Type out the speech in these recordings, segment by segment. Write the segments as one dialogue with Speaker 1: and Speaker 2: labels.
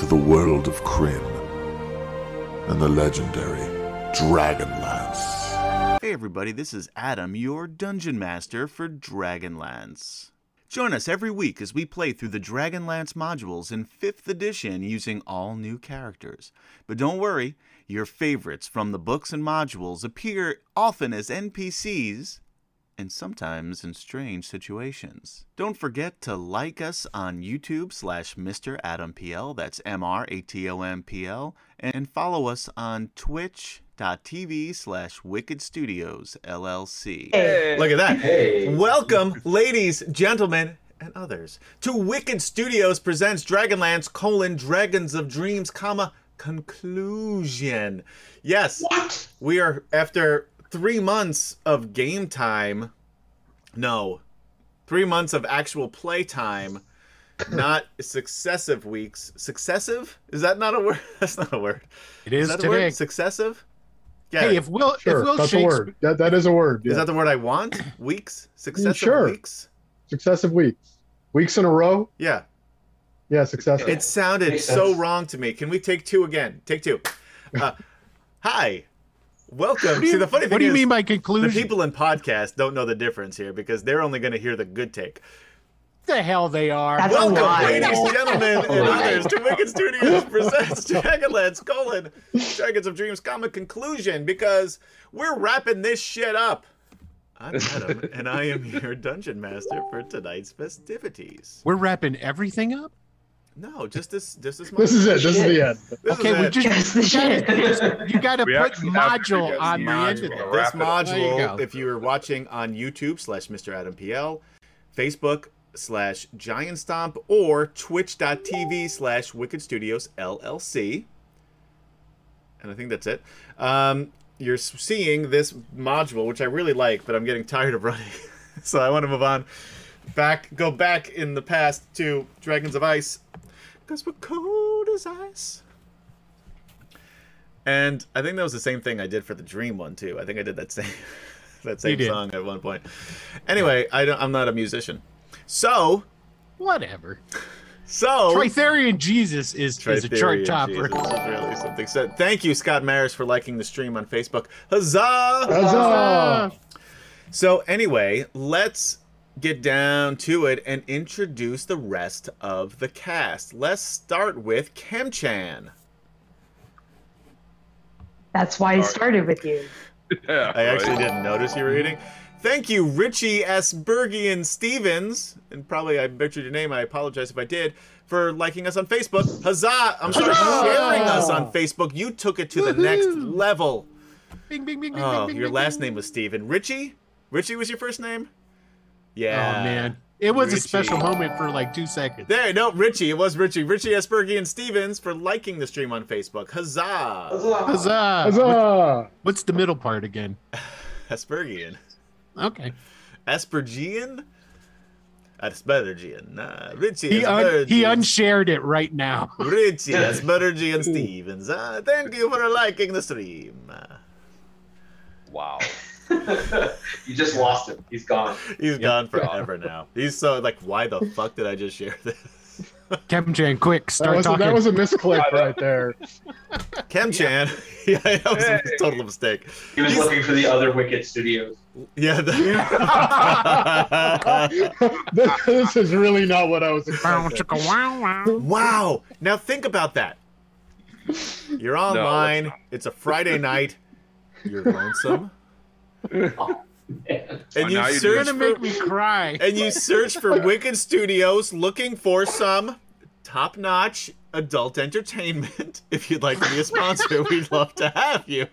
Speaker 1: the world of Kryn and the legendary Dragonlance.
Speaker 2: Hey everybody, this is Adam, your Dungeon Master for Dragonlance. Join us every week as we play through the Dragonlance modules in 5th edition using all new characters. But don't worry, your favorites from the books and modules appear often as NPCs and sometimes in strange situations. Don't forget to like us on YouTube slash Mr. Adam PL, that's M R A T O M P L, and follow us on twitch.tv slash Wicked Studios LLC.
Speaker 3: Look at that. Welcome, ladies, gentlemen, and others, to Wicked Studios presents Dragonlance, colon, Dragons of Dreams, comma, conclusion. Yes, we are, after three months of game time, no, three months of actual play time, not successive weeks. Successive? Is that not a word? That's not a word.
Speaker 4: It is,
Speaker 2: that a
Speaker 4: today.
Speaker 2: word? Successive? Yeah.
Speaker 4: Hey, if Will,
Speaker 5: Sure,
Speaker 4: if Will
Speaker 5: that's a
Speaker 4: Shakespeare,
Speaker 5: word. That, that is a word.
Speaker 2: Is
Speaker 5: yeah.
Speaker 2: that the word I want? Weeks? Successive
Speaker 5: Sure.
Speaker 2: weeks?
Speaker 5: successive weeks, weeks in a row.
Speaker 2: Yeah.
Speaker 5: Yeah, successive.
Speaker 2: It sounded
Speaker 3: Makes
Speaker 2: so
Speaker 3: sense.
Speaker 2: wrong to me. Can we take two again? Take two. Uh, hi. Welcome.
Speaker 4: do you-
Speaker 2: See, the funny thing
Speaker 4: what do you
Speaker 2: is,
Speaker 4: mean by
Speaker 2: the
Speaker 4: conclusion?
Speaker 2: people in podcasts don't know the difference here because they're only going to hear the good take.
Speaker 4: the hell they are.
Speaker 6: That's a
Speaker 2: Welcome,
Speaker 6: lie.
Speaker 2: ladies, gentlemen, and
Speaker 3: lie.
Speaker 2: others, to Wicked Studios presents Dragonlance, colon, Dragons of Dreams, comma, conclusion, because we're wrapping this shit up. I'm Adam, and I am your dungeon master for tonight's festivities.
Speaker 4: We're wrapping everything up.
Speaker 2: No, just this, just this.
Speaker 5: this is it. This is the
Speaker 3: Shit.
Speaker 5: end.
Speaker 2: This
Speaker 4: okay,
Speaker 2: is
Speaker 4: we
Speaker 2: it.
Speaker 4: just
Speaker 6: Yes, the shit.
Speaker 4: you got to
Speaker 7: We
Speaker 4: put
Speaker 7: actually have to
Speaker 4: module
Speaker 7: get
Speaker 4: on the end of
Speaker 7: module.
Speaker 4: it.
Speaker 7: Wrap
Speaker 2: this
Speaker 7: it up.
Speaker 4: There you
Speaker 2: module,
Speaker 4: go.
Speaker 2: if you were watching on YouTube slash Mr. Adam PL, Facebook slash Giant Stomp, or twitch.tv slash Wicked Studios LLC. And I think that's it. Um, you're s- seeing this module, which I really like, but I'm getting tired of running. so I want to move on. Back, go back in the past to Dragons of Ice, because we're cold as ice. And I think that was the same thing I did for the Dream one too. I think I did that same that same
Speaker 4: did.
Speaker 2: song at one point. Anyway, I don't, I'm not a musician, so
Speaker 4: Whatever.
Speaker 2: so
Speaker 4: Tritherian Jesus is is a chart
Speaker 2: Tritherian
Speaker 4: topper.
Speaker 2: Jesus is really something. So thank you, Scott Maris, for liking the stream on Facebook. Huzzah!
Speaker 4: Uh,
Speaker 5: Huzzah!
Speaker 2: So anyway, let's get down to it and introduce the rest of the cast. Let's start with Kemchan.
Speaker 6: That's why I started with you.
Speaker 7: Yeah,
Speaker 2: I actually
Speaker 7: right.
Speaker 2: didn't notice you were eating. Thank you, Richie S. Bergian Stevens, and probably I butchered your name. I apologize if I did for liking us on Facebook. Huzzah! I'm sorry, sharing us on Facebook. You took it to the next
Speaker 4: Woohoo!
Speaker 2: level.
Speaker 4: Bing, bing, bing, bing,
Speaker 2: Oh,
Speaker 4: bing, bing,
Speaker 2: your
Speaker 4: bing,
Speaker 2: last
Speaker 4: bing.
Speaker 2: name was Steven. Richie? Richie was your first name?
Speaker 4: Oh
Speaker 2: Yeah.
Speaker 4: man, it was
Speaker 2: Richie.
Speaker 4: a special moment for like two seconds.
Speaker 2: There, no, Richie. It was Richie. Richie Aspergian Stevens for liking the stream on Facebook. Huzzah!
Speaker 4: Huzzah!
Speaker 5: Huzzah!
Speaker 4: What's the middle part again?
Speaker 2: Aspergian.
Speaker 4: Okay.
Speaker 2: Aspergian? Aspergian. Nah, Richie
Speaker 4: He un- he
Speaker 2: Aspergian.
Speaker 4: unshared it right now.
Speaker 2: Richie Aspergian Stevens. Uh, thank you for liking the stream. Uh,
Speaker 7: Wow.
Speaker 3: you just lost him. He's gone.
Speaker 2: He's gone forever now. He's so like, why the fuck did I just share this?
Speaker 4: Kemchan, quick,
Speaker 5: That
Speaker 4: start
Speaker 5: was, a,
Speaker 4: talking.
Speaker 5: that was a misclick right there.
Speaker 2: Kem Chan. Yeah, that was a
Speaker 7: Hey.
Speaker 2: total mistake.
Speaker 3: He was
Speaker 2: He's-
Speaker 3: looking for the other Wicked Studios.
Speaker 2: Yeah. the-
Speaker 5: this, this is really not what I was
Speaker 4: Wow,
Speaker 5: expecting.
Speaker 4: chicka, wow, wow.
Speaker 2: wow. Now think about that. You're online. it's
Speaker 7: it's
Speaker 2: a Friday night. You're lonesome.
Speaker 7: Well,
Speaker 2: and you
Speaker 7: now you're
Speaker 2: search
Speaker 4: You're
Speaker 2: for,
Speaker 4: gonna make me cry.
Speaker 2: and you search for Wicked Studios looking for some top-notch adult entertainment. If you'd like to be a sponsor, we'd love to have you.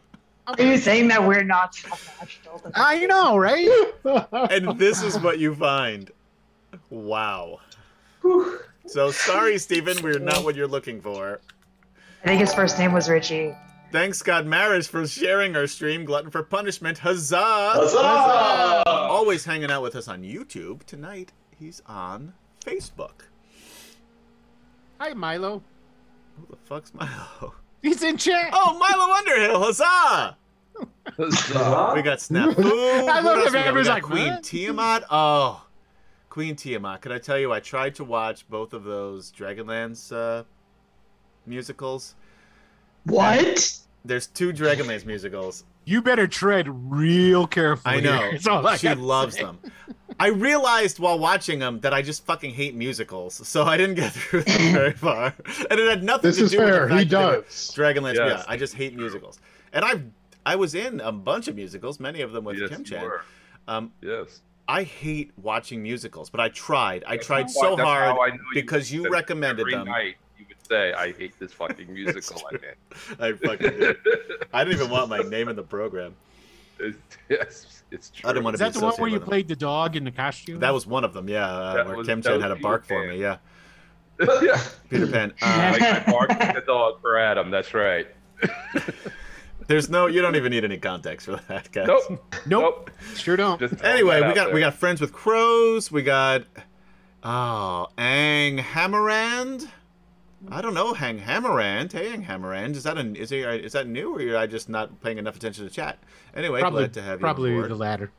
Speaker 6: Are you saying that we're not national?
Speaker 4: I know, right?
Speaker 2: And this is what you find. Wow. So sorry, Stephen, we're not what you're looking for.
Speaker 6: I think his first name was Richie.
Speaker 2: Thanks, Scott Maris, for sharing our stream, Glutton for Punishment. Huzzah!
Speaker 3: Huzzah!
Speaker 2: Always hanging out with us on YouTube. Tonight, he's on Facebook.
Speaker 4: Hi, Milo.
Speaker 2: Who the fuck's Milo?
Speaker 4: He's in chat.
Speaker 2: Oh, Milo Underhill! Huzzah!
Speaker 3: Huzzah.
Speaker 2: We got Snafu. I
Speaker 4: love that man
Speaker 2: We
Speaker 4: was
Speaker 2: got
Speaker 4: like,
Speaker 2: Queen
Speaker 4: what?
Speaker 2: Tiamat. Oh, Queen Tiamat. Can I tell you, I tried to watch both of those Dragonlance uh, musicals.
Speaker 6: What?
Speaker 2: There's two Dragonlance musicals.
Speaker 4: You better tread real carefully.
Speaker 2: I know.
Speaker 4: It's all I
Speaker 2: she
Speaker 4: got.
Speaker 2: loves them. I realized while watching them that I just fucking hate musicals, so I didn't get through them very far. And it had nothing
Speaker 5: This
Speaker 2: to
Speaker 5: is
Speaker 2: do with
Speaker 5: fair.
Speaker 2: the fact
Speaker 5: He
Speaker 2: that they were
Speaker 5: does.
Speaker 2: Dragonlance, yeah.
Speaker 7: Yes.
Speaker 2: I just hate musicals. And I've I was in a bunch of musicals, many of them with
Speaker 7: yes,
Speaker 2: Kim
Speaker 7: you
Speaker 2: Chan.
Speaker 7: were.
Speaker 2: Um,
Speaker 7: Yes.
Speaker 2: I hate watching musicals, but I tried. I
Speaker 7: That's
Speaker 2: tried
Speaker 7: how I-
Speaker 2: so
Speaker 7: that's
Speaker 2: hard
Speaker 7: how I knew
Speaker 2: because you
Speaker 7: Every-
Speaker 2: recommended
Speaker 7: every
Speaker 2: them.
Speaker 7: night you would say, "I hate this fucking musical." I can't.
Speaker 2: I fucking did. I didn't even want my name in the program.
Speaker 7: It's- yes, it's true.
Speaker 2: I didn't want
Speaker 4: Is
Speaker 2: to be
Speaker 4: that the one
Speaker 2: associated
Speaker 4: where you
Speaker 2: with them.
Speaker 4: played the dog in the costume?
Speaker 2: That was one of them, yeah. Uh,
Speaker 7: That
Speaker 2: where
Speaker 7: was-
Speaker 2: Kim
Speaker 7: that
Speaker 2: Chan
Speaker 7: was
Speaker 2: had a
Speaker 7: Peter
Speaker 2: bark for
Speaker 7: Pan.
Speaker 2: me, yeah.
Speaker 7: yeah,
Speaker 2: Peter Pan. Uh,
Speaker 7: like I barked at the dog for Adam. That's right.
Speaker 2: There's no, you don't even need any context for that, guys.
Speaker 7: Nope.
Speaker 4: nope. Sure don't.
Speaker 7: Just throwing
Speaker 2: Anyway,
Speaker 7: that
Speaker 2: we
Speaker 7: out
Speaker 2: got we
Speaker 7: there.
Speaker 2: got friends with crows. We got oh, Ang Hammerand. I don't know, Hang Hammerand. Hey, Ang Hammerand. Is that an is it is that new or are I just not paying enough attention to chat? Anyway,
Speaker 4: probably
Speaker 2: glad to have you.
Speaker 4: probably
Speaker 2: on
Speaker 4: the
Speaker 2: board.
Speaker 4: latter.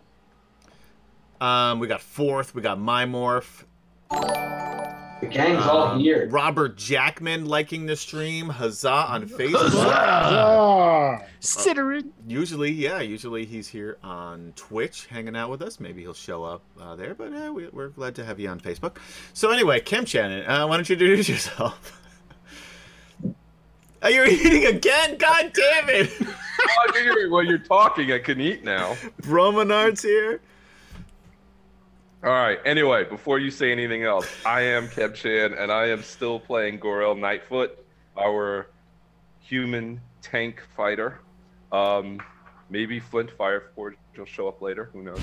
Speaker 2: Um, we got fourth. We got Mymorph.
Speaker 8: The gang's all
Speaker 7: Uh,
Speaker 2: Um,
Speaker 8: here.
Speaker 2: Robert Jackman liking the stream. Huzzah on Facebook.
Speaker 5: Ah,
Speaker 4: Citterin.
Speaker 2: Usually, yeah, usually he's here on Twitch hanging out with us. Maybe he'll show up uh, there, but uh, we, we're glad to have you on Facebook. So, anyway, Kim Shannon, uh, why don't you introduce yourself? Are you eating again? God damn it!
Speaker 7: Oh, I figured while you're talking, I can eat now.
Speaker 2: Bromanard's here.
Speaker 7: All right. Anyway, before you say anything else, I am Keb Chan, and I am still playing Gorel Nightfoot, our human tank fighter. Um, maybe Flint Fireforge will show up later. Who knows?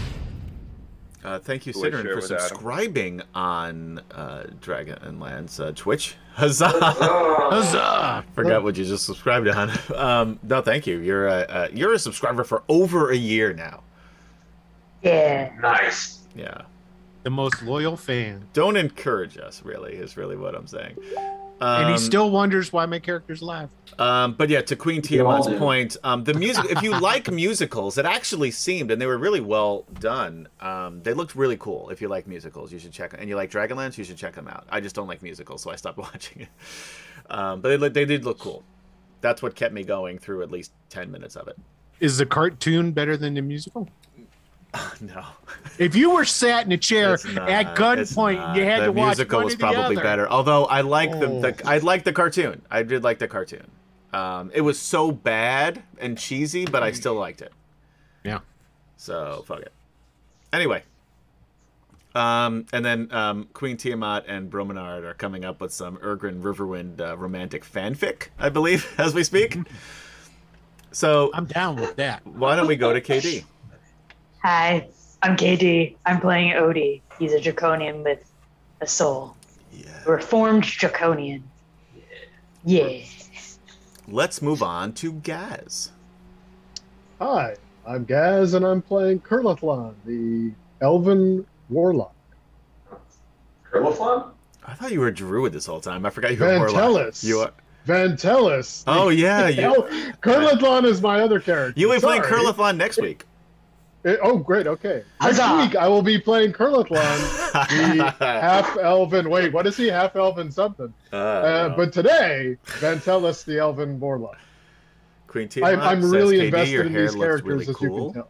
Speaker 2: Uh, thank you,
Speaker 7: Who I
Speaker 2: Sidron,
Speaker 7: share
Speaker 2: for
Speaker 7: with Adam.
Speaker 2: subscribing on uh, Dragon and Lands uh, Twitch. Huzzah!
Speaker 8: Oh,
Speaker 4: Huzzah!
Speaker 2: Forgot what you just subscribed on. Um, no, thank you. You're a, uh, you're a subscriber for over a year now.
Speaker 6: Yeah.
Speaker 8: Nice.
Speaker 2: Yeah.
Speaker 4: The most loyal fan.
Speaker 2: don't encourage us really is really what i'm saying um,
Speaker 4: and he still wonders why my character's live.
Speaker 2: um, but yeah to queen
Speaker 8: We all
Speaker 2: tiamat's
Speaker 8: do.
Speaker 2: point um, the music if you like musicals it actually seemed and they were really well done um, they looked really cool if you like musicals you should check and you like dragonlance you should check them out i just don't like musicals so i stopped watching it um, but they, look- they did look cool that's what kept me going through at least 10 minutes of it
Speaker 4: Is the cartoon better than the musical?
Speaker 2: no
Speaker 4: If you were sat in a chair
Speaker 2: It's not-
Speaker 4: at
Speaker 2: it's
Speaker 4: gunpoint,
Speaker 2: not.
Speaker 4: you had
Speaker 2: the
Speaker 4: to watch
Speaker 2: musical
Speaker 4: one
Speaker 2: was
Speaker 4: or the
Speaker 2: probably
Speaker 4: other.
Speaker 2: better. Although I like
Speaker 4: Oh.
Speaker 2: the, the I like the cartoon. I did like the cartoon. Um, it was so bad and cheesy, but I still liked it.
Speaker 4: Yeah.
Speaker 2: So fuck it. Anyway. Um, and then um, Queen Tiamat and Bromanard are coming up with some Ergrin Riverwind uh, romantic fanfic, I believe, as we speak. So
Speaker 4: I'm down with that.
Speaker 2: why don't we go to KD?
Speaker 6: Hi, I'm KD. I'm playing Odie. He's a draconian with a soul.
Speaker 2: Yeah.
Speaker 6: Reformed draconian. Yeah.
Speaker 2: Let's move on to Gaz.
Speaker 5: hi, I'm Gaz, and I'm playing Curlithlon, the Elven Warlock.
Speaker 8: Curliflon?
Speaker 2: I thought you were a druid this whole time. I forgot you were a warlock.
Speaker 5: Vantelis.
Speaker 2: You are.
Speaker 5: Vantelis.
Speaker 2: Oh yeah, you
Speaker 5: El- Curlithlon is my other character.
Speaker 2: you will be playing
Speaker 5: Sorry.
Speaker 2: Curlifon next week.
Speaker 5: Eh, oh, great. Okay. Next
Speaker 6: Huzzah.
Speaker 5: week, I will be playing Curlithlon, the half elven. Wait, what is he? Half elven something. Uh,
Speaker 2: Uh,
Speaker 5: But today, Vantelis, the elven warlock.
Speaker 2: Queen
Speaker 5: I'm,
Speaker 2: Tiamat
Speaker 5: I'm
Speaker 2: says,
Speaker 5: really
Speaker 2: "KD, your
Speaker 5: invested in
Speaker 2: hair
Speaker 5: these
Speaker 2: looks
Speaker 5: characters,
Speaker 2: really
Speaker 5: as you
Speaker 2: cool."
Speaker 5: can tell.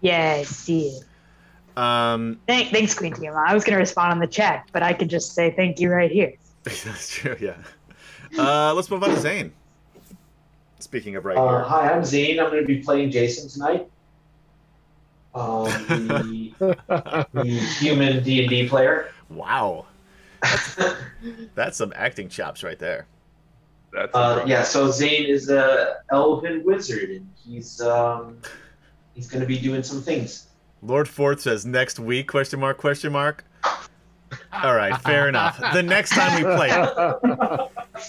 Speaker 6: Yeah, I see it.
Speaker 2: Um,
Speaker 6: Thank, thanks, Queen Tiamat. I was going to respond on the chat, but I could just say thank you right here.
Speaker 2: that's true. Yeah. Uh, let's move on to Zane. Speaking of right
Speaker 8: Uh,
Speaker 2: here,
Speaker 5: Uh-huh.
Speaker 8: hi, I'm Zane. I'm going to be playing Jason tonight. Um, the, the human D and D player.
Speaker 2: wow, that's some acting chops right there.
Speaker 7: That's
Speaker 8: Uh, yeah, so Zane is a elven wizard, and he's um, he's going to be doing some things.
Speaker 2: Lord Forth says next week? Question mark? Question mark? All right, fair enough. The next time we play,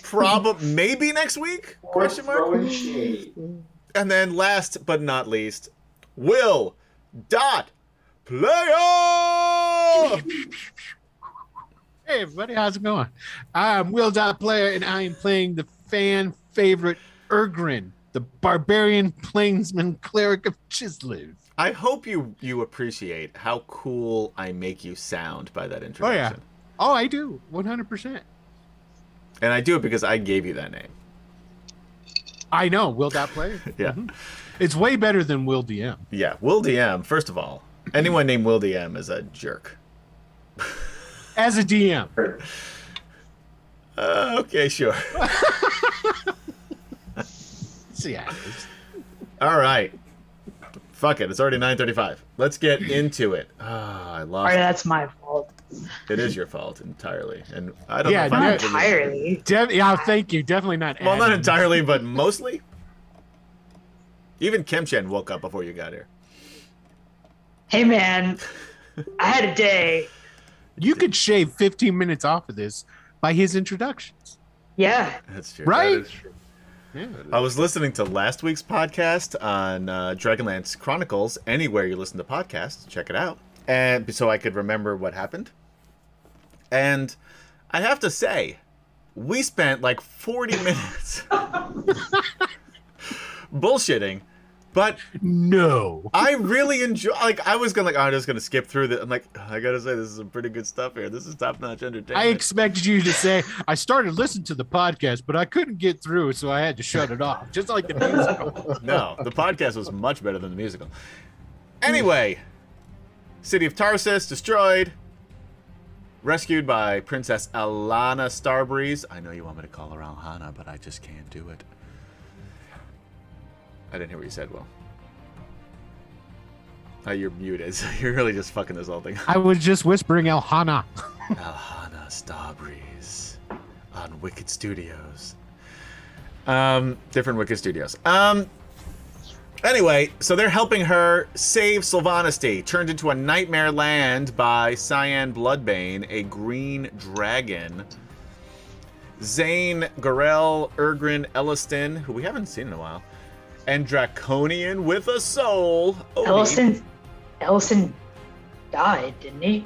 Speaker 2: probably maybe next week?
Speaker 8: Or
Speaker 2: Question mark?
Speaker 8: throwing shade.
Speaker 2: And then last but not least, Will Dot Player!
Speaker 4: Hey everybody, how's it going? I'm Will Dot Player, and I am playing the fan favorite Ergrin, the barbarian plainsman cleric of Chislev.
Speaker 2: I hope you you appreciate how cool I make you sound by that introduction.
Speaker 4: Oh, I do, 100. percent
Speaker 2: And I do it because I gave you that name.
Speaker 4: I know. Will dot player.
Speaker 2: Yeah.
Speaker 4: Mhm. It's way better than Will DM.
Speaker 2: Yeah, Will DM, first of all. Anyone named Will DM is a jerk.
Speaker 4: As a DM.
Speaker 2: Uh, okay, sure.
Speaker 4: See how it is.
Speaker 2: All right. Fuck it. It's already 9:35. Let's get into it. Ah, I
Speaker 6: Or
Speaker 2: lost. It.
Speaker 6: that's my fault.
Speaker 2: it is your fault entirely, and I don't
Speaker 4: Yeah,
Speaker 2: know. if I
Speaker 6: Not
Speaker 2: mentioned this-
Speaker 6: entirely.
Speaker 4: De- yeah, thank you. Definitely not.
Speaker 2: Well, not
Speaker 4: Adam.
Speaker 2: entirely, but mostly. Even Kim Chen woke up before you got here.
Speaker 6: Hey man, I had a day.
Speaker 4: You could shave 15 minutes off of this by his introductions.
Speaker 6: Yeah.
Speaker 2: That's true.
Speaker 7: That
Speaker 4: Right?
Speaker 7: is true.
Speaker 2: I was listening to last week's podcast on uh, Dragonlance Chronicles. Anywhere you listen to podcasts, check it out, and so I could remember what happened. And I have to say, we spent like 40 minutes bullshitting, but
Speaker 4: No.
Speaker 2: I really enjoy. Like I was gonna like I'm just gonna skip through this. I'm like I gotta say this is some pretty good stuff here. This is top notch entertainment.
Speaker 4: I expected you to say, I started listening to the podcast, but I couldn't get through, so I had to shut it off. Just like the musical.
Speaker 2: no, the podcast was much better than the musical. Anyway, city of Tarsus destroyed, rescued by Princess Alana Starbreeze. I know you want me to call her Alana, but I just can't do it. I didn't hear what you said, Will. Oh, you're muted, so you're really just fucking this whole thing.
Speaker 4: I was just whispering Elhana.
Speaker 2: Alhana Starbreeze on Wicked Studios. Um, different Wicked Studios. Um, anyway, so they're helping her save Sylvanesti, turned into a nightmare land by Cyan Bloodbane, a green dragon. Zane, Gorel, Ergrin, Elliston, who we haven't seen in a while, and Draconian with a soul. Oh, Odie.
Speaker 6: Ellison Ellison died, didn't he?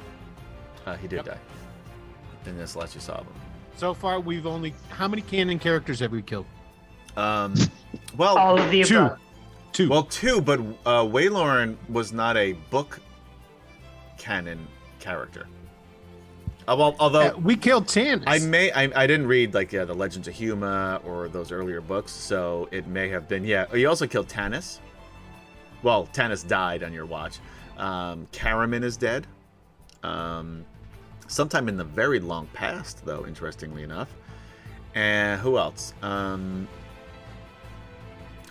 Speaker 2: Uh, he did die. In this last you saw of him.
Speaker 4: So far, we've only. How many canon characters have we killed?
Speaker 2: Um, well,
Speaker 6: All of the
Speaker 4: Oh, Two.
Speaker 6: above.
Speaker 4: Two.
Speaker 2: Well, two, but uh, Waylorn was not a book canon character. Uh, well, although
Speaker 4: Uh, we killed Tannis.
Speaker 2: I may, I, I didn't read like yeah, the Legends of Huma or those earlier books, so it may have been. Yeah, you also killed Tanis. Well, Tanis died on your watch. Um, Karaman is dead. Um, sometime in the very long past, though, interestingly enough. And who else? Um,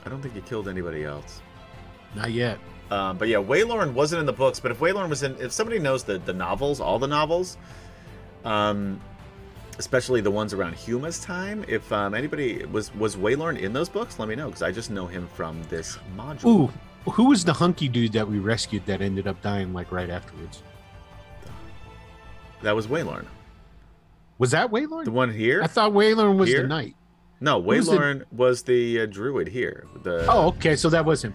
Speaker 2: I don't think you killed anybody else.
Speaker 4: Not yet.
Speaker 2: Um, but yeah, Waylorn wasn't in the books. But if Waylorn was in, if somebody knows the the novels, all the novels, um, especially the ones around Huma's time, if um, anybody was was Waylorn in those books, let me know because I just know him from this module.
Speaker 4: Ooh, who was the hunky dude that we rescued that ended up dying like right afterwards?
Speaker 2: that was Waylorn.
Speaker 4: Was that
Speaker 2: The
Speaker 4: Waylorn?
Speaker 2: one here?
Speaker 4: I thought Waylorn was
Speaker 2: Here?
Speaker 4: the knight.
Speaker 2: no,
Speaker 4: who's the-
Speaker 2: Waylorn was the uh, druid here. The
Speaker 4: Oh, okay. So that was him.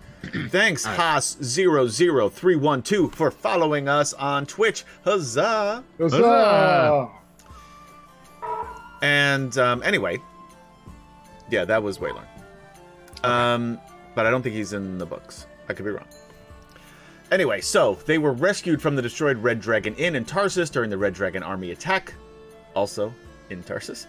Speaker 2: thanks Haas 00312 for following us on Twitch. Huzzah!
Speaker 5: Huzzah!
Speaker 2: And um, anyway, yeah, that was Waylon. Um, but I don't think he's in the books. I could be wrong. Anyway, so they were rescued from the destroyed Red Dragon Inn in Tarsus during the Red Dragon Army attack, also in Tarsus,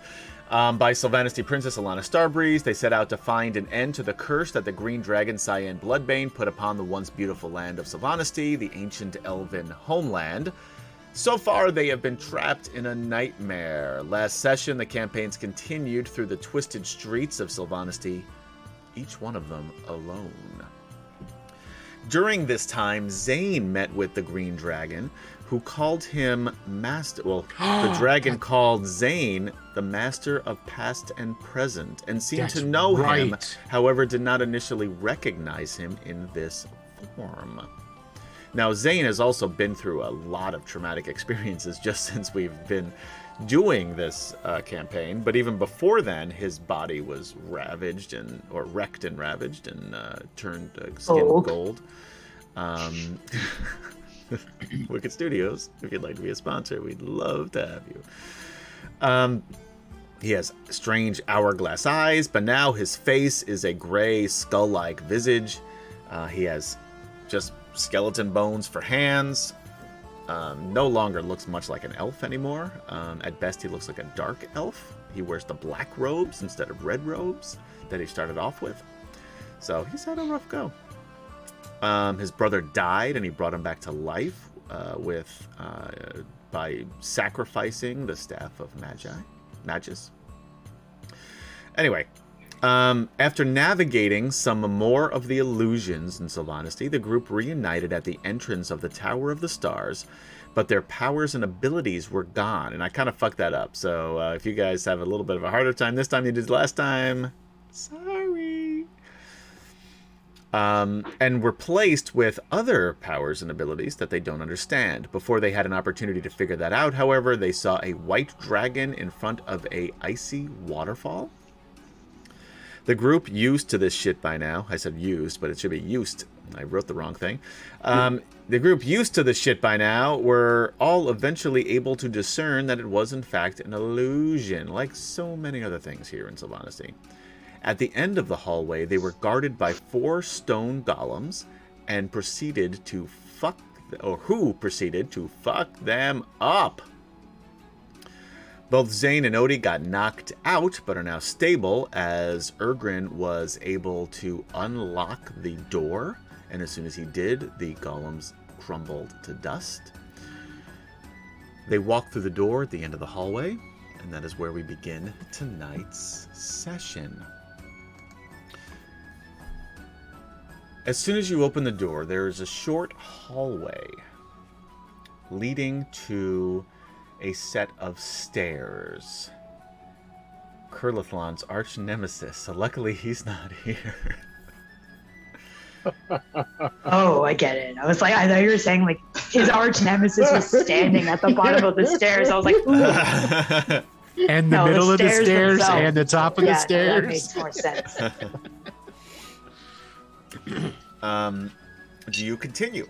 Speaker 2: um, by Sylvanesti Princess Alana Starbreeze. They set out to find an end to the curse that the Green Dragon Cyan Bloodbane put upon the once beautiful land of Sylvanesti, the ancient elven homeland. So far, they have been trapped in a nightmare. Last session, the campaigns continued through the twisted streets of Sylvanesti, each one of them alone. During this time, Zane met with the Green Dragon, who called him Master. Well, the dragon called Zane the Master of Past and Present, and seemed
Speaker 4: That's
Speaker 2: to know him,
Speaker 4: right.
Speaker 2: however, did not initially recognize him in this form. Now, Zane has also been through a lot of traumatic experiences just since we've been doing this uh, campaign. But even before then, his body was ravaged and, or wrecked and ravaged and uh, turned uh, skin
Speaker 6: Gold.
Speaker 2: gold. Um, Wicked Studios, if you'd like to be a sponsor, we'd love to have you. Um, he has strange hourglass eyes, but now his face is a gray skull like visage. Uh, he has just skeleton bones for hands. Um, no longer looks much like an elf anymore. Um, at best, he looks like a dark elf. He wears the black robes instead of red robes that he started off with. So he's had a rough go. Um, his brother died, and he brought him back to life uh, with uh, by sacrificing the staff of Magi, Magus. Anyway, um, after navigating some more of the illusions in Solanesty, the group reunited at the entrance of the Tower of the Stars, but their powers and abilities were gone. And I kind of fucked that up. So uh, if you guys have a little bit of a harder time this time than you did last time, sorry. Um, and were placed with other powers and abilities that they don't understand. Before they had an opportunity to figure that out, however, they saw a white dragon in front of a icy waterfall. The group used to this shit by now. I said used, but it should be used. I wrote the wrong thing. Um, the group used to this shit by now were all eventually able to discern that it was, in fact, an illusion, like so many other things here in Sylvanasty. At the end of the hallway, they were guarded by four stone golems and proceeded to fuck, or who proceeded to fuck them up. Both Zane and Odie got knocked out, but are now stable as Ergrin was able to unlock the door. And as soon as he did, the golems crumbled to dust. They walked through the door at the end of the hallway, and that is where we begin tonight's session. As soon as you open the door, there is a short hallway leading to a set of stairs. Curlithlon's arch nemesis, so luckily he's not here.
Speaker 6: Oh, I get it. I was like, I thought you were saying like his arch nemesis was standing at the bottom of the stairs. I was like, ooh,
Speaker 4: And the
Speaker 6: No, the
Speaker 4: middle of the
Speaker 6: stairs
Speaker 4: stairs
Speaker 6: themselves.
Speaker 4: and the top of the
Speaker 6: yeah, that
Speaker 4: stairs.
Speaker 6: makes more sense.
Speaker 2: um, do you continue?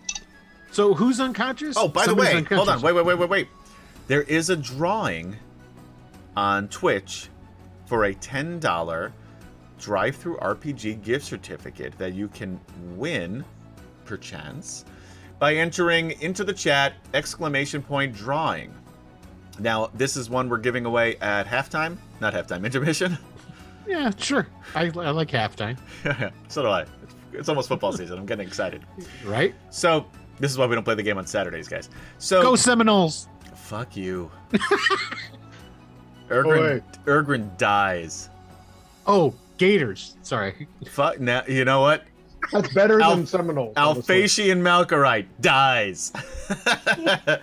Speaker 4: So who's unconscious?
Speaker 2: Oh, by
Speaker 4: Somebody's
Speaker 2: the way, hold on,
Speaker 4: unconscious.
Speaker 2: wait, wait, wait, wait, wait. There is a drawing on Twitch for a ten dollar drive-through RPG gift certificate that you can win, perchance, by entering into the chat exclamation point drawing. Now, this is one we're giving away at halftime, not halftime, intermission.
Speaker 4: Yeah, sure. I, I like halftime,
Speaker 2: so do I. It's, it's almost football season. I'm getting excited.
Speaker 4: right?
Speaker 2: So this is why we don't play the game on Saturdays, guys. So
Speaker 4: Go Seminoles!
Speaker 2: Fuck you. Ergrin, Ergrin dies.
Speaker 4: Oh, Gators. Sorry.
Speaker 2: Fuck now. You know what?
Speaker 5: That's better
Speaker 2: Al-
Speaker 5: than Seminole. honestly.
Speaker 2: Alphatian Malkarite dies.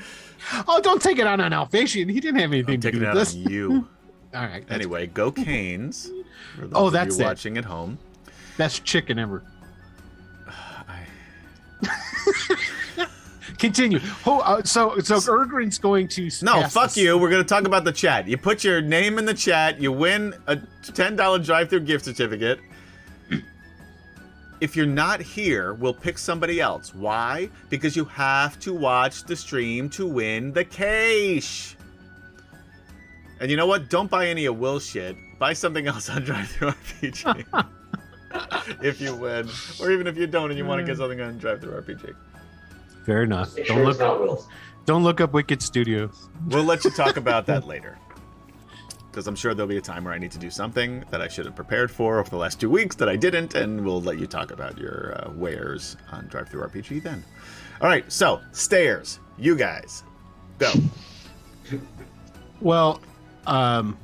Speaker 4: Oh, don't take it out on Alphatian. He didn't have anything
Speaker 2: I'm
Speaker 4: to do
Speaker 2: taking it
Speaker 4: with
Speaker 2: out
Speaker 4: this.
Speaker 2: on you.
Speaker 4: All right. That's,
Speaker 2: Anyway, go Canes. for those
Speaker 4: Oh,
Speaker 2: of you
Speaker 4: that's it.
Speaker 2: watching at home.
Speaker 4: that's chicken ever.
Speaker 2: I-
Speaker 4: Continue. Oh, uh, so so Ergrin's going to
Speaker 2: No,
Speaker 4: pass
Speaker 2: fuck
Speaker 4: this.
Speaker 2: you. We're gonna talk about the chat. You put your name in the chat. You win a ten dollar drive-through gift certificate. If you're not here, we'll pick somebody else. Why? Because you have to watch the stream to win the cash. And you know what? Don't buy any of Will shit. Buy something else on Drive-Through RPG. if you win, or even if you don't and you want to get something on Drive-Through RPG,
Speaker 4: Fair enough.
Speaker 8: Make
Speaker 4: Don't
Speaker 8: sure it's
Speaker 4: look
Speaker 8: not Will's.
Speaker 4: don't look up Wicked Studios.
Speaker 2: We'll let you talk about that later. Because I'm sure there'll be a time where I need to do something that I should have prepared for over the last two weeks that I didn't, and we'll let you talk about your uh, wares on Drive Through RPG then. All right, so stairs, you guys, go.
Speaker 4: Well, um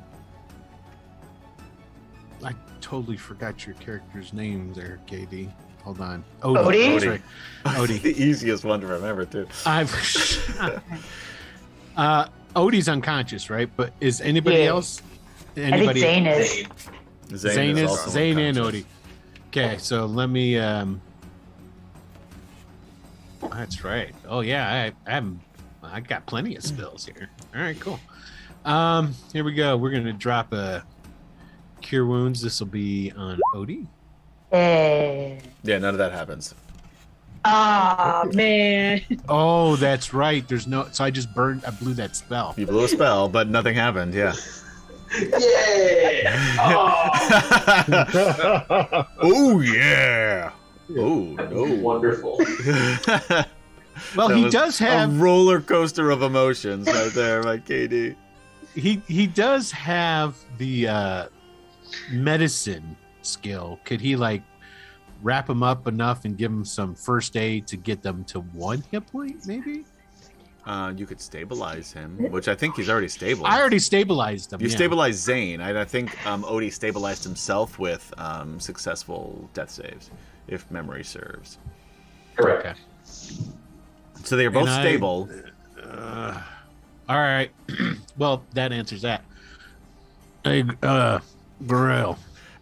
Speaker 4: I totally forgot your character's name there, KD. Hold on. Oh,
Speaker 6: Odie?
Speaker 4: That's right. Odie.
Speaker 2: the easiest one to remember too.
Speaker 4: I've uh Odie's unconscious, right? But is anybody
Speaker 6: Yeah.
Speaker 4: else
Speaker 6: I think
Speaker 4: anybody
Speaker 6: Zane is.
Speaker 8: Zane.
Speaker 2: Zane,
Speaker 4: Zane is
Speaker 2: also
Speaker 4: Zane and
Speaker 2: unconscious.
Speaker 4: Odie. Okay, so let me. um That's right. Oh yeah, I I'm I got plenty of spills here. All right, cool. Um, here we go. We're gonna drop a cure wounds. This will be on Odie.
Speaker 6: Eh.
Speaker 2: Yeah, none of that happens.
Speaker 6: Ah man.
Speaker 4: Oh, that's right. There's no. So I just burned. I blew that spell.
Speaker 2: You blew a spell, but nothing happened. Yeah.
Speaker 8: Yeah. Oh,
Speaker 2: oh yeah. Oh
Speaker 8: wonderful.
Speaker 2: no.
Speaker 4: Well,
Speaker 2: That
Speaker 4: he
Speaker 2: was
Speaker 4: does have.
Speaker 2: a roller coaster of emotions right there by KD.
Speaker 4: he he does have the uh, medicine skill. Could he like wrap him up enough and give him some first aid to get them to one hit point? Maybe
Speaker 2: Uh, you could stabilize him, which I think he's already stable.
Speaker 4: I already stabilized them.
Speaker 2: You
Speaker 4: yeah.
Speaker 2: stabilized Zane. I, I think um, Odie stabilized himself with um, successful death saves, if memory serves.
Speaker 8: Correct.
Speaker 4: Okay.
Speaker 2: So they are both
Speaker 4: And I-
Speaker 2: stable.
Speaker 4: Uh, all right. well, that answers that. Hey, uh, Gorell.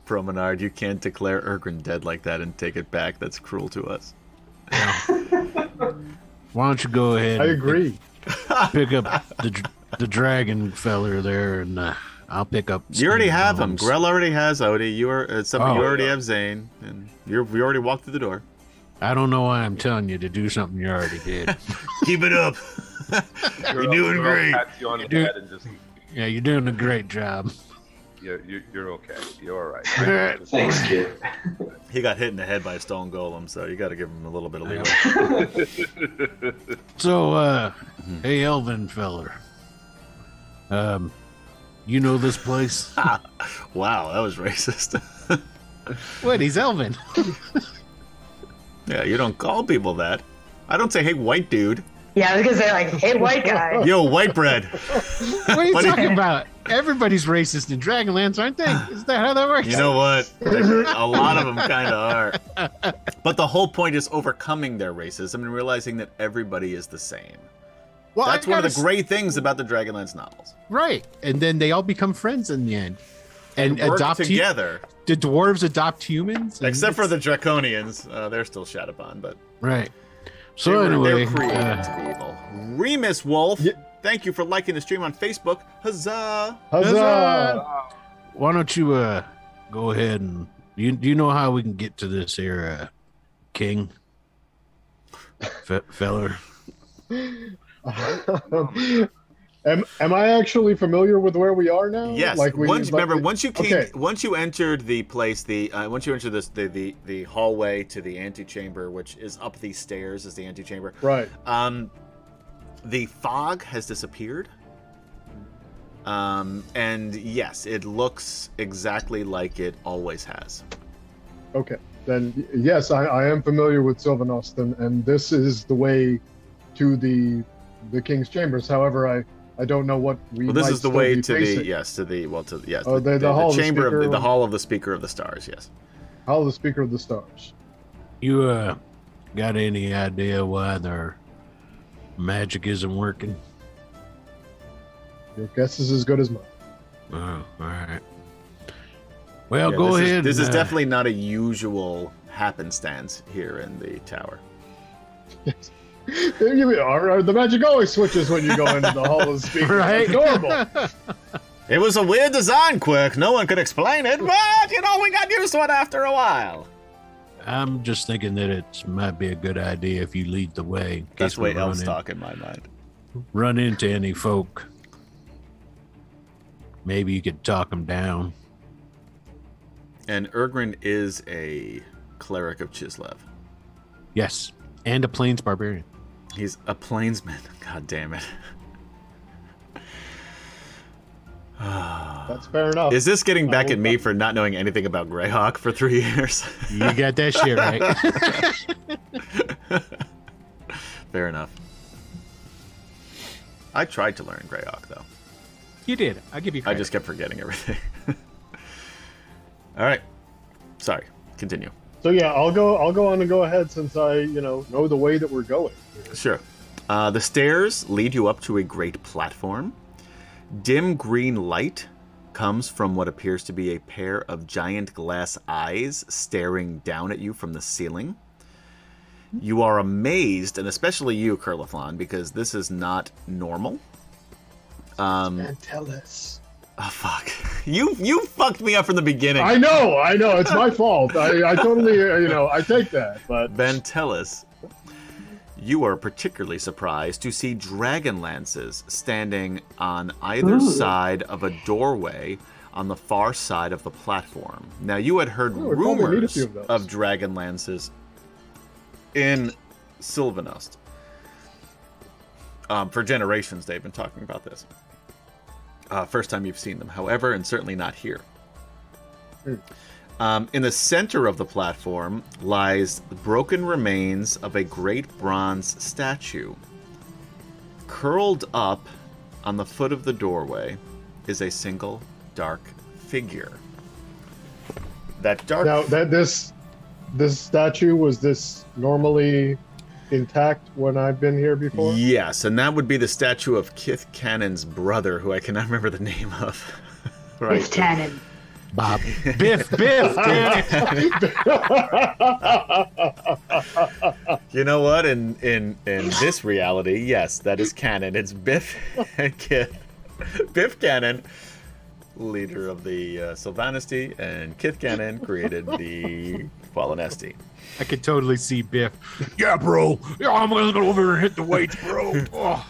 Speaker 2: Promenade, you can't declare Ergrin dead like that and take it back. That's cruel to us.
Speaker 4: Why don't you go ahead?
Speaker 5: I
Speaker 4: and
Speaker 5: agree.
Speaker 4: Pick up the dr- the dragon feller there, and uh, I'll pick up.
Speaker 2: You already
Speaker 4: Steve
Speaker 2: have him.
Speaker 4: Bones.
Speaker 2: Grell already has Odie. You are uh, something.
Speaker 4: Oh.
Speaker 2: you already have Zane, and you're you already walked through the door.
Speaker 4: I don't know why I'm telling you to do something you already did.
Speaker 2: Keep it up.
Speaker 7: You're
Speaker 2: doing great.
Speaker 7: Pats you on the
Speaker 4: You're doing-
Speaker 7: head and just
Speaker 4: yeah, you're doing a great job.
Speaker 7: you're, you're, you're okay. You're all right.
Speaker 8: Thanks, kid.
Speaker 2: He got hit in the head by a stone golem, so you got to give him a little bit of leeway.
Speaker 4: So, uh, hey, Elvin feller. Um, you know this place?
Speaker 2: wow, that was racist.
Speaker 4: Wait, he's Elvin.
Speaker 2: yeah, you don't call people that. I don't say, "Hey, white dude."
Speaker 6: Yeah, I was gonna say like, hey, white guy.
Speaker 2: Yo, white bread.
Speaker 4: What are you
Speaker 2: Buddy.
Speaker 4: talking about? Everybody's racist in Dragonlance, aren't they? Is that how that works?
Speaker 2: You know what? A lot of them kind of are. But the whole point is overcoming their racism and realizing that everybody is the same.
Speaker 4: well,
Speaker 2: That's
Speaker 4: I
Speaker 2: one of
Speaker 4: gotta
Speaker 2: the great things about the Dragonlance novels.
Speaker 4: s- right. And then they all become friends in the end, and
Speaker 2: Work
Speaker 4: adopt hu-
Speaker 2: together,
Speaker 4: the dwarves adopt humans, and
Speaker 2: except for
Speaker 4: it's-
Speaker 2: the Draconians. Uh, they're still shot upon, but
Speaker 4: right.
Speaker 2: they
Speaker 4: So
Speaker 2: were,
Speaker 4: anyway,
Speaker 2: they're created
Speaker 4: uh,
Speaker 2: to be evil. Remus Wolf,
Speaker 5: Ye-
Speaker 2: thank you for liking the stream on Facebook. Huzzah!
Speaker 5: Huzzah!
Speaker 4: why don't you uh go ahead and you do you know how we can get to this here uh, king Fe- feller?
Speaker 5: am, am I actually familiar with where we are now?
Speaker 2: Yes.
Speaker 5: we
Speaker 2: once remember, once you came,
Speaker 5: okay.
Speaker 2: once you entered the place, the uh, once you entered this the, the the hallway to the antechamber, which is up these stairs, is the antechamber.
Speaker 5: Right.
Speaker 2: Um, the fog has disappeared. Um, and yes, it looks exactly like it always has.
Speaker 5: Okay. Then y- yes, I, I am familiar with Sylvan Austin, and this is the way to the the King's Chambers. However, I I don't know what we.
Speaker 2: Well, this
Speaker 5: might
Speaker 2: is the
Speaker 5: still
Speaker 2: way
Speaker 5: be
Speaker 2: to
Speaker 5: facing.
Speaker 2: the yes to the well to the, yes
Speaker 5: Oh, the- the hall of the
Speaker 2: chamber
Speaker 5: speaker
Speaker 2: of the, the
Speaker 5: of-
Speaker 2: hall of the speaker of the stars. Yes.
Speaker 5: How the Speaker of the Stars.
Speaker 4: You uh got any idea why their magic isn't working?
Speaker 5: Your guess is as good as mine.
Speaker 4: Oh, all right. Well,
Speaker 2: Yeah,
Speaker 4: go
Speaker 2: this is-
Speaker 4: ahead.
Speaker 2: this is
Speaker 4: and, uh,
Speaker 2: definitely not a usual happenstance here in the tower.
Speaker 5: You mean, or- or the magic always switches when you go into the Hall of the Speaker.
Speaker 4: Right.
Speaker 5: It's normal.
Speaker 2: It was a weird design quirk. No one could explain it, but you know we got used to it after a while.
Speaker 4: I'm just thinking that it might be a good idea if you lead the way. In
Speaker 2: That's
Speaker 4: case we
Speaker 2: way
Speaker 4: run,
Speaker 2: elves
Speaker 4: in-
Speaker 2: talk in my mind.
Speaker 4: run into any folk. Maybe you could talk them down.
Speaker 2: And Ergrin is a cleric of Chislev.
Speaker 4: Yes, and a plains barbarian.
Speaker 2: He's a plainsman. God damn it.
Speaker 5: That's fair enough.
Speaker 2: Is this getting
Speaker 5: I
Speaker 2: back
Speaker 5: will
Speaker 2: at me
Speaker 5: talk-
Speaker 2: for not knowing anything about Greyhawk for three years?
Speaker 4: You got that shit right.
Speaker 2: Fair enough. I tried to learn Greyhawk though.
Speaker 4: You did. I give
Speaker 2: I
Speaker 4: you credit.
Speaker 2: just kept forgetting everything. All right. Sorry. Continue.
Speaker 5: so yeah, I'll go. I'll go on and go ahead since I, you know, know the way that we're going.
Speaker 2: Sure. Uh, the stairs lead you up to a great platform. Dim green light comes from what appears to be a pair of giant glass eyes staring down at you from the ceiling. You are amazed, and especially you, Curlithlon, because this is not normal. Um,
Speaker 6: And tell us.
Speaker 2: oh, fuck. You you fucked me up from the beginning.
Speaker 5: I know. I know. It's my fault. I, I totally, uh, you know, I take that. But
Speaker 2: Ventellus, you are particularly surprised to see dragon lances standing on either side of a doorway on the far side of the platform. Now, you had heard
Speaker 5: Oh, we probably need a
Speaker 2: rumors
Speaker 5: few of those.
Speaker 2: of dragon lances in Sylvanust. Um, for generations, they've been talking about this. Uh, first time you've seen them, however, and certainly not here.
Speaker 5: Hmm.
Speaker 2: Um, in the center of the platform lies the broken remains of a great bronze statue. Curled up on the foot of the doorway is a single dark figure. That dark
Speaker 5: Now that this this statue was this normally intact when I've been here before.
Speaker 2: Yes, and that would be the statue of Kith Cannon's brother, who I cannot remember the name of.
Speaker 6: Biff Tannen.
Speaker 4: Bob. Biff, Biff, damn it.
Speaker 2: You know what? In in in this reality, yes, that is Cannon. It's Biff and Kith. Biff Cannon, leader of the uh, Sylvanesti, and Kith Cannon created the Qualinesti.
Speaker 4: I could totally see Biff. Yeah, bro. Yeah, I'm gonna go over here and hit the weights, bro. Oh,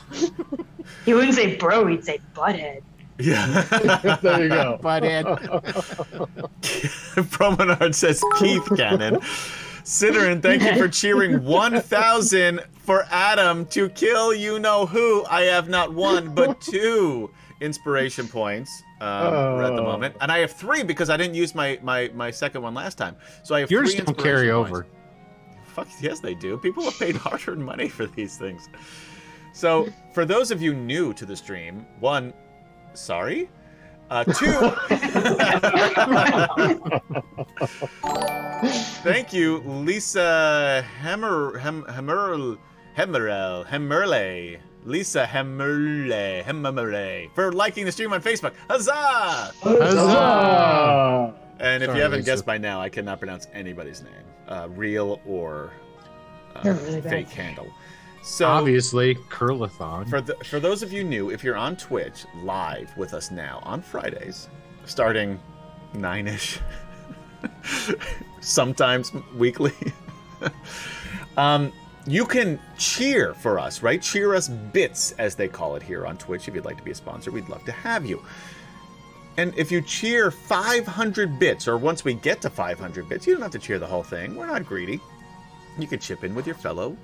Speaker 6: He wouldn't say bro, he'd say butthead.
Speaker 2: Yeah.
Speaker 5: there you go.
Speaker 2: Oh,
Speaker 4: butthead.
Speaker 2: Promenard says Keith Cannon. Cinderin, thank you for cheering 1,000 for Adam to kill you know who. I have not one, but two inspiration points um, we're at the
Speaker 5: Oh.
Speaker 2: moment. And I have three because I didn't use my, my, my second one last time. So I have
Speaker 4: Yours
Speaker 2: three
Speaker 4: don't carry
Speaker 2: inspiration
Speaker 4: over.
Speaker 2: points. Fuck, yes, they do. People have paid hard earned money for these things. So, for those of you new to the stream, one, sorry. Uh, two. Thank you, Lisa Hammer Hem Hammerl Hemmerl Hemmerle. Lisa Hemmerle Hemmerle for liking the stream on Facebook. Huzzah!
Speaker 5: Ah.
Speaker 2: And if
Speaker 4: Sorry,
Speaker 2: you haven't
Speaker 4: Lisa.
Speaker 2: guessed by now, I cannot pronounce anybody's name, uh, real or uh,
Speaker 6: They're really bad.
Speaker 2: fake handle. So
Speaker 4: Obviously, curlathon.
Speaker 2: for, the, for those of you new, if you're on Twitch live with us now on Fridays, starting nine ish, sometimes weekly, um, you can cheer for us, right? Cheer us bits, as they call it here on Twitch. If you'd like to be a sponsor, we'd love to have you. And if you cheer 500 bits, or once we get to 500 bits, you don't have to cheer the whole thing. We're not greedy. You can chip in with your fellow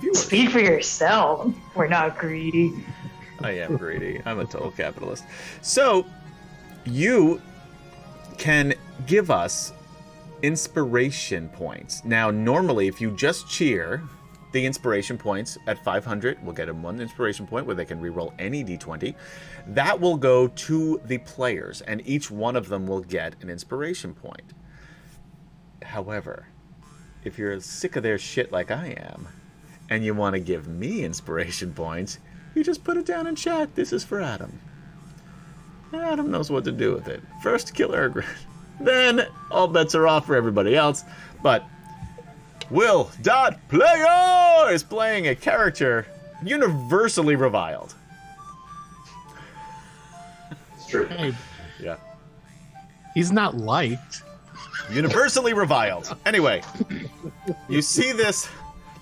Speaker 2: viewers.
Speaker 6: Speak for yourself. We're not greedy.
Speaker 2: I am greedy. I'm a total capitalist. So, you can give us inspiration points. Now, normally, if you just cheer, the inspiration points at 500 will get them one inspiration point where they can reroll any d20. That will go to the players, and each one of them will get an inspiration point. However, if you're sick of their shit like I am, and you want to give me inspiration points, you just put it down in chat. This is for Adam. Adam knows what to do with it. First, kill Ergrin. Then, all bets are off for everybody else. But, Will Dot Player is playing a character universally reviled.
Speaker 8: It's true.
Speaker 4: Hey,
Speaker 2: Yeah.
Speaker 4: he's not liked.
Speaker 2: universally reviled. Anyway, you see this.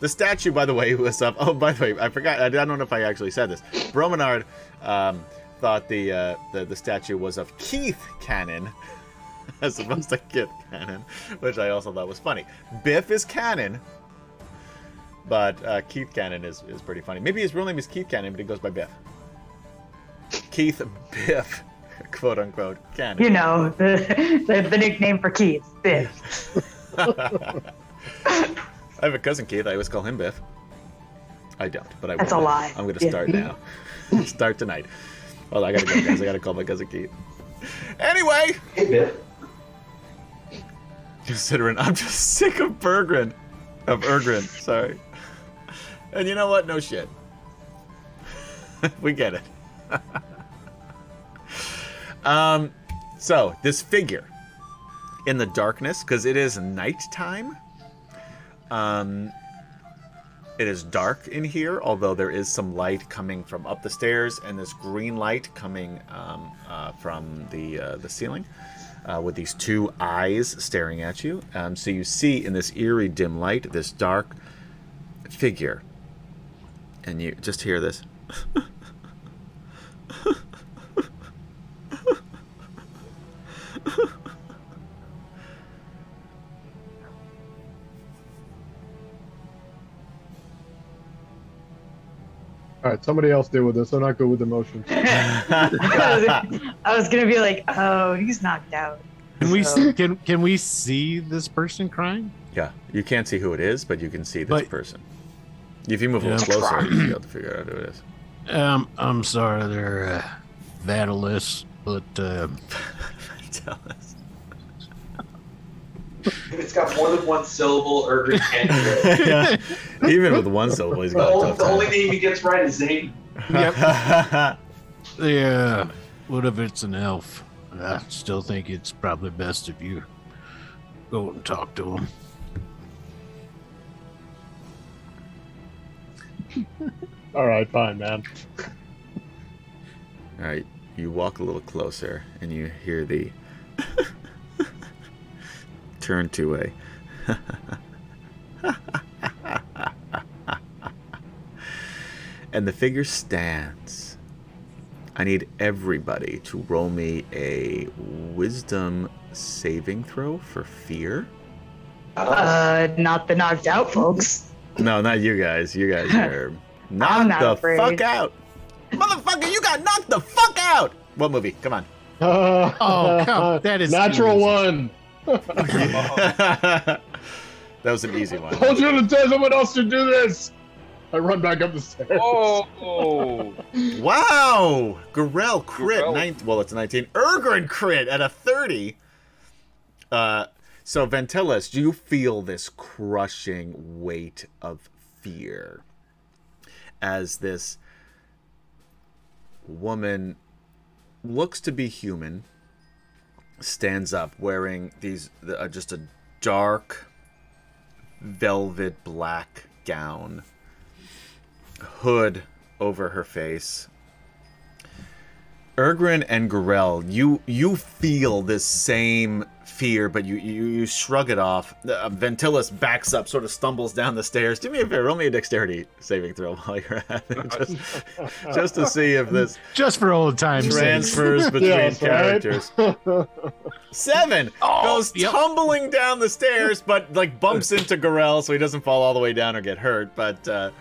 Speaker 2: The statue, by the way, was up. Oh, by the way, I forgot. I don't know if I actually said this. Bromenard um, thought the, uh, the the statue was of Keith Cannon, as opposed to Kith Cannon, which I also thought was funny. Biff is Cannon, but uh, Keith Cannon is, is pretty funny. Maybe his real name is Keith Cannon, but he goes by Biff. Keith Biff, quote unquote, Cannon.
Speaker 6: You know, the the, the nickname for Keith, Biff.
Speaker 2: I have a cousin Keith. I always call him Biff. I don't, but I
Speaker 6: That's
Speaker 2: will.
Speaker 6: a lie.
Speaker 2: I'm gonna
Speaker 6: Yeah.
Speaker 2: start now. start tonight. Well, I gotta go, guys. I gotta call my cousin Keith. Anyway,
Speaker 8: Hey, Biff.
Speaker 2: considering I'm just sick of Bergren, of Ergrin, sorry. And you know what? No shit. we get it. um, so this figure in the darkness, because it is nighttime. Um, it is dark in here, although there is some light coming from up the stairs, and this green light coming um, uh, from the uh, the ceiling uh, with these two eyes staring at you. Um, so you see in this eerie dim light this dark figure, and you just hear this.
Speaker 5: I, All right, somebody else deal with this. I'm not good with emotions.
Speaker 6: I was gonna be like, oh, he's knocked out.
Speaker 4: Can we
Speaker 6: So-
Speaker 4: can can we see this person crying?
Speaker 2: Yeah, you can't see who it is, but you can see this
Speaker 4: But-
Speaker 2: person. If you move a little
Speaker 6: Yeah.
Speaker 2: closer, you'll be able to figure out who it is.
Speaker 4: Um, I'm sorry, they're uh, Vitalis, but uh,
Speaker 2: Tell us.
Speaker 8: If it's got more than one syllable, Ergrin can't do it.
Speaker 2: yeah. Even with one syllable, he's
Speaker 8: The,
Speaker 2: got a
Speaker 8: only,
Speaker 2: tough
Speaker 8: the only
Speaker 2: time.
Speaker 8: name he gets right is Zane.
Speaker 2: Yep.
Speaker 4: they uh, what if it's an elf? I still think it's probably best if you go and talk to him.
Speaker 9: All right, fine, man.
Speaker 2: All right, you walk a little closer and you hear the turn to a. and the figure stands. I need everybody to roll me a wisdom saving throw for fear.
Speaker 6: Uh, not the knocked out folks.
Speaker 2: No, not you guys. You guys are knocked
Speaker 6: not
Speaker 2: the
Speaker 6: afraid.
Speaker 2: fuck out. Motherfucker, you got knocked the fuck out. What movie? Come on.
Speaker 4: Oh, come- that is
Speaker 9: Uh, natural
Speaker 4: easy.
Speaker 9: one.
Speaker 2: that was an easy one.
Speaker 5: Told you to tell someone else to do this. I run back up the stairs.
Speaker 7: Oh,
Speaker 2: Wow! Gorell crit
Speaker 7: Gorell.
Speaker 2: ninth. Well, it's a nineteen. Ergrin crit at a thirty. Uh, so Ventilus, do you feel this crushing weight of fear as this woman looks to be human, stands up wearing these uh, just a dark velvet black gown, hood over her face. Ergrin and Gorel, you you feel this same fear, but you you, you shrug it off. Uh, Ventilus backs up, sort of stumbles down the stairs. Do me a favor, roll me a dexterity saving throw while you're at it, just, just to see if this
Speaker 4: Just for old times' sake.
Speaker 2: transfers between
Speaker 5: Yes, right?
Speaker 2: characters. Seven goes
Speaker 4: yep.
Speaker 2: tumbling down the stairs, but like bumps into Gorell, so he doesn't fall all the way down or get hurt. But uh,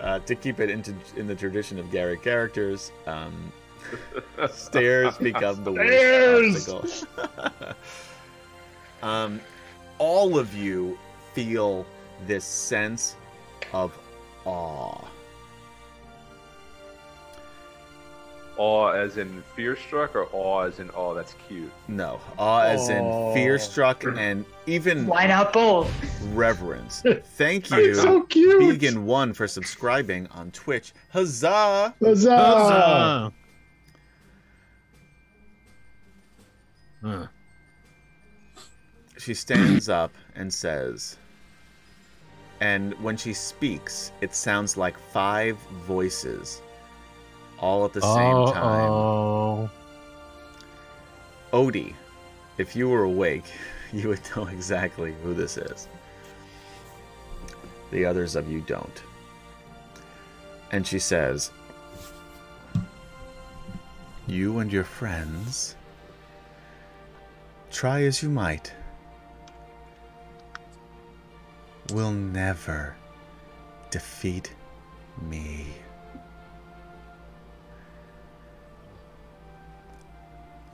Speaker 2: uh, to keep it into in the tradition of Gary characters, um, stairs become the worst obstacle. um, all of you feel this sense of awe.
Speaker 7: awe as in fear struck, or awe as in oh, that's cute.
Speaker 2: No, awe as in fear struck and even
Speaker 6: Why not both?
Speaker 2: reverence. Thank you,
Speaker 5: It's so cute.
Speaker 2: Vegan One, for subscribing on Twitch. Huzzah!
Speaker 5: Huzzah!
Speaker 4: Huzzah.
Speaker 9: Uh,
Speaker 4: Huh.
Speaker 2: She stands up and says, and when she speaks, it sounds like five voices, all at the same time.
Speaker 4: Uh-oh.
Speaker 2: Odie, if you were awake, you would know exactly who this is. The others of you don't. And she says, You and your friends, try as you might, will never defeat me.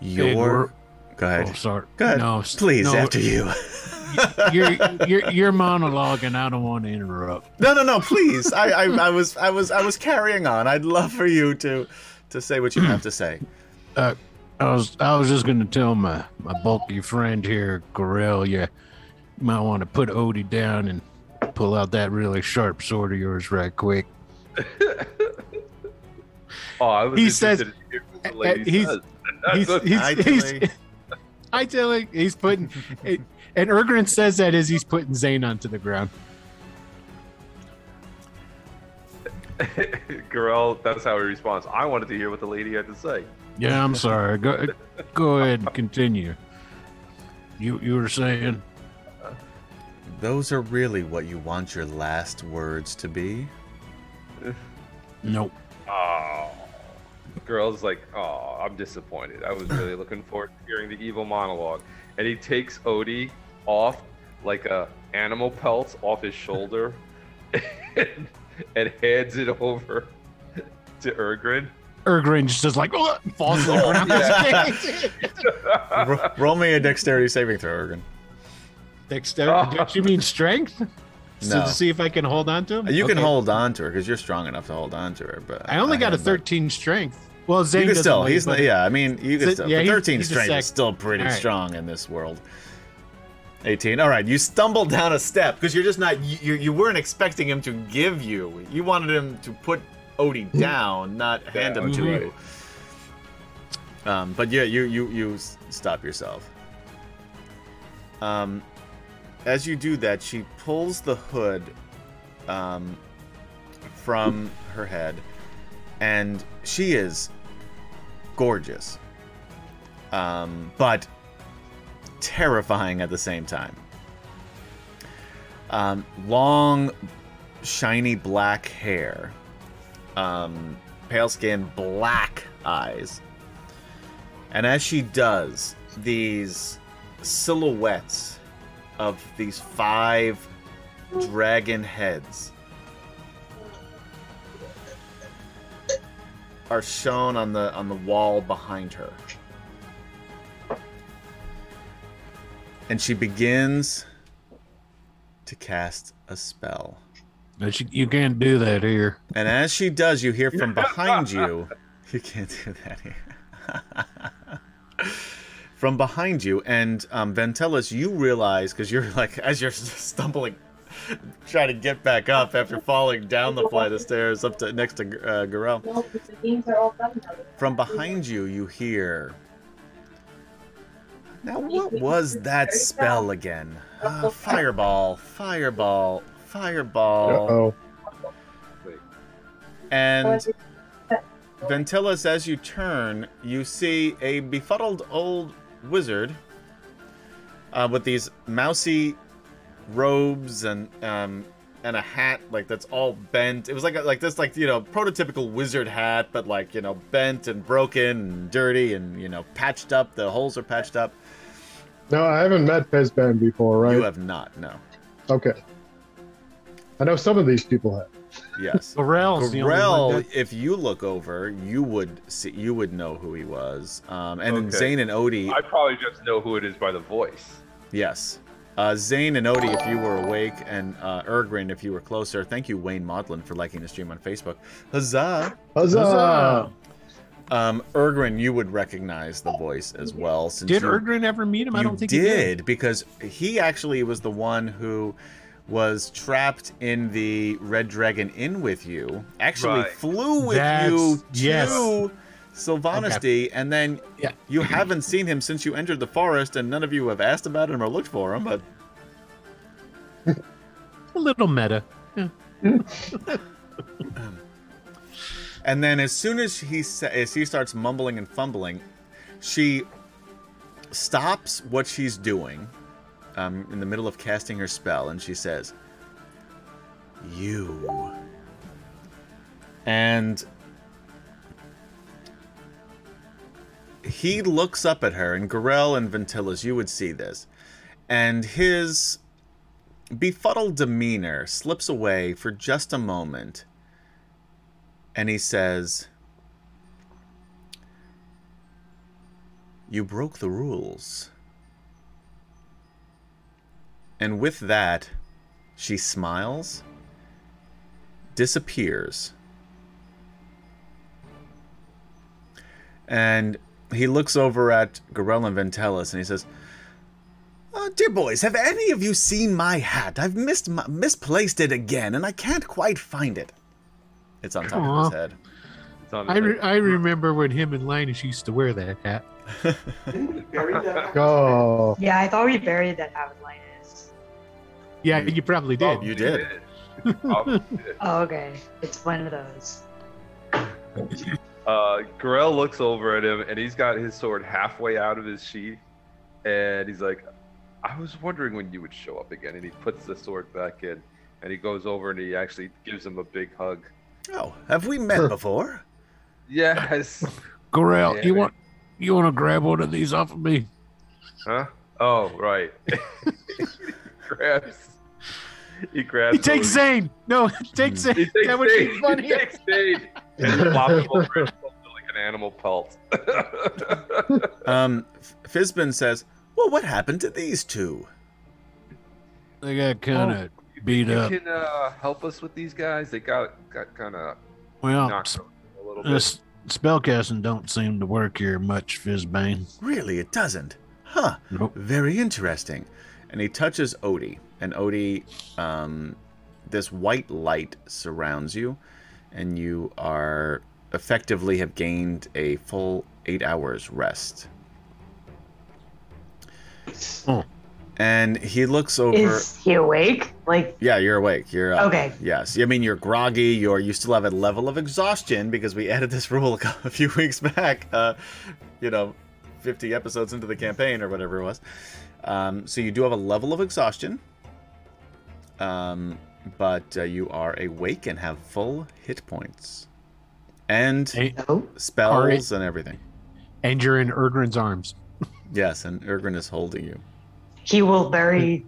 Speaker 2: Your.
Speaker 4: we're-
Speaker 2: Go ahead.
Speaker 4: Oh, sorry.
Speaker 2: Go ahead.
Speaker 4: No, s-
Speaker 2: Please,
Speaker 4: no,
Speaker 2: after you.
Speaker 4: You're, you're, you're monologuing. I don't want to interrupt.
Speaker 2: No, no, no. Please, I, I, I was, I was, I was carrying on. I'd love for you to, to say what you have to say.
Speaker 4: I was I was just gonna tell my my bulky friend here, Gorell, you you might want to put Odie down and pull out that really sharp sword of yours right quick.
Speaker 7: Oh, I was
Speaker 4: He
Speaker 7: interested
Speaker 4: says-
Speaker 7: in hearing what the lady
Speaker 4: he's-
Speaker 7: says.
Speaker 4: He's
Speaker 2: I
Speaker 4: he's,
Speaker 2: totally-
Speaker 4: he's I tell you, he's putting it, and Ergrin says that as he's putting Zane onto the ground.
Speaker 7: Girl, that's how he responds. I wanted to hear what the lady had to say.
Speaker 4: Yeah, I'm sorry. Go go ahead and continue. You you were saying
Speaker 2: Those are really what you want your last words to be.
Speaker 4: nope.
Speaker 7: Oh. Girl's like, oh, I'm disappointed. I was really looking forward to hearing the evil monologue. And he takes Odie off like a animal pelt off his shoulder and, and hands it over to Ergrin.
Speaker 4: Ergrin just is like, oh, falls to the ground.
Speaker 7: Yeah.
Speaker 2: Ro- roll me a dexterity saving throw, Ergin.
Speaker 4: Dexterity? Don't you mean strength? So
Speaker 2: No.
Speaker 4: to see if I can hold on to him?
Speaker 2: You can
Speaker 4: Okay.
Speaker 2: hold on to her because you're strong enough to hold on to her. But
Speaker 4: I only got a
Speaker 2: am not-
Speaker 4: 13 strength. Well, Zane
Speaker 2: You can
Speaker 4: doesn't
Speaker 2: still.
Speaker 4: weigh,
Speaker 2: He's
Speaker 4: but-
Speaker 2: not, yeah. I mean, you can
Speaker 4: Is it-
Speaker 2: still.
Speaker 4: yeah,
Speaker 2: but
Speaker 4: he's-
Speaker 2: Thirteen
Speaker 4: he's a
Speaker 2: strength
Speaker 4: sec.
Speaker 2: is still pretty
Speaker 4: All right.
Speaker 2: strong in this world. Eighteen. All right, you stumbled down a step because you're just not. You, you you weren't expecting him to give you. You wanted him to put Odie
Speaker 4: Hmm.
Speaker 2: down, not hand him to
Speaker 4: Mhm.
Speaker 2: you. Um, but yeah, you you you s- stop yourself. Um, as you do that, she pulls the hood, um, from her head, and she is gorgeous, um, but terrifying at the same time. Um, long, shiny black hair, um, pale skin, black eyes, and as she does, these silhouettes of these five dragon heads are shown on the on the wall behind her. And she begins to cast a spell.
Speaker 4: No, she- You can't do that here.
Speaker 2: And as she does, you hear from behind you. You can't do that here. from behind you, and um, Ventellus, you realize because you're like as you're stumbling, trying to get back up after falling down the flight of stairs up to next to uh, Garel. From behind you, you hear. Now, what was that spell again? Ah, fireball, fireball, fireball.
Speaker 5: oh.
Speaker 2: And Ventilus, as you turn, you see a befuddled old wizard uh, with these mousy robes and um, and a hat like that's all bent. It was like a, like this like you know prototypical wizard hat, but like you know bent and broken and dirty and you know patched up. The holes are patched up.
Speaker 5: No, I haven't met Pezban before, right?
Speaker 2: You have not. No.
Speaker 5: Okay. I know some of these people have.
Speaker 2: Yes.
Speaker 4: Gorel's the only one
Speaker 2: Gorell,
Speaker 4: that-
Speaker 2: if you look over, you would see, you would know who he was. Um, and then
Speaker 7: Okay.
Speaker 2: Zane and Odie,
Speaker 7: I probably just know who it is by the voice.
Speaker 2: yes. Uh, Zane and Odie, if you were awake, and uh, Ergrin, if you were closer. Thank you, Wayne Maudlin, for liking the stream on Facebook. Huzzah!
Speaker 5: Huzzah!
Speaker 4: Huzzah!
Speaker 2: Um, Ergrin, you would recognize the voice as well, since
Speaker 4: Did
Speaker 2: you,
Speaker 4: Ergrin ever meet him? I
Speaker 2: you
Speaker 4: don't think
Speaker 2: did,
Speaker 4: he did.
Speaker 2: because he actually was the one who was trapped in the Red Dragon Inn with you. Actually,
Speaker 7: Right.
Speaker 2: flew with
Speaker 4: That's-
Speaker 2: you
Speaker 4: yes.
Speaker 2: to Sylvanesti, and then
Speaker 4: Yeah.
Speaker 2: you haven't seen him since you entered the forest, and none of you have asked about him or looked for him. But
Speaker 4: A little meta.
Speaker 2: and then as soon as he sa- as he starts mumbling and fumbling, she stops what she's doing um, in the middle of casting her spell, and she says, "You." And he looks up at her, and Gorel and Ventilus, you would see this, and his befuddled demeanor slips away for just a moment, and he says, You broke the rules. And with that, she smiles, disappears, and he looks over at Gorell and Ventellus and he says, uh, dear boys, have any of you seen my hat? I've missed my, misplaced it again, and I can't quite find it. It's on top of his head.
Speaker 7: It's on
Speaker 4: I, re- I remember when him and Linus used to wear that hat.
Speaker 8: Didn't we bury that?
Speaker 5: Oh,
Speaker 6: Yeah, I thought we buried that out, Linus.
Speaker 4: Yeah, you probably did.
Speaker 2: You did.
Speaker 7: Probably did.
Speaker 6: Oh, okay. It's one of those.
Speaker 7: Uh, Gorell looks over at him, and he's got his sword halfway out of his sheath, and he's like, "I was wondering when you would show up again." And he puts the sword back in, and he goes over and he actually gives him a big hug.
Speaker 2: Oh, have we met before?
Speaker 7: Yes.
Speaker 4: Gorell,
Speaker 7: Yeah,
Speaker 4: you
Speaker 7: man.
Speaker 4: want you want to grab one of these off of me?
Speaker 7: Huh? Oh, right. grabs. He grabs.
Speaker 4: He takes
Speaker 7: Odie.
Speaker 4: Zane. No, take Zane.
Speaker 7: He takes
Speaker 4: That would be
Speaker 7: Dave.
Speaker 4: funny.
Speaker 7: He takes Dave. and you flop him over and tilt him like an animal pelt.
Speaker 2: Um, F- Fizbin says, "Well, what happened to these two?
Speaker 4: They got kind
Speaker 7: Oh,
Speaker 4: of beat
Speaker 7: you
Speaker 4: up.
Speaker 7: can uh, help us with these guys. They got got kind of
Speaker 4: Well,
Speaker 7: knocked over a little bit.
Speaker 4: this spellcasting don't seem to work here much, Fizzbane.
Speaker 2: Really, it doesn't. Huh?
Speaker 4: Nope.
Speaker 2: Very interesting." And he touches Odie, and Odie, um, this white light surrounds you, and you are effectively have gained a full eight hours rest.
Speaker 4: Oh.
Speaker 2: And he looks over.
Speaker 6: Is he awake? Like,
Speaker 2: Yeah, you're awake. You're up.
Speaker 6: Okay.
Speaker 2: Yes, I mean you're groggy. You're you still have a level of exhaustion because we added this rule a cou- a few weeks back. Uh, you know, 50 episodes into the campaign or whatever it was. Um, so you do have a level of exhaustion. Um, but uh, you are awake and have full hit points and
Speaker 4: And,
Speaker 6: no?
Speaker 2: spells and everything.
Speaker 4: and you're in Ergrin's arms.
Speaker 2: Yes, and Ergrin is holding you.
Speaker 6: He will very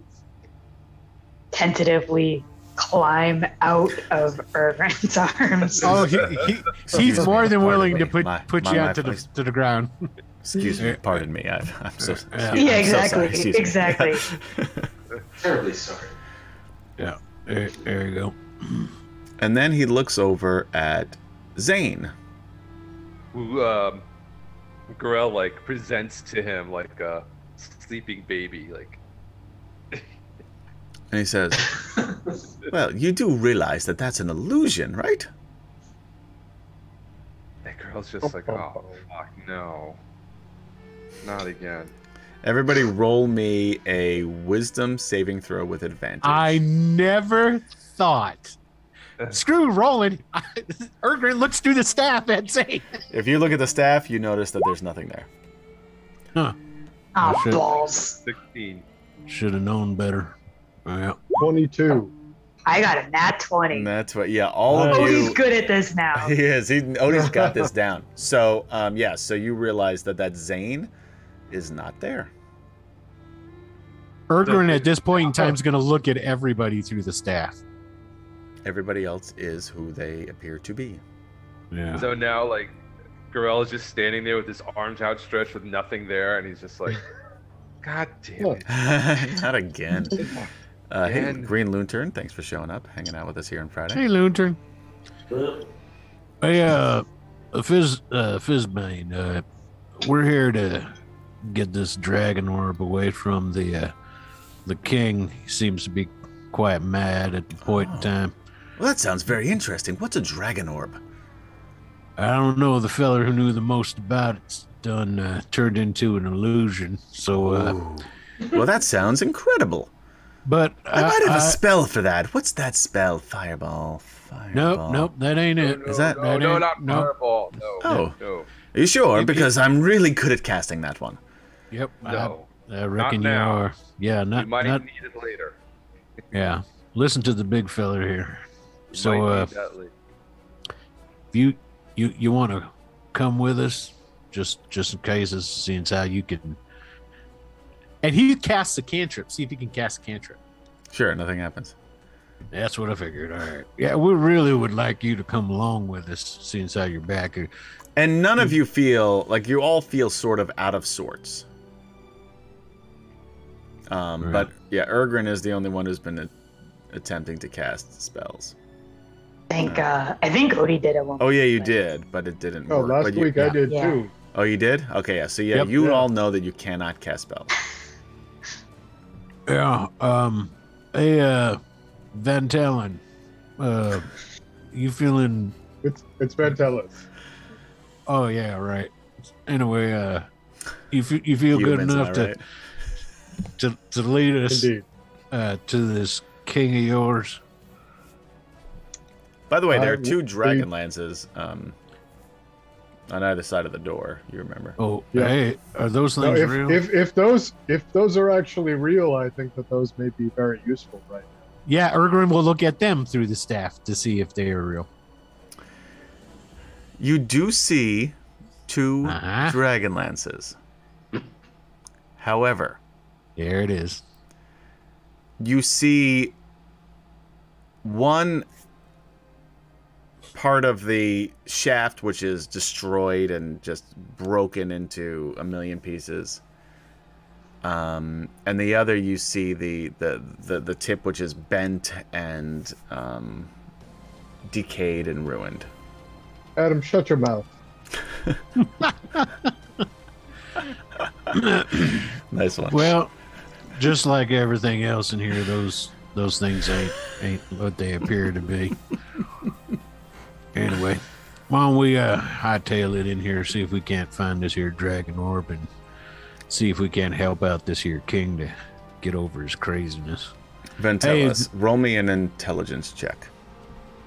Speaker 6: tentatively climb out of Irvin's arms.
Speaker 4: Oh, he, he, he's more than
Speaker 2: Pardon
Speaker 4: willing
Speaker 2: me.
Speaker 4: to put
Speaker 2: My-
Speaker 4: put
Speaker 2: my-
Speaker 4: you
Speaker 2: my
Speaker 4: out to the,
Speaker 2: place.
Speaker 4: to the ground.
Speaker 2: Excuse me. Pardon me. I, I'm so.
Speaker 4: Yeah.
Speaker 2: I'm so
Speaker 6: Yeah, exactly,
Speaker 2: sorry, excuse me.
Speaker 6: exactly.
Speaker 8: Terribly sorry.
Speaker 4: There, there you go.
Speaker 2: And then he looks over at Zane.
Speaker 7: who um, Gorell like presents to him like a sleeping baby. Like
Speaker 2: And he says, Well, you do realize that that's an illusion, right?
Speaker 7: that girl's just like, oh fuck, no, not again.
Speaker 2: Everybody roll me a wisdom saving throw with advantage.
Speaker 4: I never thought.
Speaker 7: Uh.
Speaker 4: Screw Roland. Ergrin looks through the staff and say,
Speaker 2: If you look at the staff, you notice that there's nothing there.
Speaker 6: Aw,
Speaker 4: Oh, shit.
Speaker 6: Ah, balls.
Speaker 7: Sixteen.
Speaker 4: "Should have known better." Oh, Yeah.
Speaker 5: 22.
Speaker 6: I got a nat 20.
Speaker 2: And that's what, yeah, all
Speaker 6: Oh,
Speaker 2: of
Speaker 6: he's
Speaker 2: you.
Speaker 6: good at this now.
Speaker 2: He is. He, Odie's got this down. So, um, yeah, so you realize that that Zane is not there.
Speaker 4: Ergrin at this point in time is going to look at everybody through the staff.
Speaker 2: Everybody else is who they appear to be.
Speaker 4: Yeah.
Speaker 7: So now like Gorell is just standing there with his arms outstretched with nothing there, and he's just like, God damn it.
Speaker 2: not again. Uh, hey,
Speaker 7: Again.
Speaker 2: Green Lantern, thanks for showing up, hanging out with us here on Friday.
Speaker 4: Hey, Lantern.
Speaker 8: Well,
Speaker 4: Hey, uh, Fizz, uh, Fizzbane, uh, we're here to get this dragon orb away from the, uh, the king. He seems to be quite mad at the point
Speaker 2: Oh.
Speaker 4: in time.
Speaker 2: Well, that sounds very interesting. What's a dragon orb?
Speaker 4: I don't know. The fella who knew the most about it's done uh, turned into an illusion. So, uh,
Speaker 2: well, that sounds incredible.
Speaker 4: but
Speaker 2: I, might have a
Speaker 4: I-
Speaker 2: spell for that. What's that spell? Fireball. Fireball.
Speaker 4: nope, nope, that ain't it.
Speaker 7: No,
Speaker 2: Is that-
Speaker 7: no, no,
Speaker 4: ain't-
Speaker 7: not
Speaker 4: no.
Speaker 7: fireball. No,
Speaker 2: Oh.
Speaker 7: no,
Speaker 2: Are you sure?
Speaker 4: It- it-
Speaker 2: Because I'm really good at casting that one.
Speaker 4: Yep,
Speaker 7: no.
Speaker 4: I, I reckon you
Speaker 7: now.
Speaker 4: are. Yeah,
Speaker 7: You
Speaker 4: not,
Speaker 7: might
Speaker 4: not
Speaker 7: need it later.
Speaker 4: yeah. Listen to the big fella here.
Speaker 7: You
Speaker 4: So,
Speaker 7: might
Speaker 4: uh,
Speaker 7: need that later.
Speaker 4: If you you you want to come with us, just just in case, this- seeing as how you can. And he casts a cantrip. See if he can cast a cantrip.
Speaker 2: Sure, nothing happens.
Speaker 4: That's what I figured. All right. Yeah, we really would like you to come along with us, seeing as how you're back. here.
Speaker 2: And none
Speaker 4: Hmm.
Speaker 2: of you feel like you all feel sort of out of sorts. Um,
Speaker 4: Right.
Speaker 2: But yeah, Ergrin is the only one who's been a- attempting to cast spells.
Speaker 6: I think, uh, I think Odie did it one
Speaker 2: Oh yeah, you
Speaker 6: Right.
Speaker 2: did, but it didn't
Speaker 5: Oh,
Speaker 2: work.
Speaker 5: last
Speaker 2: but you-
Speaker 5: week I
Speaker 4: yeah.
Speaker 5: did
Speaker 6: Yeah.
Speaker 5: too.
Speaker 2: Oh, you did? Okay, yeah. So yeah,
Speaker 4: Yep.
Speaker 2: you
Speaker 5: Yeah.
Speaker 2: all know that you cannot cast spells.
Speaker 4: Yeah. Um. Hey, uh, Van Talen. Uh, you feeling?
Speaker 5: It's it's Vantellus.
Speaker 4: Oh yeah, right. Anyway, uh, you fe- you feel good
Speaker 2: Humans, am I
Speaker 4: enough to,
Speaker 2: right?
Speaker 4: to to lead us
Speaker 5: Indeed.
Speaker 4: uh, to this king of yours.
Speaker 2: By the way, there
Speaker 5: Uh,
Speaker 2: are two
Speaker 5: we-
Speaker 2: dragon lances um, on either side of the door. You remember?
Speaker 4: Oh,
Speaker 5: Yeah.
Speaker 4: hey, are those
Speaker 5: No,
Speaker 4: things
Speaker 5: if,
Speaker 4: real?
Speaker 5: if if those if those are actually real, I think that those may be very useful, right?
Speaker 4: yeah, Ergrim will look at them through the staff to see if they are real.
Speaker 2: You do see 2
Speaker 4: Uh-huh.
Speaker 2: dragon lances. However,
Speaker 4: There it is.
Speaker 2: you see one part of the shaft, which is destroyed and just broken into a million pieces. Um, and the other, you see the, the, the, the tip, which is bent and um, decayed and ruined.
Speaker 5: Adam, shut your mouth.
Speaker 2: nice one.
Speaker 4: Well, just like everything else in here, those those things ain't ain't what they appear to be. anyway, why don't we uh, hightail it in here, see if we can't find this here dragon orb, and see if we can't help out this here king to get over his craziness.
Speaker 2: Ventellus, roll me an intelligence check.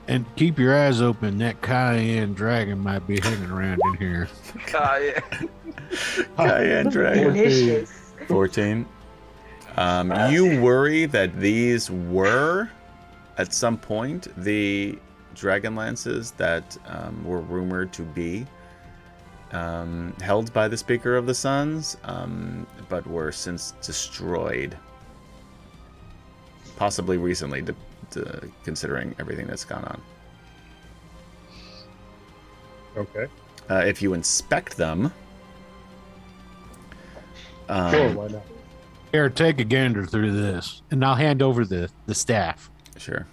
Speaker 4: And keep your eyes open. That cayenne dragon might be hanging around in here.
Speaker 7: Ah, Cayenne.
Speaker 2: Cayenne dragon.
Speaker 6: Delicious.
Speaker 2: 14. Um, you worry that these were, at some point, the dragon lances that um, were rumored to be um, held by the Speaker of the Suns, um, but were since destroyed. Possibly recently, d- d- considering everything that's gone on.
Speaker 5: Okay.
Speaker 2: Uh, if you inspect them, um,
Speaker 5: Sure, why not?
Speaker 4: Here, take a gander through this, and I'll hand over the the staff.
Speaker 2: Sure.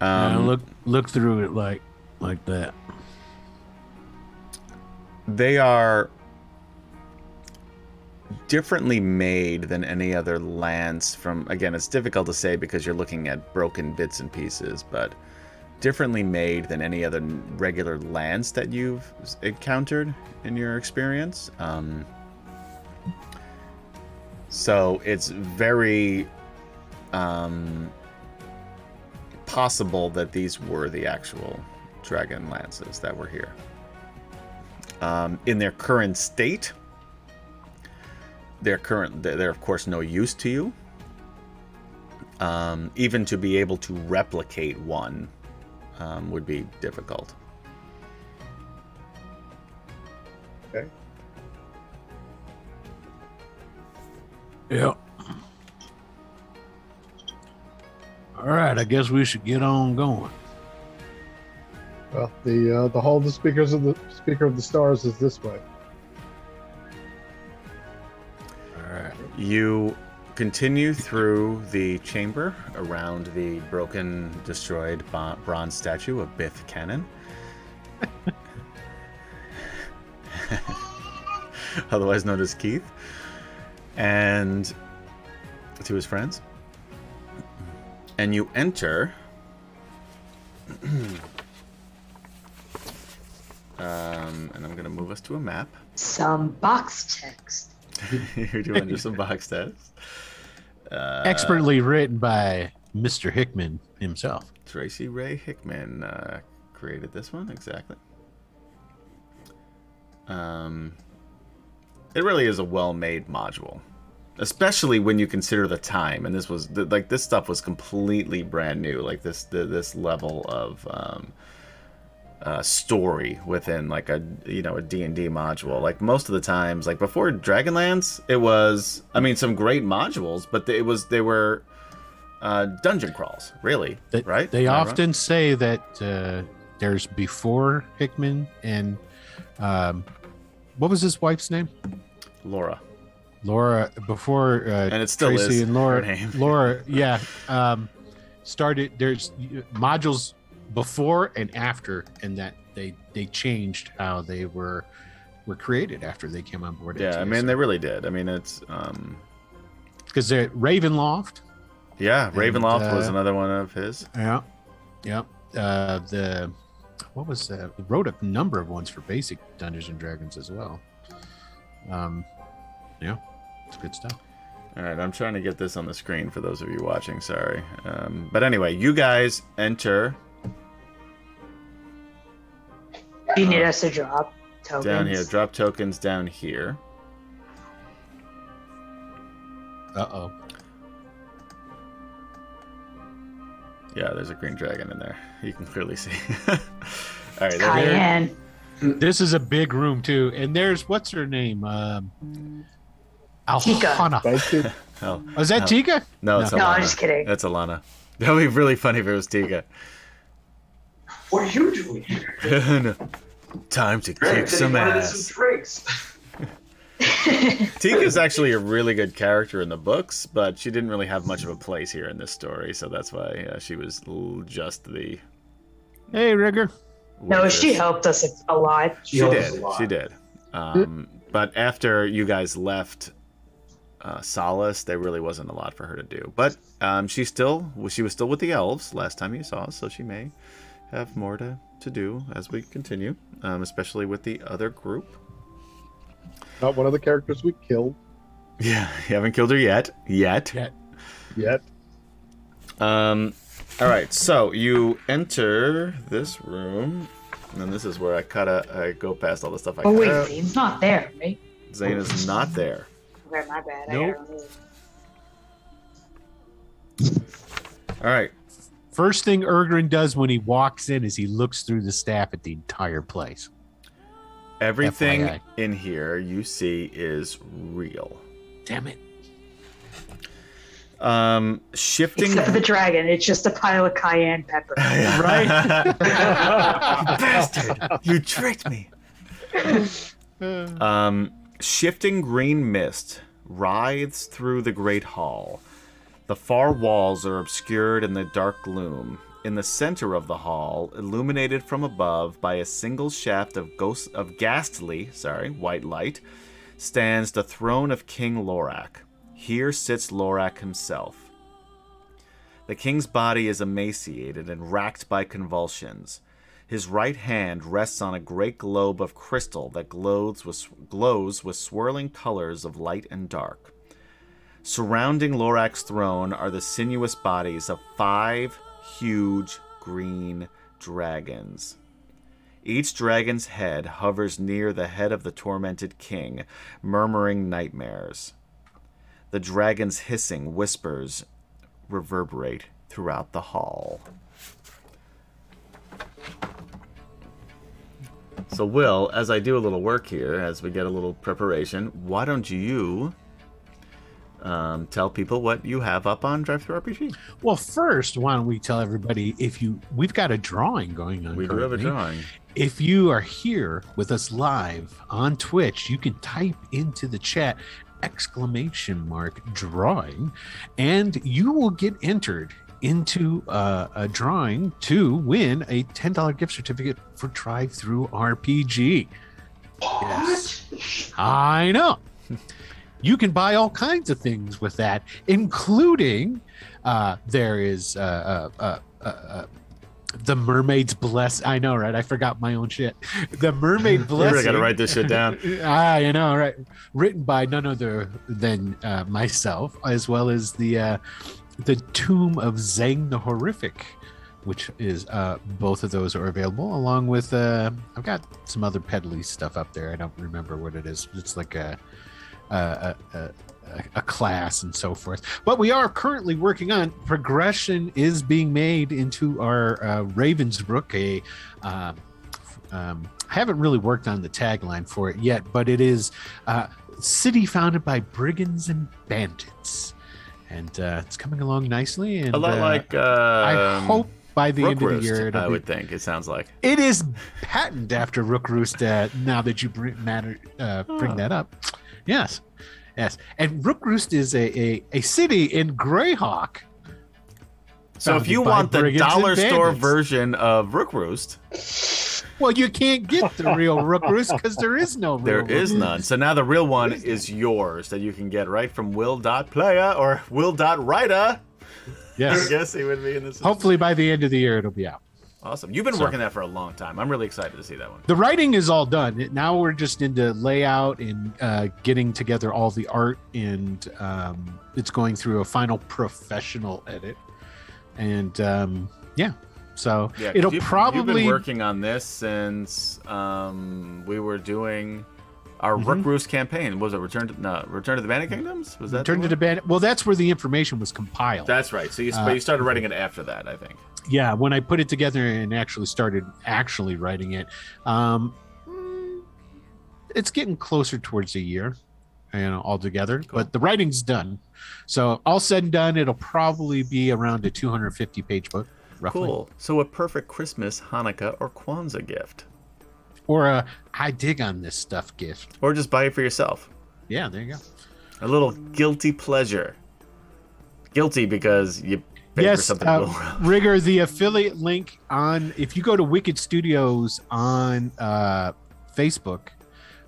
Speaker 4: And
Speaker 2: Um,
Speaker 4: I'll look look through it like like that.
Speaker 2: they are differently made than any other lance from again it's difficult to say because you're looking at broken bits and pieces but differently made than any other n- regular lance that you've s- encountered in your experience um, so it's very um, possible that these were the actual dragon lances that were here um, in their current state. They're current. They're, they're of course no use to you. Um, even to be able to replicate one um, would be difficult.
Speaker 4: Yep. All right, I guess we should get on going.
Speaker 5: Well, the uh, the hall of the speakers of the speaker of the stars is this way.
Speaker 4: All right.
Speaker 2: You continue through the chamber around the broken, destroyed bo- bronze statue of Biff Cannon. Otherwise known as Keith. And to his friends. And you enter. um, and I'm going to move us to a map.
Speaker 6: Some box text.
Speaker 2: You're doing just some box tests. Uh,
Speaker 4: Expertly written by Mr. Hickman himself.
Speaker 2: Tracy Ray Hickman uh, created this one exactly. Um, it really is a well-made module, especially when you consider the time. And this was th- like this stuff was completely brand new. Like this th- this level of um, uh, story within like a you know a D&D module. Like most of the times like before Dragonlance, it was I mean some great modules, but they, it was they were uh, dungeon crawls, really,
Speaker 4: They,
Speaker 2: right?
Speaker 4: They
Speaker 2: Am I wrong?
Speaker 4: often say that uh, there's before Hickman and um, what was his wife's name?
Speaker 2: Laura.
Speaker 4: Laura before uh,
Speaker 2: And it still
Speaker 4: Tracy
Speaker 2: is
Speaker 4: and Laura.
Speaker 2: her name.
Speaker 4: Laura, yeah, um, started. There's modules before and after, and that they they changed how they were were created after they came on board.
Speaker 2: Yeah, I mean they really did. I mean it's um
Speaker 4: because they're Ravenloft.
Speaker 2: yeah, Ravenloft was
Speaker 4: uh,
Speaker 2: another one of his.
Speaker 4: Yeah, yeah. Uh, the what was that? They wrote a number of ones for basic Dungeons and Dragons as well. Um, yeah, it's good stuff.
Speaker 2: All right, I'm trying to get this on the screen for those of you watching. Sorry, um, but anyway, you guys enter
Speaker 6: Do you need us to drop tokens?
Speaker 2: down here. Drop tokens down here.
Speaker 4: Uh oh.
Speaker 2: Yeah, there's a green dragon in there. You can clearly see. All
Speaker 6: Oh,
Speaker 2: right, there-
Speaker 6: Cayenne.
Speaker 4: This is a big room too, and there's what's her name? Um,
Speaker 6: Tika.
Speaker 4: Alhana.
Speaker 5: Thank you.
Speaker 2: oh,
Speaker 4: Oh, is that
Speaker 2: No.
Speaker 4: Tika?
Speaker 2: no, it's
Speaker 6: No,
Speaker 2: Alana.
Speaker 6: I'm just kidding.
Speaker 2: That's Alana. That would be really funny if it was Tika.
Speaker 8: What are you doing? here?
Speaker 10: Time to
Speaker 8: Greg,
Speaker 10: kick
Speaker 8: said he
Speaker 10: some
Speaker 8: wanted
Speaker 10: ass.
Speaker 8: Some drinks.
Speaker 2: Tika's actually a really good character in the books, but she didn't really have much of a place here in this story, so that's why uh, she was l- just the.
Speaker 4: Hey, Rigger.
Speaker 6: No,
Speaker 2: waitress.
Speaker 6: she helped us a lot.
Speaker 2: She
Speaker 8: helped us a
Speaker 2: did.
Speaker 8: lot.
Speaker 2: She did. Um, but after you guys left uh, Solace, there really wasn't a lot for her to do. But um, she still she was still with the elves last time you saw, us, so she may have more to, to do as we continue, um, especially with the other group.
Speaker 5: Not one of the characters we killed
Speaker 2: Yeah, you haven't killed her yet. Yet.
Speaker 4: Yet.
Speaker 5: yet.
Speaker 2: Um, all right, so you enter this room, and then this is where I cut. I go past all the stuff I
Speaker 6: Oh,
Speaker 2: cut.
Speaker 6: wait,
Speaker 2: out.
Speaker 6: Liam's not there, right?
Speaker 2: Zane is not there.
Speaker 6: Okay, my bad. I
Speaker 4: Nope.
Speaker 6: gotta leave.
Speaker 2: All right,
Speaker 4: First thing Ergrin does when he walks in is he looks through the staff at the entire place.
Speaker 2: everything
Speaker 4: FYI.
Speaker 2: in here you see is real.
Speaker 4: Damn it.
Speaker 2: Um, shifting.
Speaker 6: Except for the dragon, it's just a pile of cayenne pepper.
Speaker 2: right.
Speaker 10: Bastard! You tricked me.
Speaker 2: Um, shifting green mist writhes through the great hall. The far walls are obscured in the dark gloom. In the center of the hall, illuminated from above by a single shaft of ghost of ghastly, sorry, white light, stands the throne of King Lorak. Here sits Lorak himself. The king's body is emaciated and racked by convulsions. His right hand rests on a great globe of crystal that glows with, glows with swirling colors of light and dark. Surrounding Lorak's throne are the sinuous bodies of five huge green dragons. Each dragon's head hovers near the head of the tormented king, murmuring nightmares. The dragon's hissing whispers reverberate throughout the hall. So, Will, as I do a little work here, as we get a little preparation, why don't you um, tell people what you have up on Drive Through RPG?
Speaker 4: Well, first, why don't we tell everybody if you we've got a drawing going on.
Speaker 2: We do have a
Speaker 4: currently.
Speaker 2: drawing.
Speaker 4: If you are here with us live on Twitch, you can type into the chat exclamation mark drawing and you will get entered into uh, a drawing to win a $10 gift certificate for Drive Through RPG. Yes. I know. You can buy all kinds of things with that, including uh, there is uh, uh, uh, uh, uh, the mermaid's bless. I know, right? I forgot my own shit. The mermaid
Speaker 2: We really
Speaker 4: blessing.
Speaker 2: got to write this shit down.
Speaker 4: Ah, you know, right? Written by none other than uh, myself, as well as the uh, the Tomb of Zang the Horrific, which is uh, both of those are available, along with uh, I've got some other peddly stuff up there. I don't remember what it is. It's like a a, a, a a class and so forth. But we are currently working on progression is being made into our uh, Ravensbrook a uh, um, I haven't really worked on the tagline for it yet, but it is uh, city founded by brigands and bandits, and uh, it's coming along nicely. And
Speaker 2: A lot
Speaker 4: uh,
Speaker 2: like. Um,
Speaker 4: I hope by the
Speaker 2: Rook
Speaker 4: end of the
Speaker 2: Roost,
Speaker 4: year, it'll
Speaker 2: I
Speaker 4: be-
Speaker 2: would think. It sounds like.
Speaker 4: it is patent after Rook Roost. Uh, now that you bring matter, uh, bring
Speaker 2: Oh.
Speaker 4: that up, yes, yes. And Rook Roost is a a, a city in Greyhawk.
Speaker 2: So, if
Speaker 4: Founded
Speaker 2: you
Speaker 4: by
Speaker 2: want the
Speaker 4: brigands and
Speaker 2: dollar store
Speaker 4: bandits.
Speaker 2: version of Rook Roost,
Speaker 4: Well, you can't get the real Rook Roost because there is no real.
Speaker 2: There
Speaker 4: Rook
Speaker 2: is
Speaker 4: Roost.
Speaker 2: none. So now the real one is yours that you can get right from will.playa or will.writer. I
Speaker 4: Yes.
Speaker 2: guess he would be in this.
Speaker 4: Hopefully, by the end of the year, it'll be out.
Speaker 2: Awesome. You've been
Speaker 4: So-
Speaker 2: working that for a long time. I'm really excited to see that one.
Speaker 4: the writing is all done now we're just into layout and uh, getting together all the art and um, it's going through a final professional edit and um, yeah so
Speaker 2: Yeah, 'cause
Speaker 4: it'll
Speaker 2: you've- You've
Speaker 4: probably
Speaker 2: been working on this since um, we were doing our Rook
Speaker 4: Mhm.
Speaker 2: Roost campaign. What was it Return to, no, Return to the Bandit Kingdoms? Was that
Speaker 4: turn to
Speaker 2: one?
Speaker 4: the band well that's where the information was compiled
Speaker 2: That's right. So you,
Speaker 4: Uh,
Speaker 2: but you started writing it after that, I think.
Speaker 4: yeah when i put it together and actually started actually writing it um mm, it's getting closer towards a year you know altogether but the writing's done so all said and done it'll probably be around a 250 page book roughly.
Speaker 2: Cool. So a perfect Christmas, Hanukkah, or Kwanzaa gift.
Speaker 4: Or a I dig on this stuff gift.
Speaker 2: Or just buy it for yourself.
Speaker 4: Yeah, there you go.
Speaker 2: A little guilty pleasure. Guilty because you paid for
Speaker 4: yes,
Speaker 2: something
Speaker 4: uh,
Speaker 2: lower.
Speaker 4: Rigger, the affiliate link on if you go to Wicked Studios on uh, Facebook,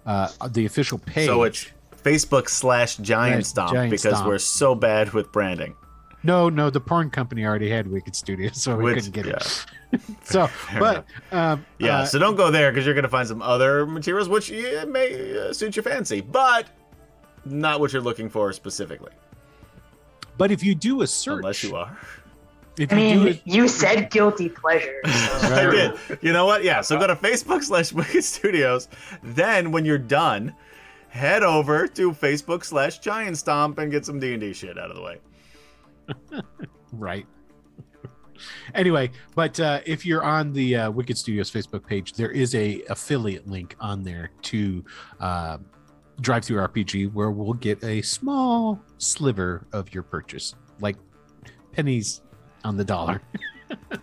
Speaker 4: uh, the official page.
Speaker 2: So it's Facebook slash Giant
Speaker 4: Slash
Speaker 2: Stomp
Speaker 4: Giant
Speaker 2: because
Speaker 4: Stomp.
Speaker 2: we're so bad with branding.
Speaker 4: no, no, the porn company already had Wicked Studios, so we
Speaker 2: Which-
Speaker 4: couldn't get
Speaker 2: yeah.
Speaker 4: it. so, but um,
Speaker 2: Yeah,
Speaker 4: uh,
Speaker 2: so don't go there because you're going to find some other materials which yeah, may uh, suit your fancy, but not what you're looking for specifically,
Speaker 4: but if you do a search,
Speaker 2: unless you are.
Speaker 4: if
Speaker 6: I
Speaker 4: you do
Speaker 6: mean,
Speaker 4: it,
Speaker 6: you said guilty pleasure. so-
Speaker 2: I did. You know what? Yeah. So go to Facebook slash Wicked Studios. Then when you're done, head over to Facebook slash Giant Stomp and get some D and D shit out of the way.
Speaker 4: right. anyway, but uh, if you're on the uh, Wicked Studios Facebook page, there is a affiliate link on there to uh, Drive Through RPG, where we'll get a small sliver of your purchase, like pennies on the dollar.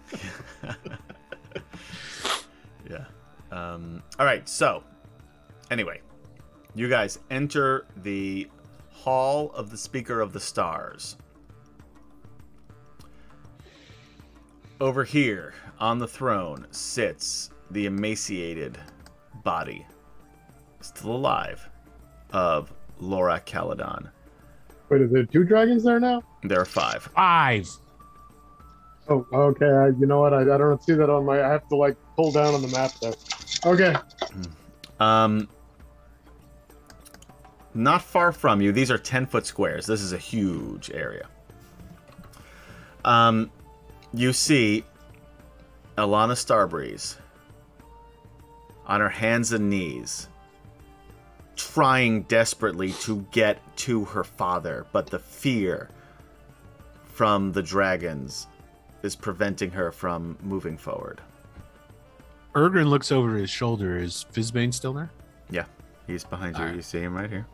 Speaker 2: Yeah. Um, all right. So anyway, you guys enter the Hall of the Speaker of the Stars. Over here on the throne sits the emaciated body, still alive, of Laura Caledon.
Speaker 5: Wait, are there two dragons there now?
Speaker 2: There are five.
Speaker 4: Five.
Speaker 5: Oh, okay. I, you know what? I, I don't see that on my. I have to like pull down on the map there. Okay.
Speaker 2: Um, not far from you, these are 10 foot squares. This is a huge area. Um, you see Alana Starbreeze on her hands and knees, trying desperately to get to her father, but the fear from the dragons is preventing her from moving forward.
Speaker 4: Ergrin looks over his shoulder. Is Fizbane still there?
Speaker 2: Yeah, he's behind you.
Speaker 4: All right.
Speaker 2: You see him right here.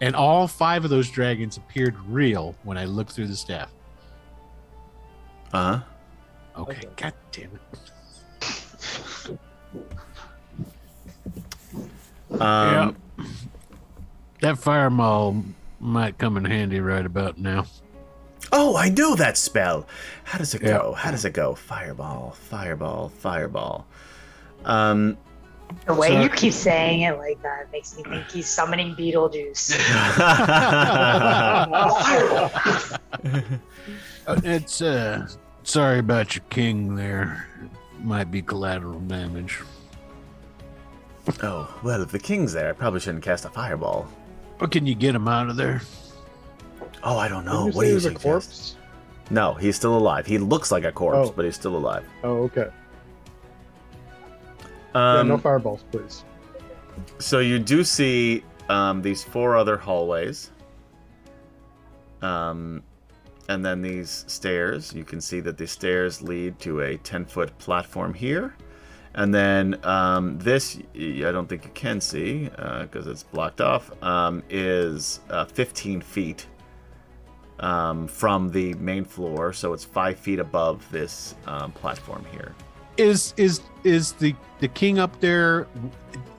Speaker 4: And all five of those dragons appeared real when I looked through the staff.
Speaker 2: Uh huh.
Speaker 4: Okay, god damn it.
Speaker 2: Um,
Speaker 4: That fireball might come in handy right about now.
Speaker 2: Oh, I know that spell. How does it
Speaker 4: Yeah.
Speaker 2: go? How does it go? Fireball, fireball, fireball. Um,
Speaker 6: The way
Speaker 4: So-
Speaker 6: you keep saying it like that makes me think he's summoning Beetlejuice. Um,
Speaker 4: It's uh sorry about your king there. Might be collateral damage.
Speaker 2: oh well, if the king's there, I probably shouldn't cast a fireball.
Speaker 4: Or can you get him out of there?
Speaker 2: Oh, I don't know.
Speaker 5: Didn't
Speaker 2: What
Speaker 5: you say
Speaker 2: do
Speaker 5: he
Speaker 2: you
Speaker 5: was a
Speaker 2: suggest?
Speaker 5: corpse?
Speaker 2: No, he's still alive. He looks like a corpse,
Speaker 5: Oh.
Speaker 2: but he's still alive.
Speaker 5: Oh, okay. Yeah,
Speaker 2: Um,
Speaker 5: no fireballs, please.
Speaker 2: So you do see um, these four other hallways, um, and then these stairs. You can see that the stairs lead to a ten-foot platform here, and then um, this y- I don't think you can see because it's blocked off. Um, is uh, 15 feet um, from the main floor, so it's five feet above this um, platform here.
Speaker 4: Is is is the the king up there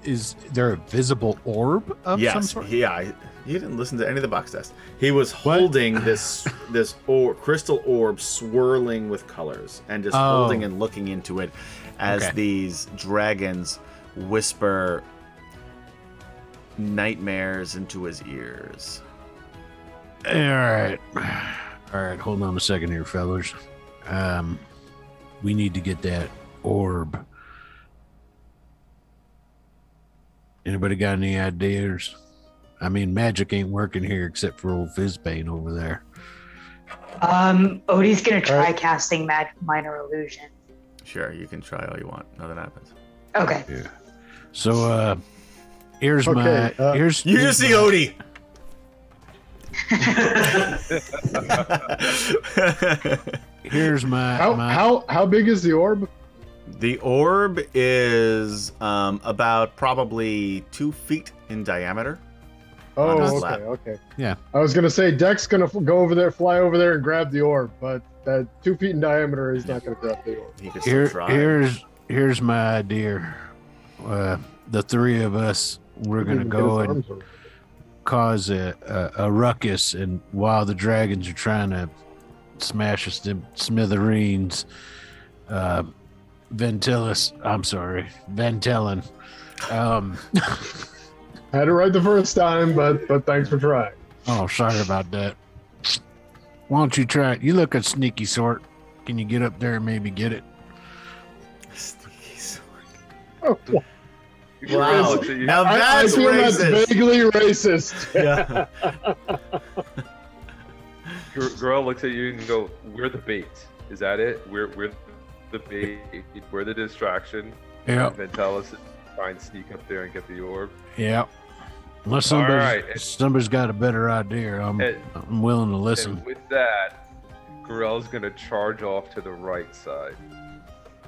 Speaker 4: is there a visible orb of
Speaker 2: yes,
Speaker 4: some sort?
Speaker 2: Yeah, I- you didn't listen to any of the box test. He was holding this this or, crystal orb swirling with colors and just
Speaker 4: Oh.
Speaker 2: holding and looking into it as
Speaker 4: Okay.
Speaker 2: these dragons whisper nightmares into his ears.
Speaker 4: All right. All right, hold on a second here, fellas. Um we need to get that orb. Anybody got any ideas? I mean, magic ain't working here except for old Fizzbane over there.
Speaker 6: Um, Odie's gonna try
Speaker 5: Alright.
Speaker 6: casting mag- minor illusion.
Speaker 2: Sure, you can try all you want. Nothing happens.
Speaker 6: Okay.
Speaker 4: Yeah. So uh here's my
Speaker 5: Okay, uh,
Speaker 4: here's
Speaker 2: You
Speaker 4: here's
Speaker 2: just see
Speaker 4: my-
Speaker 2: Odie.
Speaker 4: here's my,
Speaker 5: How
Speaker 4: my
Speaker 5: how how big is the orb?
Speaker 2: the orb is um, about probably two feet in diameter.
Speaker 5: Oh,
Speaker 3: his
Speaker 5: okay,
Speaker 3: lap.
Speaker 5: okay.
Speaker 4: Yeah.
Speaker 5: I was gonna say Deck's gonna f- go over there, fly over there, and grab the orb, but that two feet in diameter is not gonna grab the orb.
Speaker 3: He could still
Speaker 4: Here,
Speaker 3: try.
Speaker 4: here's here's my idea. Uh, the three of us, we're gonna
Speaker 5: Even get
Speaker 4: go
Speaker 5: his
Speaker 4: and
Speaker 5: arms around it.
Speaker 4: cause a, a, a ruckus, and while the dragons are trying to smash us to smithereens, uh, Ventilis, I'm sorry, Ventellin, um,
Speaker 5: Had it right the first time, but but thanks for trying.
Speaker 4: Oh, sorry about that. Why don't you try it? You look a sneaky sort. Can you get up there and maybe get it?
Speaker 3: Sneaky sword.
Speaker 7: Gorell
Speaker 3: Wow.
Speaker 7: looks at you.
Speaker 3: Now
Speaker 5: I-
Speaker 3: that's
Speaker 5: I feel that's
Speaker 3: racist.
Speaker 5: vaguely racist.
Speaker 3: Yeah.
Speaker 7: Gor- Gorell looks at you and go, "We're the bait. Is that it? We're we're the bait. We're the distraction."
Speaker 4: Yeah,
Speaker 7: Ventalis is trying to sneak up there and get the orb.
Speaker 4: yeah. Unless somebody's,
Speaker 7: right.
Speaker 4: somebody's got a better idea, I'm,
Speaker 2: Mm,
Speaker 7: And-
Speaker 4: I'm willing to listen.
Speaker 7: And with that, Gorell's gonna charge off to the right side.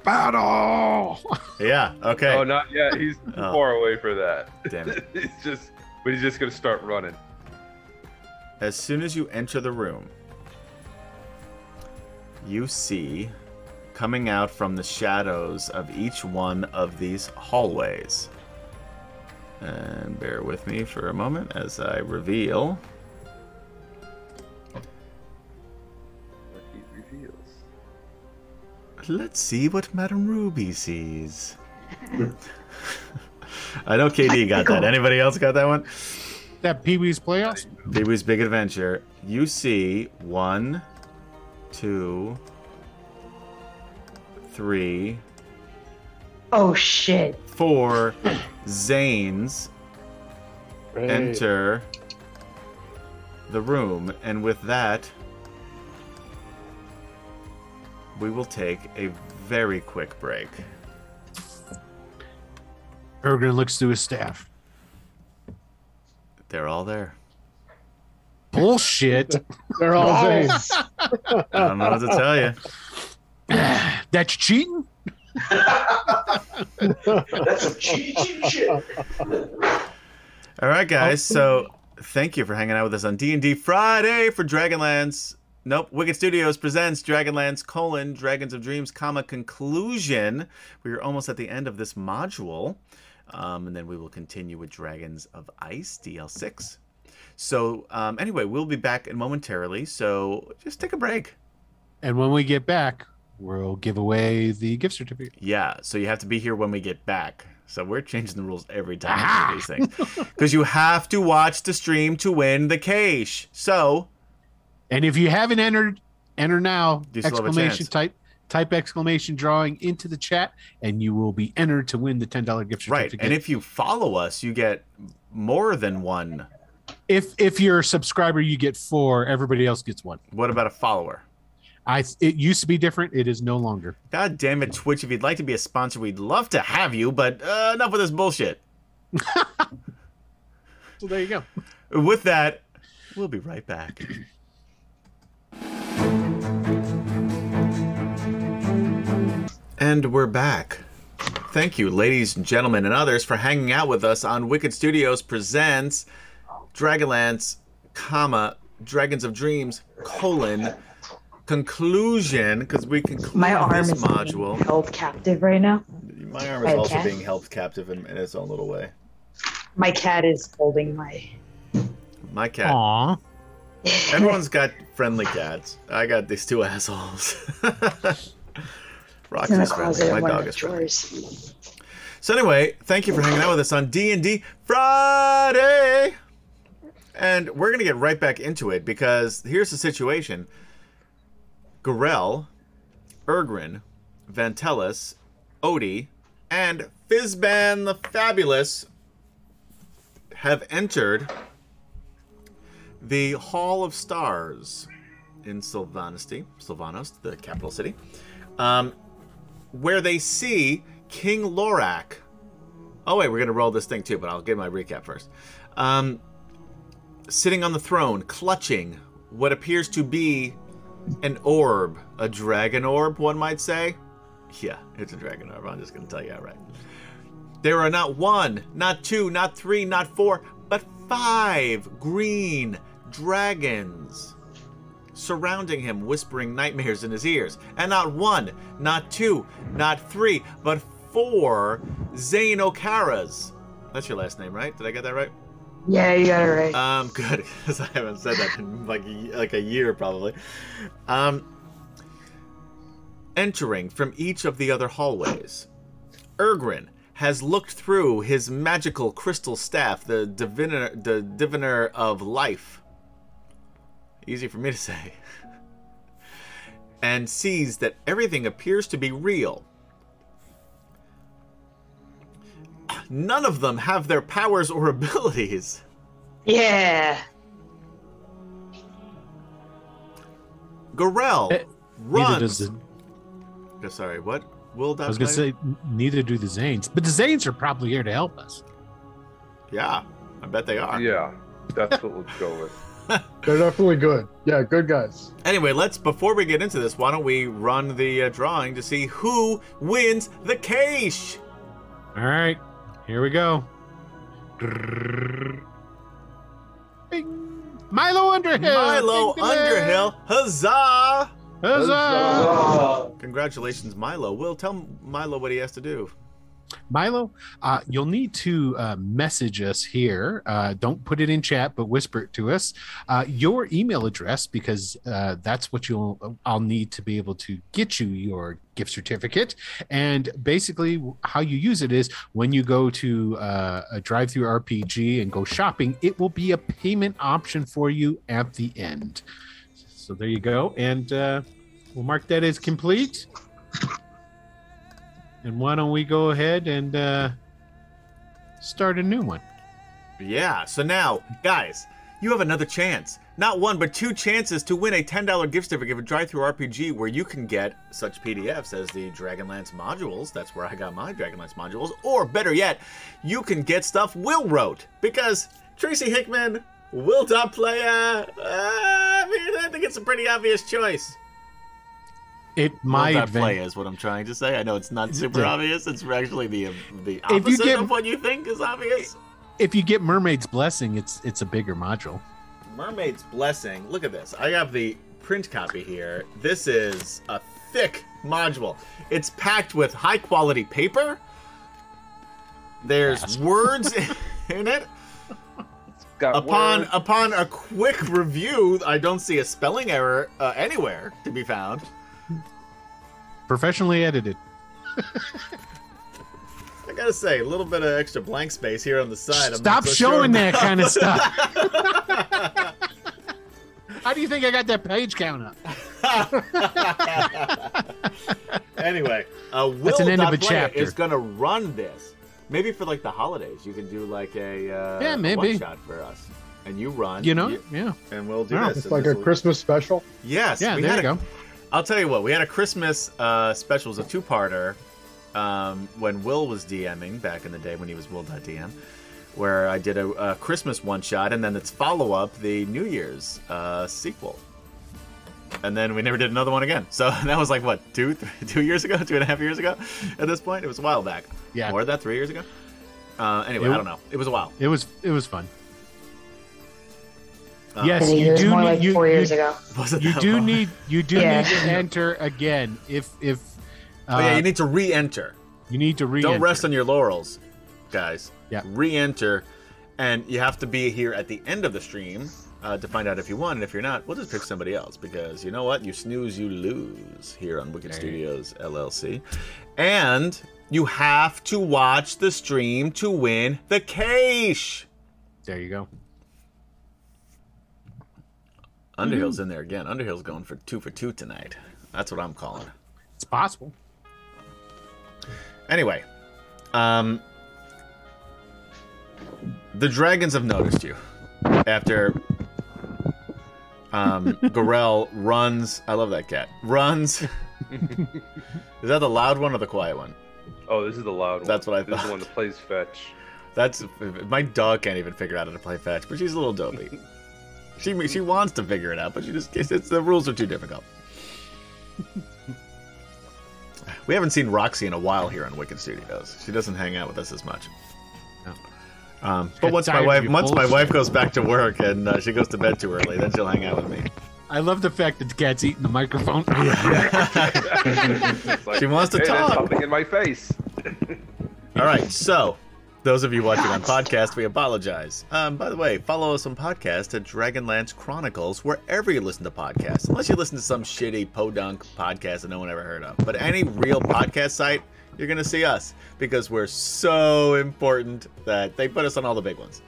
Speaker 4: Battle!
Speaker 3: Yeah. Okay.
Speaker 7: Oh, not yet. He's too
Speaker 3: Oh.
Speaker 7: far away for that.
Speaker 3: Damn it.
Speaker 7: he's just, but he's just gonna start running.
Speaker 2: As soon as you enter the room, you see coming out from the shadows of each one of these hallways. And bear with me for a moment as I reveal.
Speaker 7: What he reveals.
Speaker 2: Let's see what Madame Ruby sees. I know KD got that. Anybody else got that one?
Speaker 4: That Pee Wee's playoffs?
Speaker 2: Pee Wee's Big Adventure, you see one, two, three,
Speaker 6: Oh shit.
Speaker 2: four Zanes
Speaker 9: Great.
Speaker 2: enter the room, and with that, we will take a very quick break.
Speaker 4: Ergrin looks through his staff.
Speaker 2: They're all there.
Speaker 4: Bullshit.
Speaker 5: They're all
Speaker 4: Oh!
Speaker 5: Zanes.
Speaker 2: I don't know what to tell you.
Speaker 4: That's cheating?
Speaker 8: That's some cheating shit.
Speaker 2: All right, guys. So thank you for hanging out with us on D and D Friday for Dragonlance. Nope, Wicked Studios presents Dragonlance: colon, Dragons of Dreams, comma conclusion. We are almost at the end of this module, um, and then we will continue with Dragons of Ice DL6. So um, anyway, we'll be back momentarily. So just take a break.
Speaker 4: And when we get back, we'll give away the gift certificate.
Speaker 2: Yeah, so you have to be here when we get back. So we're changing the rules every time we do these things because you have to watch the stream to win the cash. So
Speaker 4: And if you haven't entered, enter now!
Speaker 2: You still have a
Speaker 4: exclamation
Speaker 2: chance.
Speaker 4: type type exclamation drawing into the chat, and you will be entered to win the ten dollar gift
Speaker 2: Right.
Speaker 4: certificate.
Speaker 2: And if you follow us, you get more than one.
Speaker 4: if if you're a subscriber, you get four. Everybody else gets one.
Speaker 2: What about a follower?
Speaker 4: I it used to be different. It is no longer.
Speaker 2: God damn it, Twitch. If you'd like to be a sponsor, we'd love to have you, but uh, enough with this bullshit.
Speaker 4: So there you go.
Speaker 2: With that, we'll be right back. and we're back. Thank you, ladies and gentlemen, and others, for hanging out with us on Wicked Studios presents Dragonlance, comma Dragons of Dreams colon conclusion because we conclude
Speaker 6: My arm
Speaker 2: this
Speaker 6: is
Speaker 2: module.
Speaker 6: being held captive right now.
Speaker 2: My arm is
Speaker 6: My
Speaker 2: also
Speaker 6: cat.
Speaker 2: being held captive in, in its own little way.
Speaker 6: My cat is holding my.
Speaker 2: My cat.
Speaker 4: Aw.
Speaker 2: Everyone's got friendly cats. I got these two assholes.
Speaker 6: It's in the
Speaker 2: Rocky's
Speaker 6: closet.
Speaker 2: friendly. My
Speaker 6: in one of
Speaker 2: dog
Speaker 6: the
Speaker 2: is friendly.
Speaker 6: drawers.
Speaker 2: So anyway, thank you for hanging out with us on D and D Friday, and we're gonna get right back into it because here's the situation: Gorell, Ergrin, Vantellus, Odie, and Fizban the Fabulous have entered the Hall of Stars in Sylvanosti, Sylvanos, the capital city, um, where they see King Lorak. Oh wait, we're gonna roll this thing too, but I'll give my recap first. Um, sitting on the throne, clutching what appears to be an orb, a dragon orb, one might say. Yeah, it's a dragon orb. I'm just gonna tell you outright. There are not one, not two, not three, not four, but five green dragons surrounding him, whispering nightmares in his ears. And not one, not two, not three, but four Zane O'Caras. That's your last name, right? Did I get that right?
Speaker 6: Yeah, you got it right.
Speaker 2: Um, good, because I haven't said that in like a- like a year probably. Um, entering from each of the other hallways, Ergrin has looked through his magical crystal staff, the diviner, the diviner of life. Easy for me to say. and sees that everything appears to be real. None of them have their powers or abilities.
Speaker 6: Yeah.
Speaker 2: Gorell
Speaker 4: Eh, Neither does
Speaker 2: runs.
Speaker 4: the,
Speaker 2: Oh, Sorry, what? Will that
Speaker 4: I was gonna
Speaker 2: player?
Speaker 4: say neither do the Zanes, but the Zanes are probably here to help us.
Speaker 2: Yeah, I bet they are.
Speaker 7: Yeah, that's what we'll go with.
Speaker 5: They're definitely good. Yeah, good guys.
Speaker 2: Anyway, let's before we get into this, why don't we run the uh, drawing to see who wins the cache?
Speaker 4: All right, here we go. Bing. Milo Underhill.
Speaker 2: Milo
Speaker 4: Ding, ding, ding.
Speaker 2: Underhill, huzzah!
Speaker 4: Huzzah!
Speaker 8: Uh,
Speaker 2: Congratulations, Milo. Will tell Milo what he has to do.
Speaker 4: Milo, uh, you'll need to uh, message us here. Uh, don't put it in chat, but whisper it to us. Uh, your email address, because uh, that's what you'll I'll need to be able to get you your gift certificate. And basically, how you use it is when you go to uh, a drive-through RPG and go shopping, it will be a payment option for you at the end. So there you go, and uh, we'll mark that as complete. And why don't we go ahead and uh, start a new one?
Speaker 2: Yeah. So now, guys, you have another chance. Not one, but two chances to win a $10 gift certificate for Drive Through RPG, where you can get such PDFs as the Dragonlance modules. That's where I got my Dragonlance modules. Or better yet, you can get stuff Will wrote because Tracy Hickman, Will dot player. Ah, I mean, I think it's a pretty obvious choice.
Speaker 4: It my
Speaker 2: Will dot
Speaker 4: advan-
Speaker 2: player is what I'm trying to say. I know it's not super
Speaker 4: Yeah.
Speaker 2: obvious. It's actually the the
Speaker 4: you
Speaker 2: opposite
Speaker 4: get-
Speaker 2: of what you think is obvious.
Speaker 4: if you get Mermaid's Blessing, it's it's a bigger module.
Speaker 2: Mermaid's Blessing. Look at this. I have the print copy here. This is a thick module. It's packed with high quality paper. There's words in it.
Speaker 7: Got
Speaker 2: Upon
Speaker 7: word.
Speaker 2: upon a quick review, I don't see a spelling error uh, anywhere to be found.
Speaker 4: Professionally edited.
Speaker 2: I gotta say, a little bit of extra blank space here on the side. I'm not
Speaker 4: Stop
Speaker 2: so
Speaker 4: showing
Speaker 2: sure
Speaker 4: that
Speaker 2: about.
Speaker 4: kind of stuff. How do you think I got that page count up?
Speaker 2: anyway, uh, Will
Speaker 4: That's an end of a
Speaker 2: Dot Player
Speaker 4: chapter.
Speaker 2: is going to run this. Maybe for like the holidays, you can do like a uh,
Speaker 4: Yeah, maybe.
Speaker 2: one shot for us, and you run.
Speaker 4: You know?
Speaker 2: you-
Speaker 4: Yeah.
Speaker 2: and we'll do
Speaker 4: Wow.
Speaker 2: this.
Speaker 5: It's
Speaker 2: and
Speaker 5: like
Speaker 2: this
Speaker 5: a
Speaker 2: will-
Speaker 5: Christmas special.
Speaker 2: Yes,
Speaker 4: Yeah,
Speaker 2: we
Speaker 4: there
Speaker 2: had
Speaker 4: you
Speaker 2: a-
Speaker 4: go.
Speaker 2: I'll tell you what, we had a Christmas uh, special, it was a two-parter um, when Will was DMing back in the day when he was Will.DM, where I did a, a Christmas one-shot and then its follow-up, the New Year's uh, sequel. And then we never did another one again. So that was like what two, three, two years ago, two and a half years ago. At this point, it was a while back.
Speaker 4: Yeah.
Speaker 2: Or that three years ago. Uh, anyway,
Speaker 4: It-
Speaker 2: I don't know. It was a while.
Speaker 4: It was it was fun.
Speaker 2: Uh,
Speaker 4: yes,
Speaker 6: it
Speaker 4: you
Speaker 6: was
Speaker 4: do
Speaker 6: more
Speaker 4: need,
Speaker 6: like
Speaker 4: you,
Speaker 6: four
Speaker 4: you-
Speaker 6: years ago.
Speaker 2: Wasn't
Speaker 4: you
Speaker 2: that
Speaker 4: do
Speaker 2: long.
Speaker 4: need you do
Speaker 6: Yeah.
Speaker 4: need to enter again if if uh,
Speaker 2: Oh yeah, you
Speaker 4: you, need,
Speaker 2: need to re-enter.
Speaker 4: to re.
Speaker 2: Don't rest on your laurels, guys.
Speaker 4: Yeah.
Speaker 2: Re-enter, and you have to be here at the end of the stream uh, to find out if you won. And if you're not, we'll just pick somebody else because you know what? You snooze, you lose here on Wicked Studios LLC, and you have to watch the stream to win the cash.
Speaker 4: There you go.
Speaker 2: Underhill's in there again. Underhill's going for two for two tonight. That's what I'm calling.
Speaker 4: It's possible.
Speaker 2: Anyway, um, the dragons have noticed you after um, Gorell runs. I love that cat. Runs. Is that the loud one or the quiet one?
Speaker 7: Oh, this is the loud one.
Speaker 2: That's what I
Speaker 7: This is
Speaker 2: thought.
Speaker 7: the one that plays fetch.
Speaker 2: That's my dog can't even figure out how to play fetch, but she's a little dopey. she she wants to figure it out, but she just it's, it's, the rules are too difficult. we haven't seen Roxy in a while here on Wicked Studios. She doesn't hang out with us as much.
Speaker 4: No.
Speaker 2: Um, but once
Speaker 4: tired
Speaker 2: my
Speaker 4: of
Speaker 2: wife
Speaker 4: your
Speaker 2: once my
Speaker 4: bullshit.
Speaker 2: wife goes back to work and uh, she goes to bed too early, then she'll hang out with me.
Speaker 4: I love the fact that the cat's eating the microphone.
Speaker 7: It's like,
Speaker 2: She wants to
Speaker 7: "Hey, there's
Speaker 2: talk."
Speaker 7: something in my face.
Speaker 2: All right, so those of you watching on podcast, we apologize. Um, by the way, follow us on podcast at Dragonlance Chronicles wherever you listen to podcasts, unless you listen to some shitty podunk podcast that no one ever heard of. But any real podcast site, you're gonna see us because we're so important that they put us on all the big ones.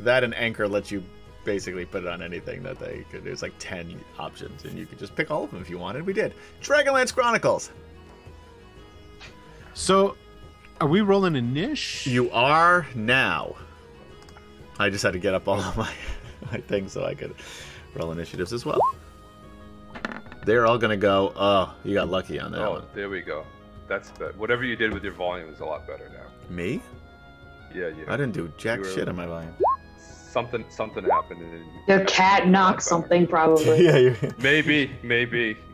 Speaker 2: That and Anchor lets you basically put it on anything that they could. There's like ten options, and you could just pick all of them if you wanted. We did Dragonlance Chronicles.
Speaker 4: so, are we rolling a niche?
Speaker 2: You are now. I just had to get up all of my, my things so I could roll initiatives as well. They're all gonna go. Oh, you got lucky on that
Speaker 7: Oh,
Speaker 2: one.
Speaker 7: there we go. That's the, whatever you did with your volume is a lot better now.
Speaker 2: Me?
Speaker 7: Yeah, yeah.
Speaker 2: I didn't do jack
Speaker 7: You were-
Speaker 2: shit on my volume.
Speaker 7: Something something happened. And then-
Speaker 6: Your cat knocked something, probably.
Speaker 2: you.
Speaker 7: Maybe, maybe.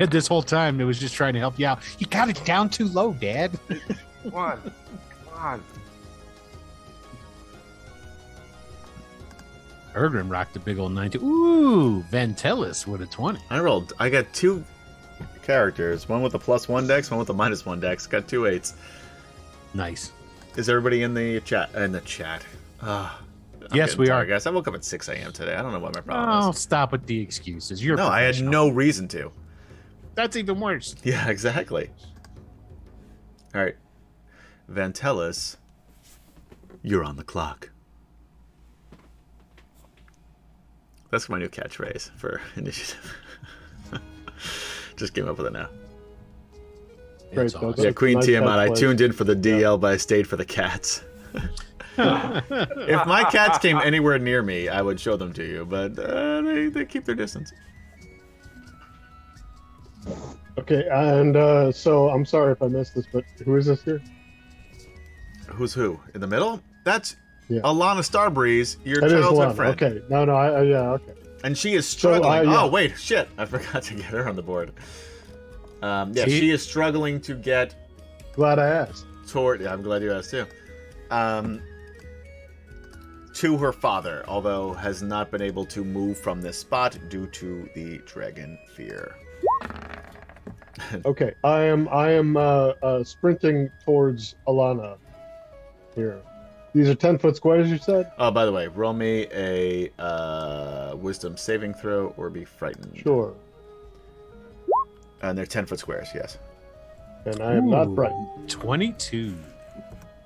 Speaker 4: Yeah, this whole time it was just trying to help you out. You got it down too low, Dad.
Speaker 7: Come on, come on.
Speaker 4: Ergrim rocked a big old 90. Ooh, Vantelis with a 20.
Speaker 2: I rolled. I got two characters. One with a plus one dex. One with a minus one dex. Got two eights.
Speaker 4: Nice.
Speaker 2: Is everybody in the chat? In the chat. Ah. I'm
Speaker 4: Yes,
Speaker 2: getting
Speaker 4: we
Speaker 2: tired,
Speaker 4: are.
Speaker 2: guys. I woke up at 6 a.m. today. I don't know what my problem
Speaker 4: Oh,
Speaker 2: is.
Speaker 4: stop with the excuses. You're
Speaker 2: No, I had
Speaker 4: professional.
Speaker 2: no reason to.
Speaker 4: That's even worse.
Speaker 2: Yeah, exactly. All right. Vantelis, you're on the clock. That's my new catchphrase for initiative. Just came up with it now.
Speaker 5: Great,
Speaker 4: It's
Speaker 5: though.
Speaker 4: awesome.
Speaker 2: Yeah,
Speaker 5: That's
Speaker 2: Queen
Speaker 5: nice
Speaker 2: Tiamat, I
Speaker 5: catchphrase.
Speaker 2: tuned in for the DL, but I stayed for the cats. if my cats came anywhere near me, I would show them to you, but uh, they, they keep their distance.
Speaker 5: Okay, and uh, so I'm sorry if I missed this, but who is this here?
Speaker 2: Who's who? In the middle? That's
Speaker 5: Yeah.
Speaker 2: Alana Starbreeze, your
Speaker 5: That is
Speaker 2: childhood
Speaker 5: one.
Speaker 2: friend.
Speaker 5: Okay, no, no, I, I, yeah, okay.
Speaker 2: And she is
Speaker 5: So, uh,
Speaker 2: struggling.
Speaker 5: yeah.
Speaker 2: Oh wait, shit! I forgot to get her on the board. Um, yeah,
Speaker 4: She-
Speaker 2: she is struggling to get
Speaker 5: Glad I asked.
Speaker 2: toward. Yeah, I'm glad you asked too. Um, to her father, although has not been able to move from this spot due to the dragon fear.
Speaker 5: Okay, I am, I am uh, uh, sprinting towards Alana. Here, these are ten foot squares. You said.
Speaker 2: Oh, by the way, roll me a uh, wisdom saving throw or be frightened.
Speaker 5: Sure.
Speaker 2: And they're ten foot squares. Yes.
Speaker 5: And I am not
Speaker 4: Ooh,
Speaker 5: frightened.
Speaker 4: 22.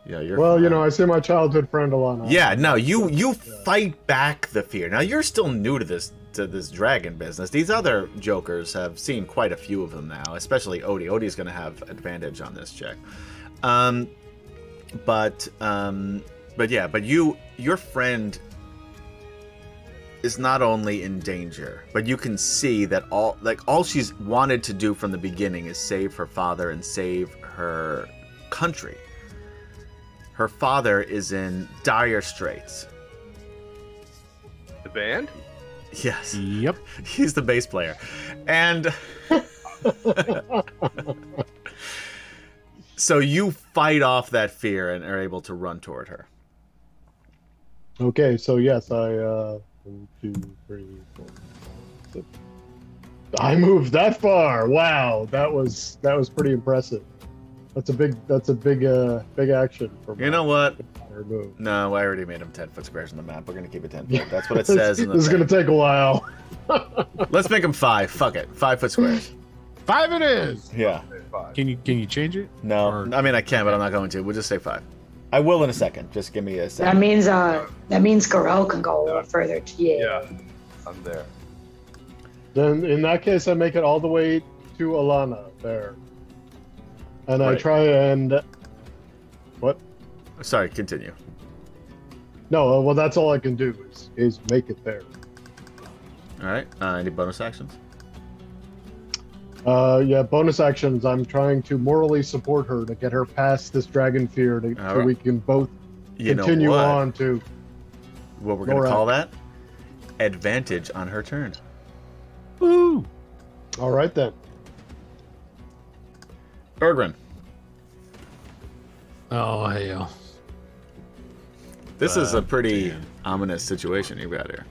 Speaker 2: Yeah, you're.
Speaker 5: Well, you
Speaker 2: fine.
Speaker 5: know, I see my childhood friend Alana.
Speaker 2: Yeah, no, you you fight back the fear. Now you're still new to this to this dragon business. These other jokers have seen quite a few of them now, especially Odie. Odie's going to have advantage on this check. Um but um but yeah, but you your friend is not only in danger, but you can see that all like all she's wanted to do from the beginning is save her father and save her country. Her father is in dire straits.
Speaker 7: The band?
Speaker 2: Yes.
Speaker 4: Yep.
Speaker 2: He's the bass player. And so you fight off that fear and are able to run toward her.
Speaker 5: Okay, so yes, I uh one, two, three, four, five, six. I moved that far. Wow, that was that was pretty impressive. That's a big that's a big uh big action for
Speaker 2: You know what?
Speaker 5: my move.
Speaker 2: No, I already made him 10 foot squares on the map. We're going to keep it 10 foot. That's what it says.
Speaker 5: this
Speaker 2: In the
Speaker 5: is
Speaker 2: thing.
Speaker 5: gonna take a while.
Speaker 2: Let's make him five. Fuck it. Five foot squares.
Speaker 4: Five it is.
Speaker 2: Yeah.
Speaker 7: Five.
Speaker 4: Can you can you change it?
Speaker 2: No.
Speaker 4: Or-
Speaker 2: I mean, I can, but I'm not going to. We'll just say five. I will in a second. Just give me a
Speaker 6: That
Speaker 2: second.
Speaker 6: means uh, that means Gorel can go a little further. Yeah.
Speaker 7: Yeah, I'm there.
Speaker 5: Then in that case, I make it all the way to Alana there, and I
Speaker 2: Right.
Speaker 5: try and
Speaker 2: Sorry, continue.
Speaker 5: no. uh, Well, that's all I can do is is make it there.
Speaker 2: All right. Uh, any bonus actions?
Speaker 5: Uh, yeah, bonus actions. I'm trying to morally support her to get her past this dragon fear to, so
Speaker 2: Alright.
Speaker 5: we can both
Speaker 2: You
Speaker 5: continue
Speaker 2: know what?
Speaker 5: on to.
Speaker 2: What we're going to
Speaker 5: Laura.
Speaker 2: call that? Advantage on her turn.
Speaker 4: Ooh.
Speaker 5: All right then.
Speaker 2: Ergrim.
Speaker 4: Oh, hell.
Speaker 2: This is a pretty ominous situation you've got here.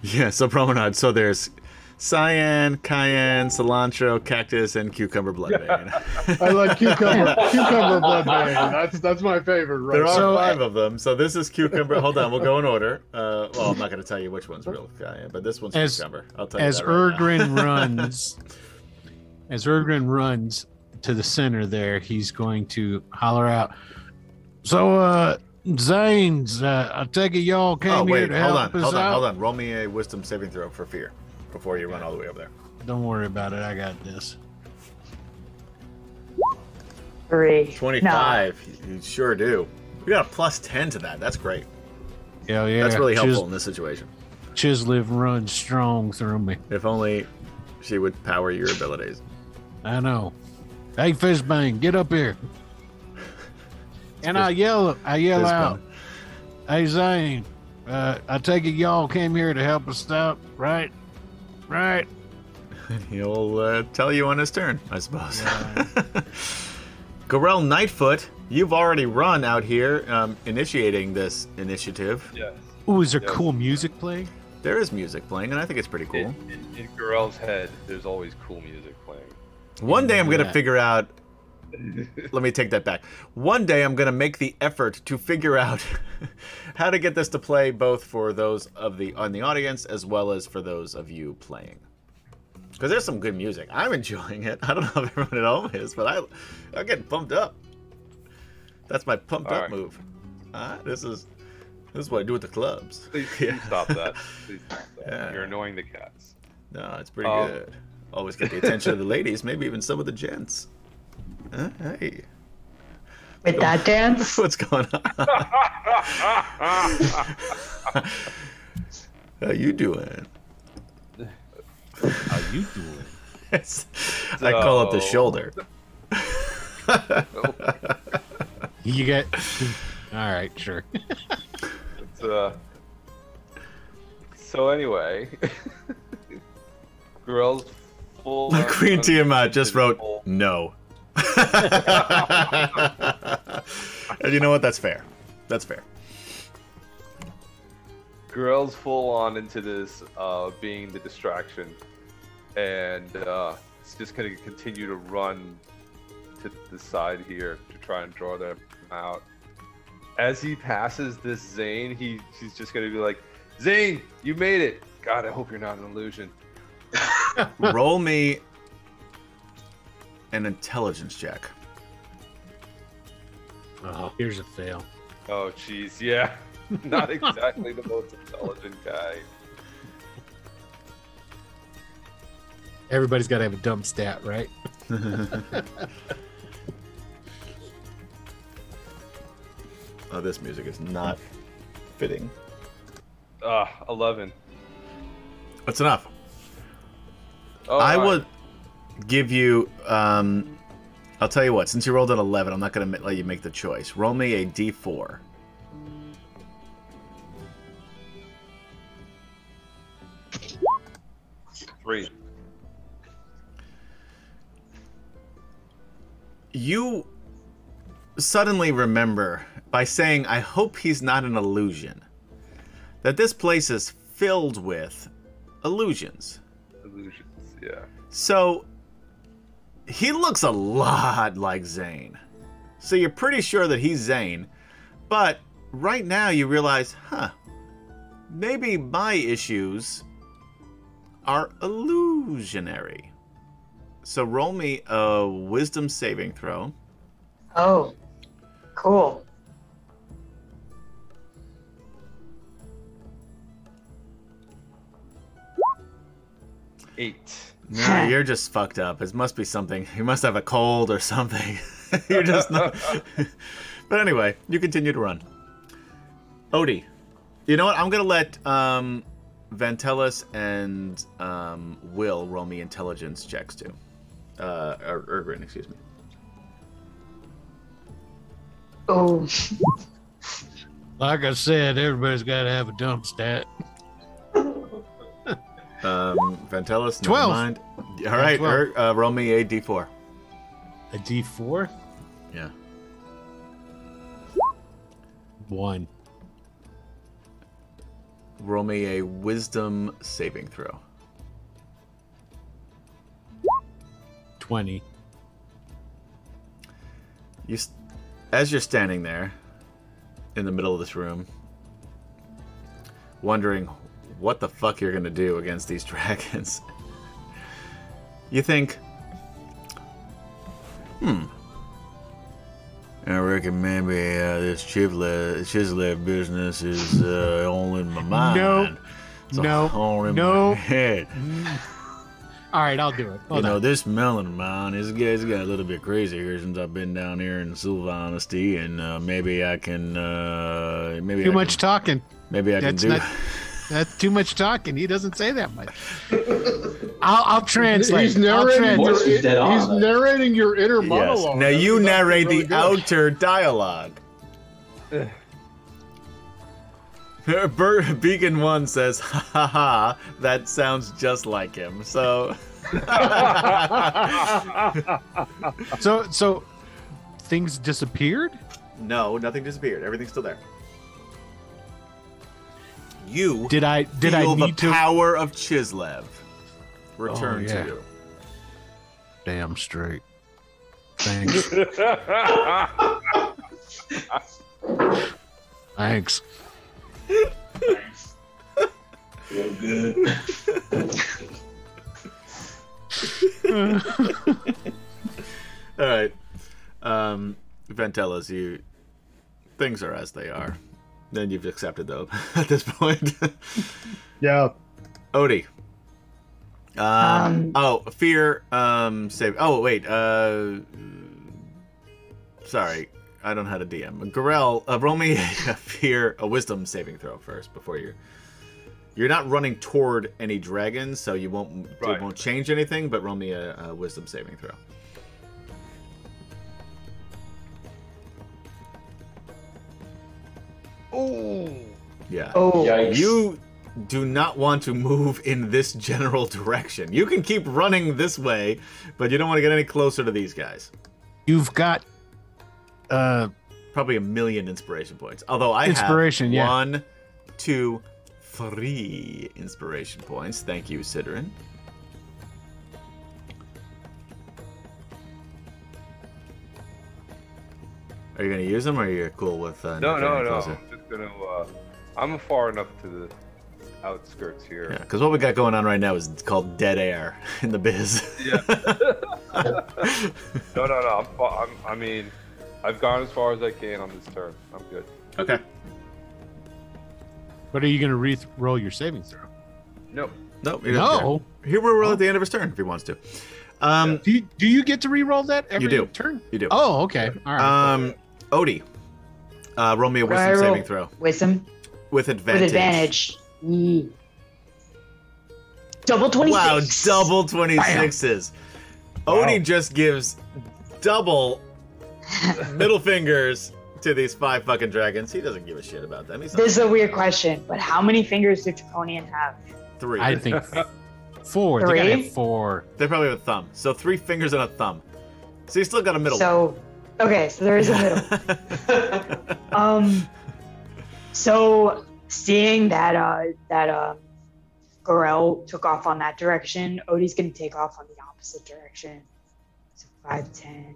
Speaker 2: Yeah, so promenade. So there's cyan, cayenne, cilantro, cactus, and cucumber blood vein.
Speaker 5: I like cucumber, cucumber blood vein. That's that's my favorite. Right
Speaker 2: There are
Speaker 5: now.
Speaker 2: five of them. So this is cucumber. Hold on, we'll go in order. Uh, well, I'm not going to tell you which one's real cayenne, but this one's
Speaker 4: As-
Speaker 2: cucumber. I'll tell you
Speaker 4: As
Speaker 2: that right now.
Speaker 4: Ergrin runs, as Ergrin runs to the center there, he's going to holler out. So, uh, Zane's, uh, I take it y'all came
Speaker 2: Oh
Speaker 4: here
Speaker 2: wait,
Speaker 4: to
Speaker 2: hold on,
Speaker 4: help us
Speaker 2: hold on,
Speaker 4: out.
Speaker 2: hold on. Roll me a wisdom saving throw for fear before you run all the way over there.
Speaker 4: Don't worry about it. I got this.
Speaker 6: Three.
Speaker 2: Twenty-five. You sure do. You got a plus ten to that. That's great.
Speaker 4: Hell yeah.
Speaker 2: That's really
Speaker 4: Chis-
Speaker 2: helpful in this situation.
Speaker 4: Chislev runs strong through me.
Speaker 2: If only she would power your abilities.
Speaker 4: I know. Hey, Fishbane, get up here. And I yell, I yell
Speaker 2: Fishbane.
Speaker 4: out, "Hey Zane, uh, I take it y'all came here to help us out, right? Right?
Speaker 2: He'll uh, tell you on his turn, I suppose. Gorel Nightfoot, you've already run out here um, initiating this initiative.
Speaker 7: Yes.
Speaker 4: Ooh, is there
Speaker 7: Yeah.
Speaker 4: cool music playing?
Speaker 2: There is music playing, and I think it's pretty cool.
Speaker 7: In, in, in Gorell's head, there's always cool music playing.
Speaker 2: One day I'm going to
Speaker 4: Yeah.
Speaker 2: figure out. Let me take that back. One day I'm going to make the effort to figure out how to get this to play both for those of the on the audience as well as for those of you playing. Because there's some good music. I'm enjoying it. I don't know if everyone at home is, but I I get pumped up. That's my pumped up
Speaker 7: Alright.
Speaker 2: move. Uh, this is this is what I do with the clubs.
Speaker 7: Please,
Speaker 2: Yeah.
Speaker 7: please stop that. Please stop that.
Speaker 2: Yeah.
Speaker 7: You're annoying the cats.
Speaker 2: No, it's pretty
Speaker 4: Oh.
Speaker 7: Um,
Speaker 2: good. Always get the attention of the ladies, maybe even some of the gents. Uh, hey.
Speaker 6: With that dance?
Speaker 2: What's going on? How you doing?
Speaker 4: How you doing?
Speaker 2: It's- I call it the
Speaker 7: So-
Speaker 2: shoulder.
Speaker 7: Oh,
Speaker 4: You get all right, sure.
Speaker 7: It's, uh, so anyway, Gorell's full.
Speaker 2: Queen Tiamat just wrote
Speaker 7: Full-
Speaker 2: no. and you know what? That's fair. That's fair.
Speaker 7: Gorell's full on into this uh, being the distraction, and uh, it's just going to continue to run to the side here to try and draw them out. As he passes this Zane, he he's just going to be like, "Zane, you made it! God, I hope you're not an illusion."
Speaker 2: Roll me an intelligence check.
Speaker 4: Oh, here's a fail.
Speaker 7: Oh, jeez, yeah, not exactly the most intelligent guy.
Speaker 4: Everybody's got to have a dumb stat, right?
Speaker 2: Oh, this music is not fitting.
Speaker 7: Ah, eleven.
Speaker 2: That's enough.
Speaker 7: Oh,
Speaker 2: I
Speaker 7: all right.
Speaker 2: will give you. Um, I'll tell you what. Since you rolled an eleven, I'm not going to let you make the choice. Roll me a d4.
Speaker 7: three.
Speaker 2: You suddenly remember by saying, "I hope he's not an illusion," that this place is filled with illusions.
Speaker 7: Illusions, yeah.
Speaker 2: So he looks a lot like Zane. So you're pretty sure that he's Zane, but right now you realize, huh, maybe my issues are illusionary. So roll me a wisdom saving throw.
Speaker 6: Oh, cool.
Speaker 7: Eight.
Speaker 2: No, you're just fucked up. It must be something. You must have a cold or something. you're just not. but anyway, you continue to run. Odie, you know what? I'm gonna let um, Vantelis and um, Will roll me intelligence checks too. Uh, or Ergrin, excuse me.
Speaker 6: Oh,
Speaker 4: Like I said, everybody's got to have a dumb stat.
Speaker 2: Um, Vantelis, never
Speaker 4: Twelve.
Speaker 2: mind. All right,
Speaker 4: Twelve.
Speaker 2: Er, uh, roll me a d4.
Speaker 4: A D four.
Speaker 2: Yeah.
Speaker 4: One.
Speaker 2: Roll me a wisdom saving throw.
Speaker 4: 20.
Speaker 2: You, s- as you're standing there in the middle of this room, wondering what the fuck you're gonna do against these dragons, you think, hmm. I reckon maybe uh, this chiselet, chiselet business is uh, all in my mind.
Speaker 4: Nope.
Speaker 2: It's
Speaker 4: No.
Speaker 2: all in my
Speaker 4: Nope.
Speaker 2: head.
Speaker 4: All right, I'll do it.
Speaker 2: You
Speaker 4: Hold
Speaker 2: know,
Speaker 4: on.
Speaker 2: this melon of mine is has got a little bit crazy here since I've been down here in Silva Honesty, and uh, maybe I can, uh, maybe
Speaker 4: Too
Speaker 2: I
Speaker 4: much
Speaker 2: can,
Speaker 4: talking.
Speaker 2: maybe I can
Speaker 4: That's
Speaker 2: do.
Speaker 4: not. That's too much talking. He doesn't say that much. I'll, I'll translate.
Speaker 5: He's
Speaker 4: I'll
Speaker 5: narrating,
Speaker 4: translate.
Speaker 5: your,
Speaker 8: Voice is dead on,
Speaker 5: he's
Speaker 8: though.
Speaker 5: narrating your inner
Speaker 2: yes.
Speaker 5: monologue.
Speaker 2: Now
Speaker 5: That's
Speaker 2: you
Speaker 5: actually
Speaker 2: narrate
Speaker 5: really
Speaker 2: the
Speaker 5: good.
Speaker 2: outer dialogue. Ber- Beacon One says, "Ha ha ha! That sounds just like him." So,
Speaker 4: So so things disappeared?
Speaker 2: no, nothing disappeared. Everything's still there. You
Speaker 4: Did I did
Speaker 2: feel the
Speaker 4: I need to Oh,
Speaker 2: power of Chislev return
Speaker 4: yeah.
Speaker 2: to you.
Speaker 4: damn straight? Thanks. Thanks.
Speaker 2: All right, um, Ventellas, you things are as they are. Then you've accepted them at this point.
Speaker 5: Yeah.
Speaker 2: Odie. Um,
Speaker 6: Um,
Speaker 2: oh, fear. Um, save. Oh, wait. Uh, sorry, I don't know how to DM. Gorel, uh, roll me a fear, a wisdom saving throw first before you. You're not running toward any dragons, so you won't
Speaker 7: Right.
Speaker 2: it won't change anything. But roll me a, a wisdom saving throw. Oh. Yeah.
Speaker 6: Oh,
Speaker 8: Yikes.
Speaker 2: You do not want to move in this general direction. You can keep running this way, but you don't want to get any closer to these guys.
Speaker 4: You've got uh
Speaker 2: Probably a million inspiration points. Although I
Speaker 4: Inspiration,
Speaker 2: have
Speaker 4: yeah.
Speaker 2: one, two, three inspiration points. Thank you, Sidorin. Are you going to use them, or are you cool with? Uh,
Speaker 7: no,
Speaker 2: not
Speaker 7: no,
Speaker 2: getting
Speaker 7: no.
Speaker 2: closer?
Speaker 7: I'm just gonna. Uh, I'm far enough to the outskirts
Speaker 2: Yeah,
Speaker 7: here.
Speaker 2: because what we got going on right now is called dead air in the biz.
Speaker 7: Yeah. No, no, no. I'm, fa- I'm. I mean, I've gone as far as I can on this turn. I'm good.
Speaker 2: okay.
Speaker 4: but are you gonna re roll your saving throw?
Speaker 7: No.
Speaker 2: No, he doesn't
Speaker 4: No.
Speaker 2: care. He will
Speaker 4: Oh.
Speaker 2: roll at the end of his turn if he wants to. Um,
Speaker 4: Do you, do you get to re-roll that every
Speaker 2: do.
Speaker 4: turn?
Speaker 2: you do.
Speaker 4: Oh, okay. All right.
Speaker 2: Um, Odie, uh, roll me a
Speaker 6: Do I
Speaker 2: wisdom saving
Speaker 6: roll-
Speaker 2: throw
Speaker 6: wisdom
Speaker 2: with advantage.
Speaker 6: with advantage. Yee. Double twenty
Speaker 2: Wow,
Speaker 6: six.
Speaker 2: double twenty sixes. Odie just gives double middle fingers to these five fucking dragons. He doesn't give a shit about them. He's not
Speaker 6: This is a weird question, but how many fingers do draconian have?
Speaker 2: three.
Speaker 4: I think four. They gotta
Speaker 6: Three?
Speaker 4: have four.
Speaker 2: They probably have a thumb. So three fingers and a thumb. So you still got a middle.
Speaker 6: So, okay, so there is a middle. Um, so seeing that uh that uh, Gorel took off on that direction, Odie's gonna take off on the opposite direction. So 5, 10,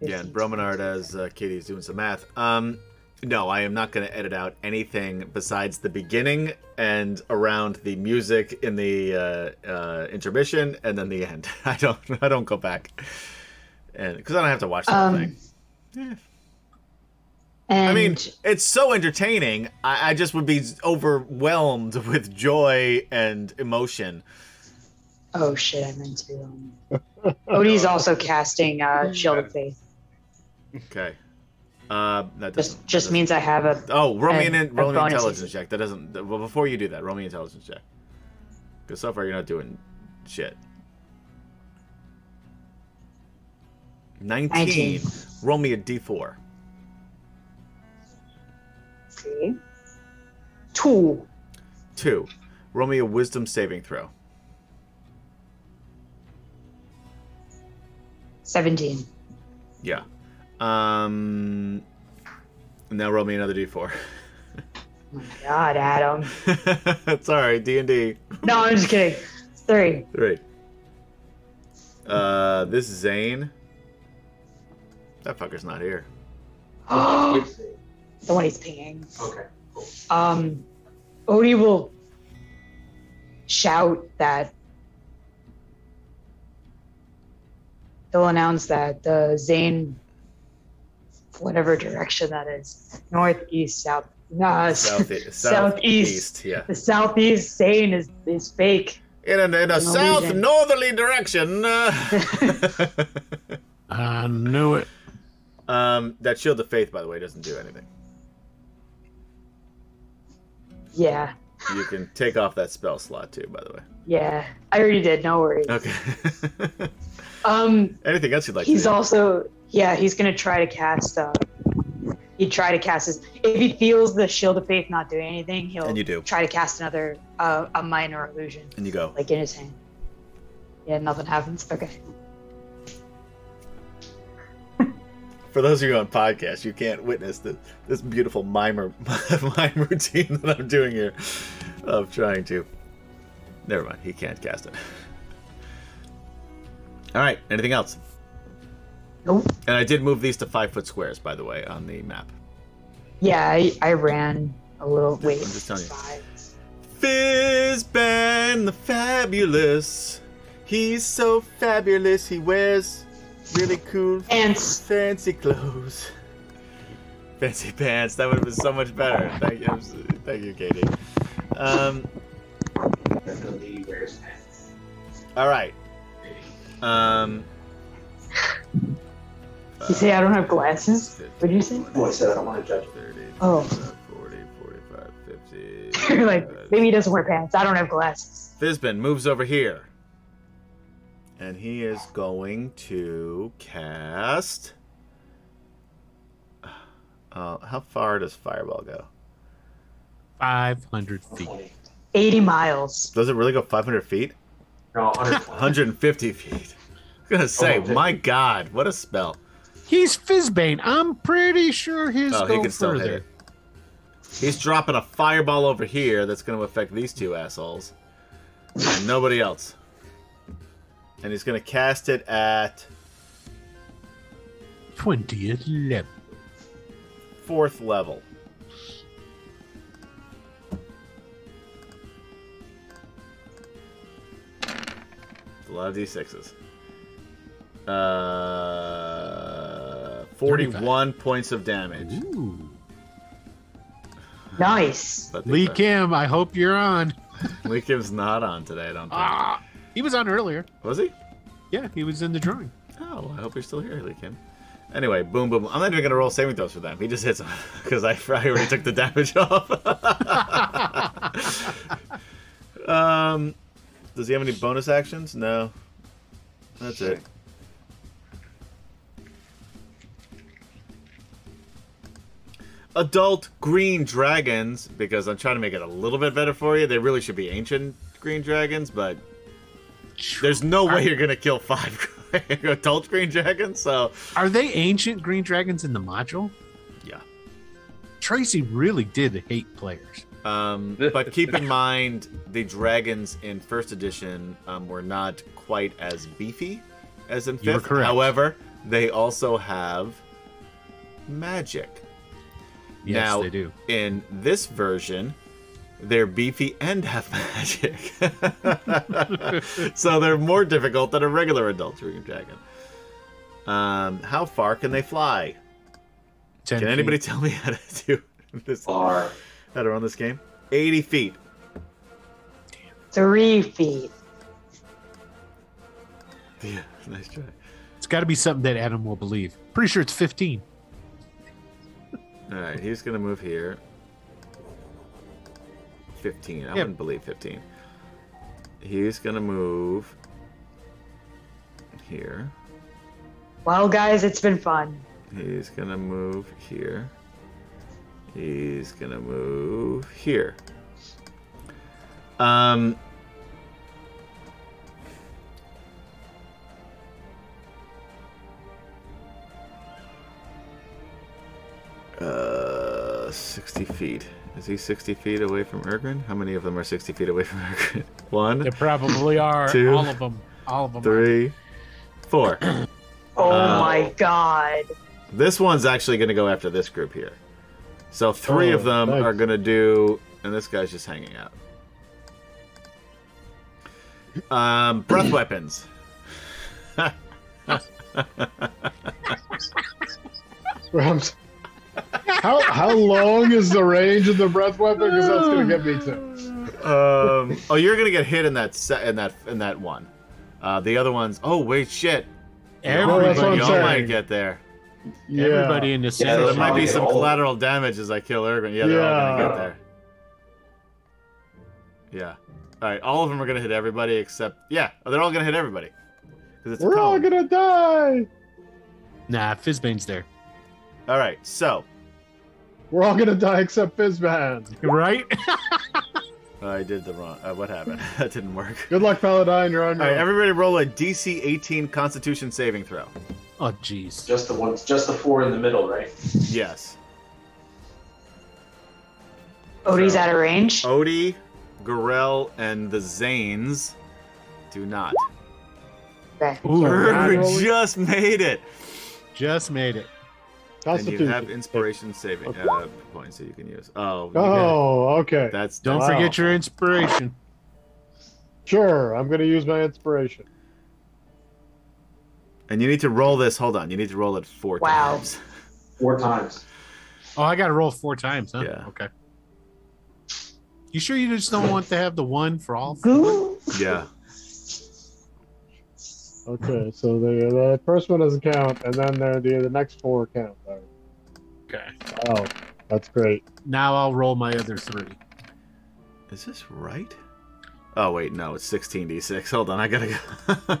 Speaker 2: Yeah, and
Speaker 6: 15,
Speaker 2: Brominard
Speaker 6: 20.
Speaker 2: as uh, Katie's doing some math. Um, no, I am not going to edit out anything besides the beginning and around the music in the uh, uh, intermission and then the end. I don't, I don't go back, and because I don't have to watch the whole
Speaker 6: Um,
Speaker 2: thing. Yeah.
Speaker 6: And
Speaker 2: I mean, it's so entertaining. I, I just would be overwhelmed with joy and emotion.
Speaker 6: oh shit, I meant to. Um, Odie's also casting uh, Shield of Faith.
Speaker 2: Okay, uh, that doesn't
Speaker 6: Just just means I have a
Speaker 2: Oh, roll me
Speaker 6: And
Speaker 2: an
Speaker 6: a
Speaker 2: roll me an
Speaker 6: bonus
Speaker 2: intelligence
Speaker 6: is-
Speaker 2: check. That doesn't. th- Well, before you do that, roll me an intelligence check. Because so far you're not doing shit. Nineteen.
Speaker 6: Nineteen.
Speaker 2: Roll me a d4.
Speaker 6: okay. two.
Speaker 2: Two. Roll me a wisdom saving throw.
Speaker 6: 17.
Speaker 2: Yeah. Um. Now roll me another d4.
Speaker 6: God, Adam.
Speaker 2: That's all right. D and D
Speaker 6: No, I'm just kidding. Three.
Speaker 2: three. Uh, this Zane. That fucker's not here.
Speaker 6: the
Speaker 8: Which-
Speaker 6: one he's pinging.
Speaker 8: Okay.
Speaker 6: Um, Odie will shout that. They'll announce that the Zane, whatever direction that is, northeast, south, nah,
Speaker 2: South,
Speaker 6: southeast.
Speaker 2: southeast. Yeah.
Speaker 6: The southeast Zane is, is fake.
Speaker 2: In a, in a
Speaker 6: Norwegian.
Speaker 2: south northerly direction. uh.
Speaker 4: I knew it.
Speaker 2: um, that shield of faith, by the way, doesn't do anything.
Speaker 6: Yeah,
Speaker 2: You can take off that spell slot too, by the way.
Speaker 6: yeah. I already did. No worries.
Speaker 2: Okay.
Speaker 6: Um,
Speaker 2: Anything else you'd like?
Speaker 6: he's
Speaker 2: to do?
Speaker 6: also yeah he's gonna try to cast uh he try to cast his if he feels the shield of faith not doing anything he'll
Speaker 2: And you do.
Speaker 6: try to cast another uh, a minor illusion
Speaker 2: And you go.
Speaker 6: like in his hand yeah nothing happens okay
Speaker 2: For those of you on podcast, you can't witness the, this beautiful mimer mime routine that I'm doing here of trying to. Never mind, he can't cast it. All right, anything else?
Speaker 6: nope
Speaker 2: And I did move these to five foot squares, by the way, on the map.
Speaker 6: yeah i, I ran a little wait
Speaker 2: I'm just telling you.
Speaker 6: five.
Speaker 2: Fizban the Fabulous. He's so fabulous, he wears really cool
Speaker 6: Pants.
Speaker 2: fancy clothes. Fancy pants. That would have been so much better. Thank you, I'm s- thank you, Katie. Um,
Speaker 8: That's the lady wears pants.
Speaker 2: all right. Um,
Speaker 6: you say i don't have glasses what'd you say
Speaker 8: Oh, I said I don't want to judge.
Speaker 2: 30,
Speaker 6: Oh.
Speaker 2: 40, 45, 50.
Speaker 6: you're like maybe he doesn't wear pants i don't have glasses
Speaker 2: Fizbin moves over here. And he is going to cast. Uh, how far does Fireball go?
Speaker 4: 500 feet.
Speaker 6: 80 miles
Speaker 2: Does it really go 500 feet?
Speaker 8: No, 120.
Speaker 2: 150 feet. I was going to say,
Speaker 8: okay.
Speaker 2: my god, what a spell.
Speaker 4: He's Fizzbane. I'm pretty sure his
Speaker 2: Oh,
Speaker 4: go
Speaker 2: he can still
Speaker 4: further.
Speaker 2: hit it. He's dropping a fireball over here that's going to affect these two assholes. And nobody else. And he's going to cast it at
Speaker 4: 20th level.
Speaker 2: fourth level. It's a lot of d6s. Uh, 41 points of damage.
Speaker 4: Ooh.
Speaker 6: nice
Speaker 2: But the-
Speaker 4: Lee Kim, I hope you're on.
Speaker 2: Lee Kim's not on today, I don't think.
Speaker 4: Ah, he was on earlier.
Speaker 2: Was he?
Speaker 4: Yeah, he was in the drawing.
Speaker 2: Oh, I hope you're still here, Lee Kim. Anyway, boom, boom. boom. I'm not even going to roll saving throws for them. He just hits them because I, I already took the damage off. um, does he have any bonus actions? No. That's it. Adult green dragons, because I'm trying to make it a little bit better for you. They really should be ancient green dragons, but there's no way you're gonna kill five adult green dragons. So
Speaker 4: Are they ancient green dragons in the module?
Speaker 2: yeah.
Speaker 4: Tracy really did hate players.
Speaker 2: Um, but keep in mind the dragons in first edition um, were not quite as beefy as in
Speaker 4: You were
Speaker 2: fifth.
Speaker 4: correct.
Speaker 2: However, they also have magic.
Speaker 4: Yes,
Speaker 2: Now-
Speaker 4: they do.
Speaker 2: In this version, they're beefy and have magic, so they're more difficult than a regular adult green dragon. Um, how far can they fly?
Speaker 4: Ten
Speaker 2: Can anybody
Speaker 4: feet.
Speaker 2: tell me how to do this?
Speaker 8: Far.
Speaker 2: How to run this game? 80 feet.
Speaker 6: three feet
Speaker 2: Yeah, nice try.
Speaker 4: it's got to be something that Adam will believe. Pretty sure it's 15.
Speaker 2: All right, he's gonna move here. 15. I wouldn't believe 15. He's gonna move here.
Speaker 6: well guys it's been fun
Speaker 2: He's gonna move here. He's gonna move here. Um. Uh, 60 feet. Is he 60 feet away from Ergrin? How many of them are 60 feet away from Ergrin? One,
Speaker 4: They probably are.
Speaker 2: Two.
Speaker 4: all of them. All of them.
Speaker 2: three, four.
Speaker 6: Oh
Speaker 2: Uh,
Speaker 6: my god.
Speaker 2: This one's actually going to go after this group here. So three
Speaker 5: Oh,
Speaker 2: of them
Speaker 5: nice.
Speaker 2: are going to do, and this guy's just hanging out. Um, breath weapons.
Speaker 5: Perhaps- how how long is the range of the breath weapon? Because that's gonna get me too.
Speaker 2: Um, oh, you're going to get hit in that se- in that in that one. Uh, the other ones. Oh wait, shit.
Speaker 4: Everybody-
Speaker 5: that's what I'm
Speaker 2: Everybody, y'all
Speaker 5: saying.
Speaker 2: might get there.
Speaker 5: Yeah.
Speaker 4: Everybody in this
Speaker 8: Yeah,
Speaker 2: So
Speaker 4: section.
Speaker 2: there might be
Speaker 8: probably
Speaker 2: some
Speaker 8: all-
Speaker 2: collateral damage as I kill Erwin. Yeah, they're all
Speaker 5: Yeah.
Speaker 2: gonna get there. Yeah. All right, all of them are gonna hit everybody except yeah, they're all gonna hit everybody. 'Cause it's a
Speaker 5: We're all
Speaker 2: cone.
Speaker 5: gonna die.
Speaker 4: Nah, Fizzbane's there.
Speaker 2: All right, so
Speaker 5: We're all gonna die except Fizban.
Speaker 4: Right?
Speaker 2: I did the wrong. Uh, what happened? that didn't work.
Speaker 5: Good luck, Paladine. You're on
Speaker 2: All
Speaker 5: your
Speaker 2: right,
Speaker 5: own.
Speaker 2: everybody, roll a DC 18 Constitution saving throw.
Speaker 4: Oh, jeez.
Speaker 8: Just the ones, just the four in the middle, right?
Speaker 2: Yes.
Speaker 6: Odie's Oh, out of range.
Speaker 2: Odie, Gorell, and the Zanes do not.
Speaker 6: Okay.
Speaker 4: Ooh,
Speaker 2: Erwin
Speaker 5: rolling.
Speaker 2: just made it.
Speaker 4: just made it.
Speaker 2: And you have
Speaker 5: Constitution.
Speaker 2: inspiration saving uh, points that you can use. Oh, you got-
Speaker 5: Oh, okay.
Speaker 2: that's
Speaker 4: Don't
Speaker 5: Wow.
Speaker 4: forget your inspiration.
Speaker 5: Sure, I'm gonna use my inspiration.
Speaker 2: And you need to roll this. Hold on, you need to roll it four
Speaker 6: Wow.
Speaker 2: times.
Speaker 8: Four times.
Speaker 4: Oh, I got to roll four times, huh?
Speaker 2: Yeah.
Speaker 4: Okay. You sure you just don't want to have the one for all?
Speaker 6: Goo.
Speaker 2: Yeah.
Speaker 5: Okay, so the, the first one doesn't count, and then there the the next four count. All
Speaker 4: Okay.
Speaker 5: right. Wow, that's great.
Speaker 4: Now I'll roll my other three.
Speaker 2: Is this right? Oh wait, no, it's sixteen d six. Hold on, I gotta go.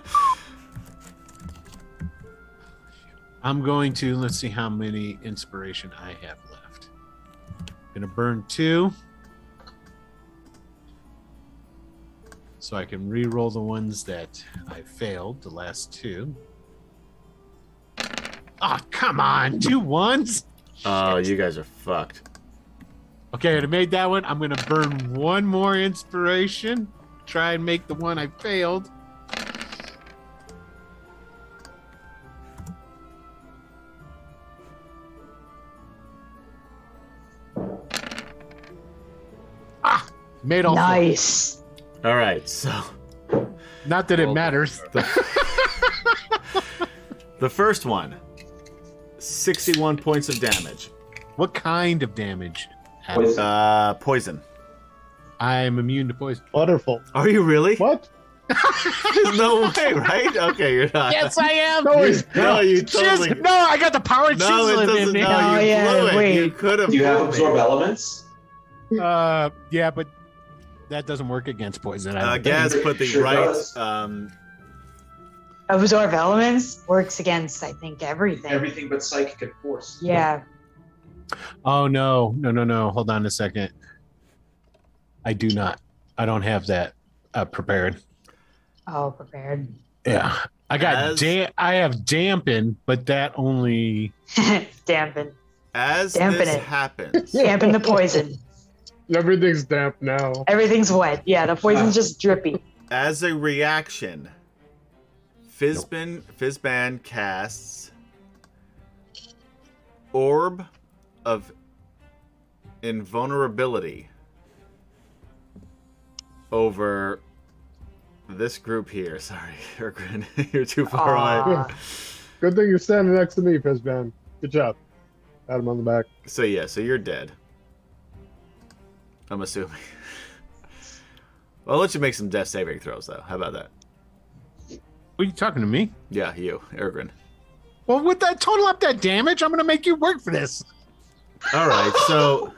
Speaker 4: I'm going to let's see how many inspiration I have left. gonna burn two. So I can re-roll the ones that I failed, the last two. Ah, come on, two ones.
Speaker 2: oh, you guys are fucked.
Speaker 4: Okay, I'd have made that one. I'm gonna burn one more inspiration. Try and make the one I failed. Ah, made all. four.
Speaker 6: Nice.
Speaker 2: All right, so
Speaker 4: Not that it
Speaker 7: Well done.
Speaker 4: matters.
Speaker 2: the first one, sixty-one points of damage.
Speaker 4: What kind of damage?
Speaker 8: Poison.
Speaker 2: Uh, poison.
Speaker 4: I'm immune to poison.
Speaker 5: Wonderful.
Speaker 2: Are you really?
Speaker 5: What?
Speaker 2: There's no way, right? Okay, you're not.
Speaker 4: I am.
Speaker 5: No, he's
Speaker 2: No, you totally.
Speaker 4: no, I got the power of
Speaker 2: No, it
Speaker 4: chisel in
Speaker 2: doesn't.
Speaker 4: me.
Speaker 2: No,
Speaker 6: Oh,
Speaker 2: you
Speaker 6: yeah,
Speaker 2: blew it. You
Speaker 6: wait.
Speaker 2: could have.
Speaker 8: Do you have
Speaker 2: blew
Speaker 8: absorb
Speaker 2: me.
Speaker 8: elements?
Speaker 4: Uh, yeah, but that doesn't work against poison. I
Speaker 2: Uh,
Speaker 4: don't think.
Speaker 2: Gaz put the
Speaker 8: Sure
Speaker 2: right
Speaker 8: does.
Speaker 2: um,
Speaker 6: Absorb elements works against, I think, everything.
Speaker 8: Everything but psychic and force.
Speaker 6: Yeah.
Speaker 4: Oh no, no, no, no! Hold on a second. I do not. I don't have that uh, prepared.
Speaker 6: Oh, prepared.
Speaker 4: Yeah, I got.
Speaker 2: As-
Speaker 4: Da- I have dampen, but that only.
Speaker 6: Dampen.
Speaker 2: As
Speaker 6: Dampen
Speaker 2: this
Speaker 6: it.
Speaker 2: happens,
Speaker 6: Dampen the poison.
Speaker 5: Everything's damp now.
Speaker 6: Everything's wet. Yeah, the poison's just drippy.
Speaker 2: as a reaction, Fizban Fizban casts Orb of Invulnerability over this group here. Sorry, Ergrin, you're too far away.
Speaker 6: Aw.
Speaker 5: Good thing you're standing next to me, Fizban. Good job. Pat him on the back.
Speaker 2: So yeah, so you're dead. I'm assuming. well, I'll let you make some death saving throws though. How about that?
Speaker 4: What are you talking to me?
Speaker 2: Yeah, you, Ergrin.
Speaker 4: Well, with that total up that damage, I'm gonna make you work for this.
Speaker 2: All right, so.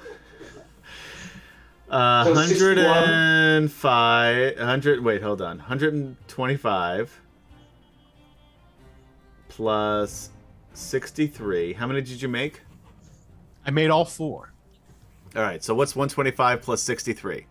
Speaker 2: Uh,
Speaker 8: So 61.
Speaker 2: 105 100 wait hold on 125 plus 63 how many did you make
Speaker 4: I made all four.
Speaker 2: all right so what's 125 plus 63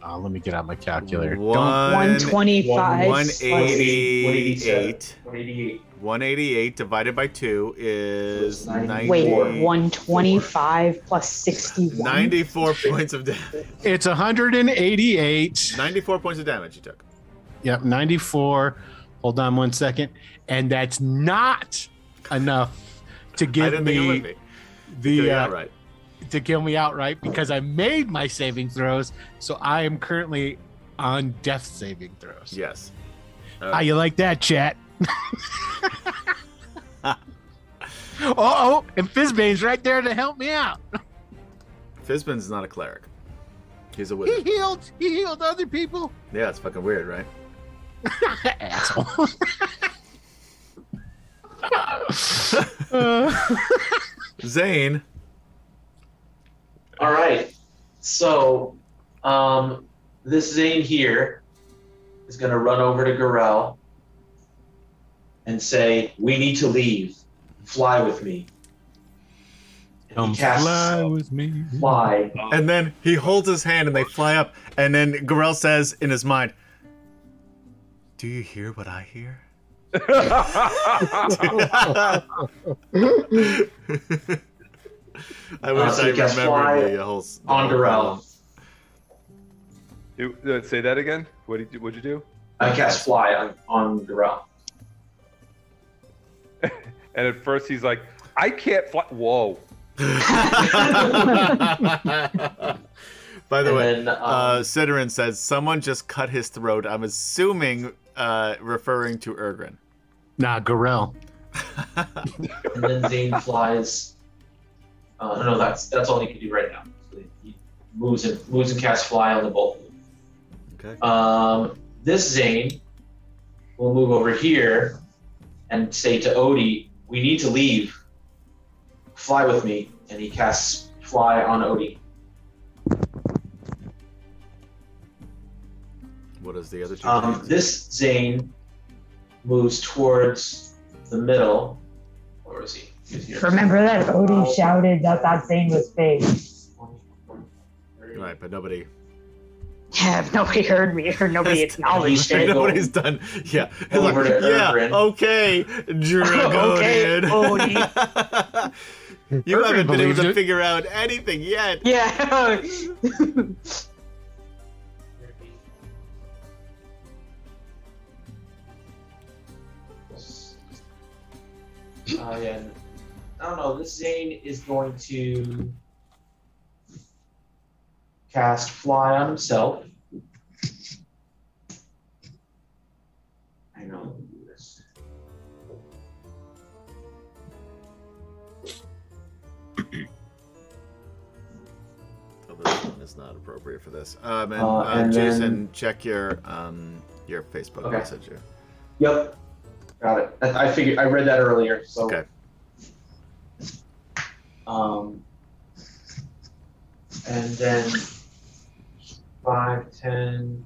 Speaker 4: Uh, let me get out my calculator.
Speaker 2: One-
Speaker 4: Don't-
Speaker 6: 125 plus-
Speaker 2: 188.
Speaker 8: 188.
Speaker 2: 188 divided by 2 is
Speaker 6: Wait,
Speaker 2: 90,
Speaker 6: 125 plus 61.
Speaker 2: 94 points of damage.
Speaker 4: It's 188.
Speaker 2: 94 points of damage you took.
Speaker 4: Yep, 94. Hold on one second. And that's not enough to
Speaker 2: I
Speaker 4: give
Speaker 2: didn't think it would
Speaker 4: me
Speaker 2: be. Kill
Speaker 4: the
Speaker 2: you
Speaker 4: uh,
Speaker 2: outright.
Speaker 4: to kill me outright because I made my saving throws. So I am currently on death saving throws.
Speaker 2: Yes.
Speaker 11: Uh,
Speaker 4: How you like that, chat? Uh oh, and Fizbane's right there to help me out.
Speaker 2: Fizbin's not a cleric. He's a
Speaker 4: He
Speaker 2: wizard.
Speaker 4: healed. He healed other people.
Speaker 2: yeah, it's fucking weird, right?
Speaker 4: Asshole. Uh,
Speaker 2: Zane.
Speaker 8: All right. So, um, this Zane here is going to run over to Gorell and say, "We need to leave. Fly with me." And
Speaker 4: come
Speaker 8: he casts
Speaker 4: fly with me.
Speaker 8: fly.
Speaker 11: And then he holds his hand and they fly up. And then Gorell says in his mind, Do you hear what I hear? I
Speaker 8: Uh,
Speaker 11: wish
Speaker 8: so
Speaker 11: I
Speaker 8: you cast fly
Speaker 11: remembered the whole. s- the
Speaker 8: on
Speaker 11: whole problem.
Speaker 8: Gorell.
Speaker 7: You- uh, say that again. What did you, what'd you do?
Speaker 8: I cast fly on on Gorell.
Speaker 7: And at first he's like, I can't fly. Whoa.
Speaker 11: By the
Speaker 8: And
Speaker 11: way,
Speaker 8: then, um,
Speaker 11: uh, Sidorin says someone just cut his throat. I'm assuming uh, referring to Ergrin.
Speaker 4: Nah, Gorell.
Speaker 8: and then Zane flies. Uh, no, no, that's that's all he can do right now. So he moves and moves and casts fly on the both. of them.
Speaker 2: Okay.
Speaker 8: Um, this Zane will move over here and say to Odie, "We need to leave. Fly with me." And he casts fly on Odie.
Speaker 2: What is the other two?
Speaker 8: Um, this Zane moves towards the middle. Where is he? He's here.
Speaker 6: Remember that Odie shouted that that thing was big.
Speaker 2: right, but nobody.
Speaker 6: Yeah, if nobody heard me or nobody acknowledged it.
Speaker 11: Nobody's done. Yeah. He's like,
Speaker 8: Over to
Speaker 11: yeah.
Speaker 8: Ergrin."
Speaker 11: Okay, Dragonian.
Speaker 6: Odie.
Speaker 11: you
Speaker 4: Ergrin
Speaker 11: haven't been able
Speaker 4: believed
Speaker 11: to
Speaker 4: it.
Speaker 11: figure out anything yet.
Speaker 6: Yeah.
Speaker 8: Uh, yeah. I don't know. This Zane is going to cast Fly on himself. I know. let me do this.
Speaker 2: Oh, this one is not appropriate for this. Um, and, uh,
Speaker 8: Uh, and then-
Speaker 2: Jason, check your um your Facebook
Speaker 8: Okay.
Speaker 2: messenger.
Speaker 8: Yep. Got it. I I figured I read that earlier. So.
Speaker 2: Okay.
Speaker 8: Um. And then 5, 10,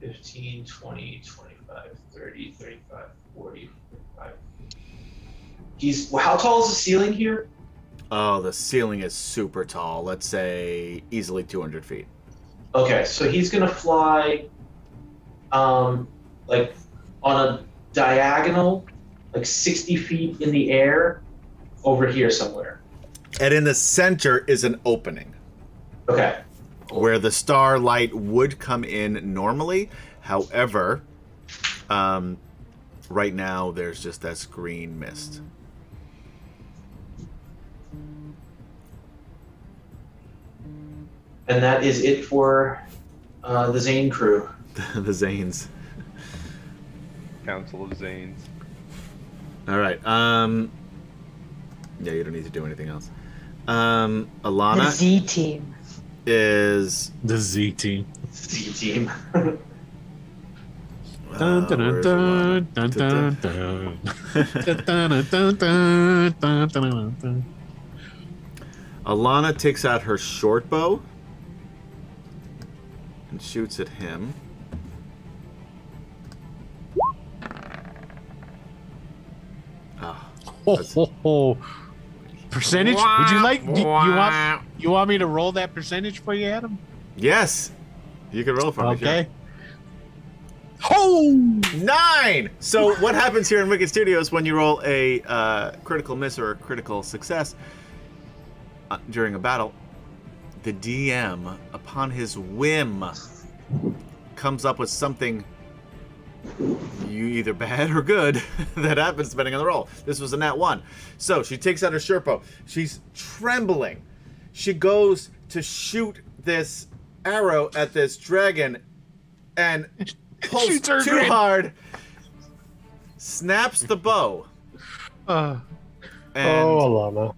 Speaker 8: 15, 20, 25, 30, 35, 40, 45. He's well, how tall is the ceiling here?
Speaker 2: Oh, the ceiling is super tall. Let's say easily 200 feet.
Speaker 8: Okay, so he's gonna fly, um, like on a diagonal, like 60 feet in the air, over here somewhere.
Speaker 2: And in the center is an opening
Speaker 8: Okay.
Speaker 2: where the starlight would come in normally. However, um, right now there's just that green mist.
Speaker 8: And that is it for uh, the Zane crew.
Speaker 2: the Zanes.
Speaker 7: Council of Zanes.
Speaker 2: All right. Um, yeah, you don't need to do anything else. Um,
Speaker 6: The
Speaker 2: Alana
Speaker 6: Z team.
Speaker 2: is
Speaker 4: The Z team.
Speaker 8: Z team.
Speaker 2: Uh,
Speaker 4: Dun, dun,
Speaker 2: where
Speaker 4: dun,
Speaker 2: is Alana?
Speaker 4: dun, dun, dun, dun. Dun, dun, dun, dun, dun, dun, dun.
Speaker 2: Alana takes out her short bow and shoots at him. Ah,
Speaker 4: Ho, ho, ho. Percentage? Would you like? You, you want? You want me to roll that percentage for you, Adam?
Speaker 2: yes. You can roll for me.
Speaker 4: Okay.
Speaker 2: Oh! Nine! So, what happens here in Wicked Studios when you roll a uh, critical miss or a critical success uh, during a battle? The DM, upon his whim, comes up with something you either bad or good that happens depending on the roll. This was a nat one. So she takes out her Sherpo. She's trembling. She goes to shoot this arrow at this dragon and pulls
Speaker 12: Shoots her
Speaker 2: too
Speaker 12: grin.
Speaker 2: hard, snaps the bow,
Speaker 12: Uh,
Speaker 2: and
Speaker 5: oh, Alana.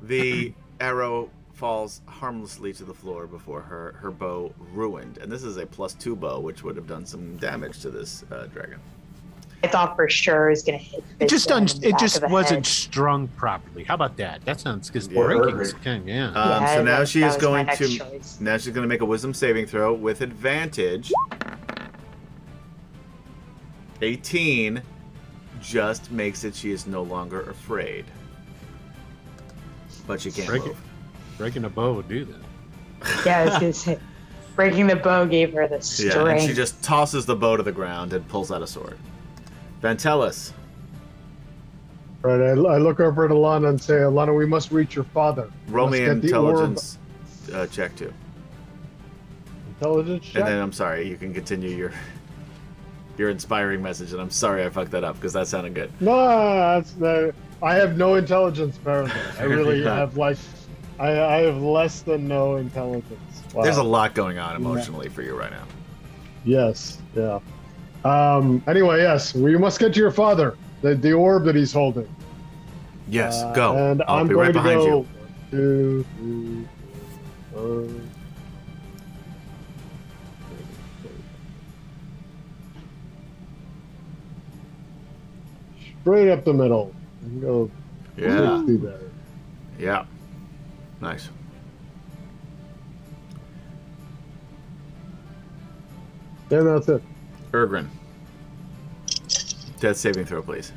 Speaker 2: the arrow falls harmlessly to the floor before her, her bow ruined. And this is a plus two bow, which would have done some damage to this uh, dragon.
Speaker 6: I thought for sure it was gonna hit.
Speaker 4: It just un-
Speaker 6: Bisbee in the
Speaker 4: it
Speaker 6: back
Speaker 4: just
Speaker 6: of the
Speaker 4: wasn't
Speaker 6: head.
Speaker 4: strung properly. How about that? That sounds because
Speaker 2: Yeah.
Speaker 4: yeah.
Speaker 2: Um,
Speaker 6: Yeah,
Speaker 2: so
Speaker 6: that-
Speaker 2: now she
Speaker 6: that
Speaker 2: is
Speaker 6: was my
Speaker 2: going
Speaker 6: next
Speaker 2: to
Speaker 6: choice.
Speaker 2: now she's going to make a wisdom saving throw with advantage. 18 just makes it she is no longer afraid. But she can't
Speaker 4: Break it.
Speaker 2: move.
Speaker 4: Breaking a bow would do that.
Speaker 6: Yeah, I was gonna say, breaking the bow gave her the strength.
Speaker 2: Yeah, and she just tosses the bow to the ground and pulls out a sword. Ventellus.
Speaker 5: Right, I, I look over at Alana and say, Alana, we must reach your father. We
Speaker 2: Roll
Speaker 5: must
Speaker 2: me
Speaker 5: get the orb."
Speaker 2: intelligence uh, check too,
Speaker 5: Intelligence check?
Speaker 2: and then I'm sorry. You can continue your your inspiring message, and I'm sorry I fucked that up because that sounded good.
Speaker 5: No, that's no. I have no intelligence apparently. I really have like, I, I have less than no intelligence. Wow.
Speaker 2: There's a lot going on emotionally for you right now.
Speaker 5: Yes, yeah. Um. Anyway, yes, we must get to your father. The the orb that he's holding.
Speaker 2: Yes,
Speaker 5: Uh,
Speaker 2: go.
Speaker 5: And
Speaker 2: I'll
Speaker 5: am
Speaker 2: be
Speaker 5: going
Speaker 2: right behind
Speaker 5: to go.
Speaker 2: you.
Speaker 5: One, two, three, four, five, six. Straight up the middle. I can go
Speaker 2: Yeah,
Speaker 5: sixty there.
Speaker 2: yeah. Nice.
Speaker 5: Then that's it.
Speaker 2: Ergrin. Death saving throw, please.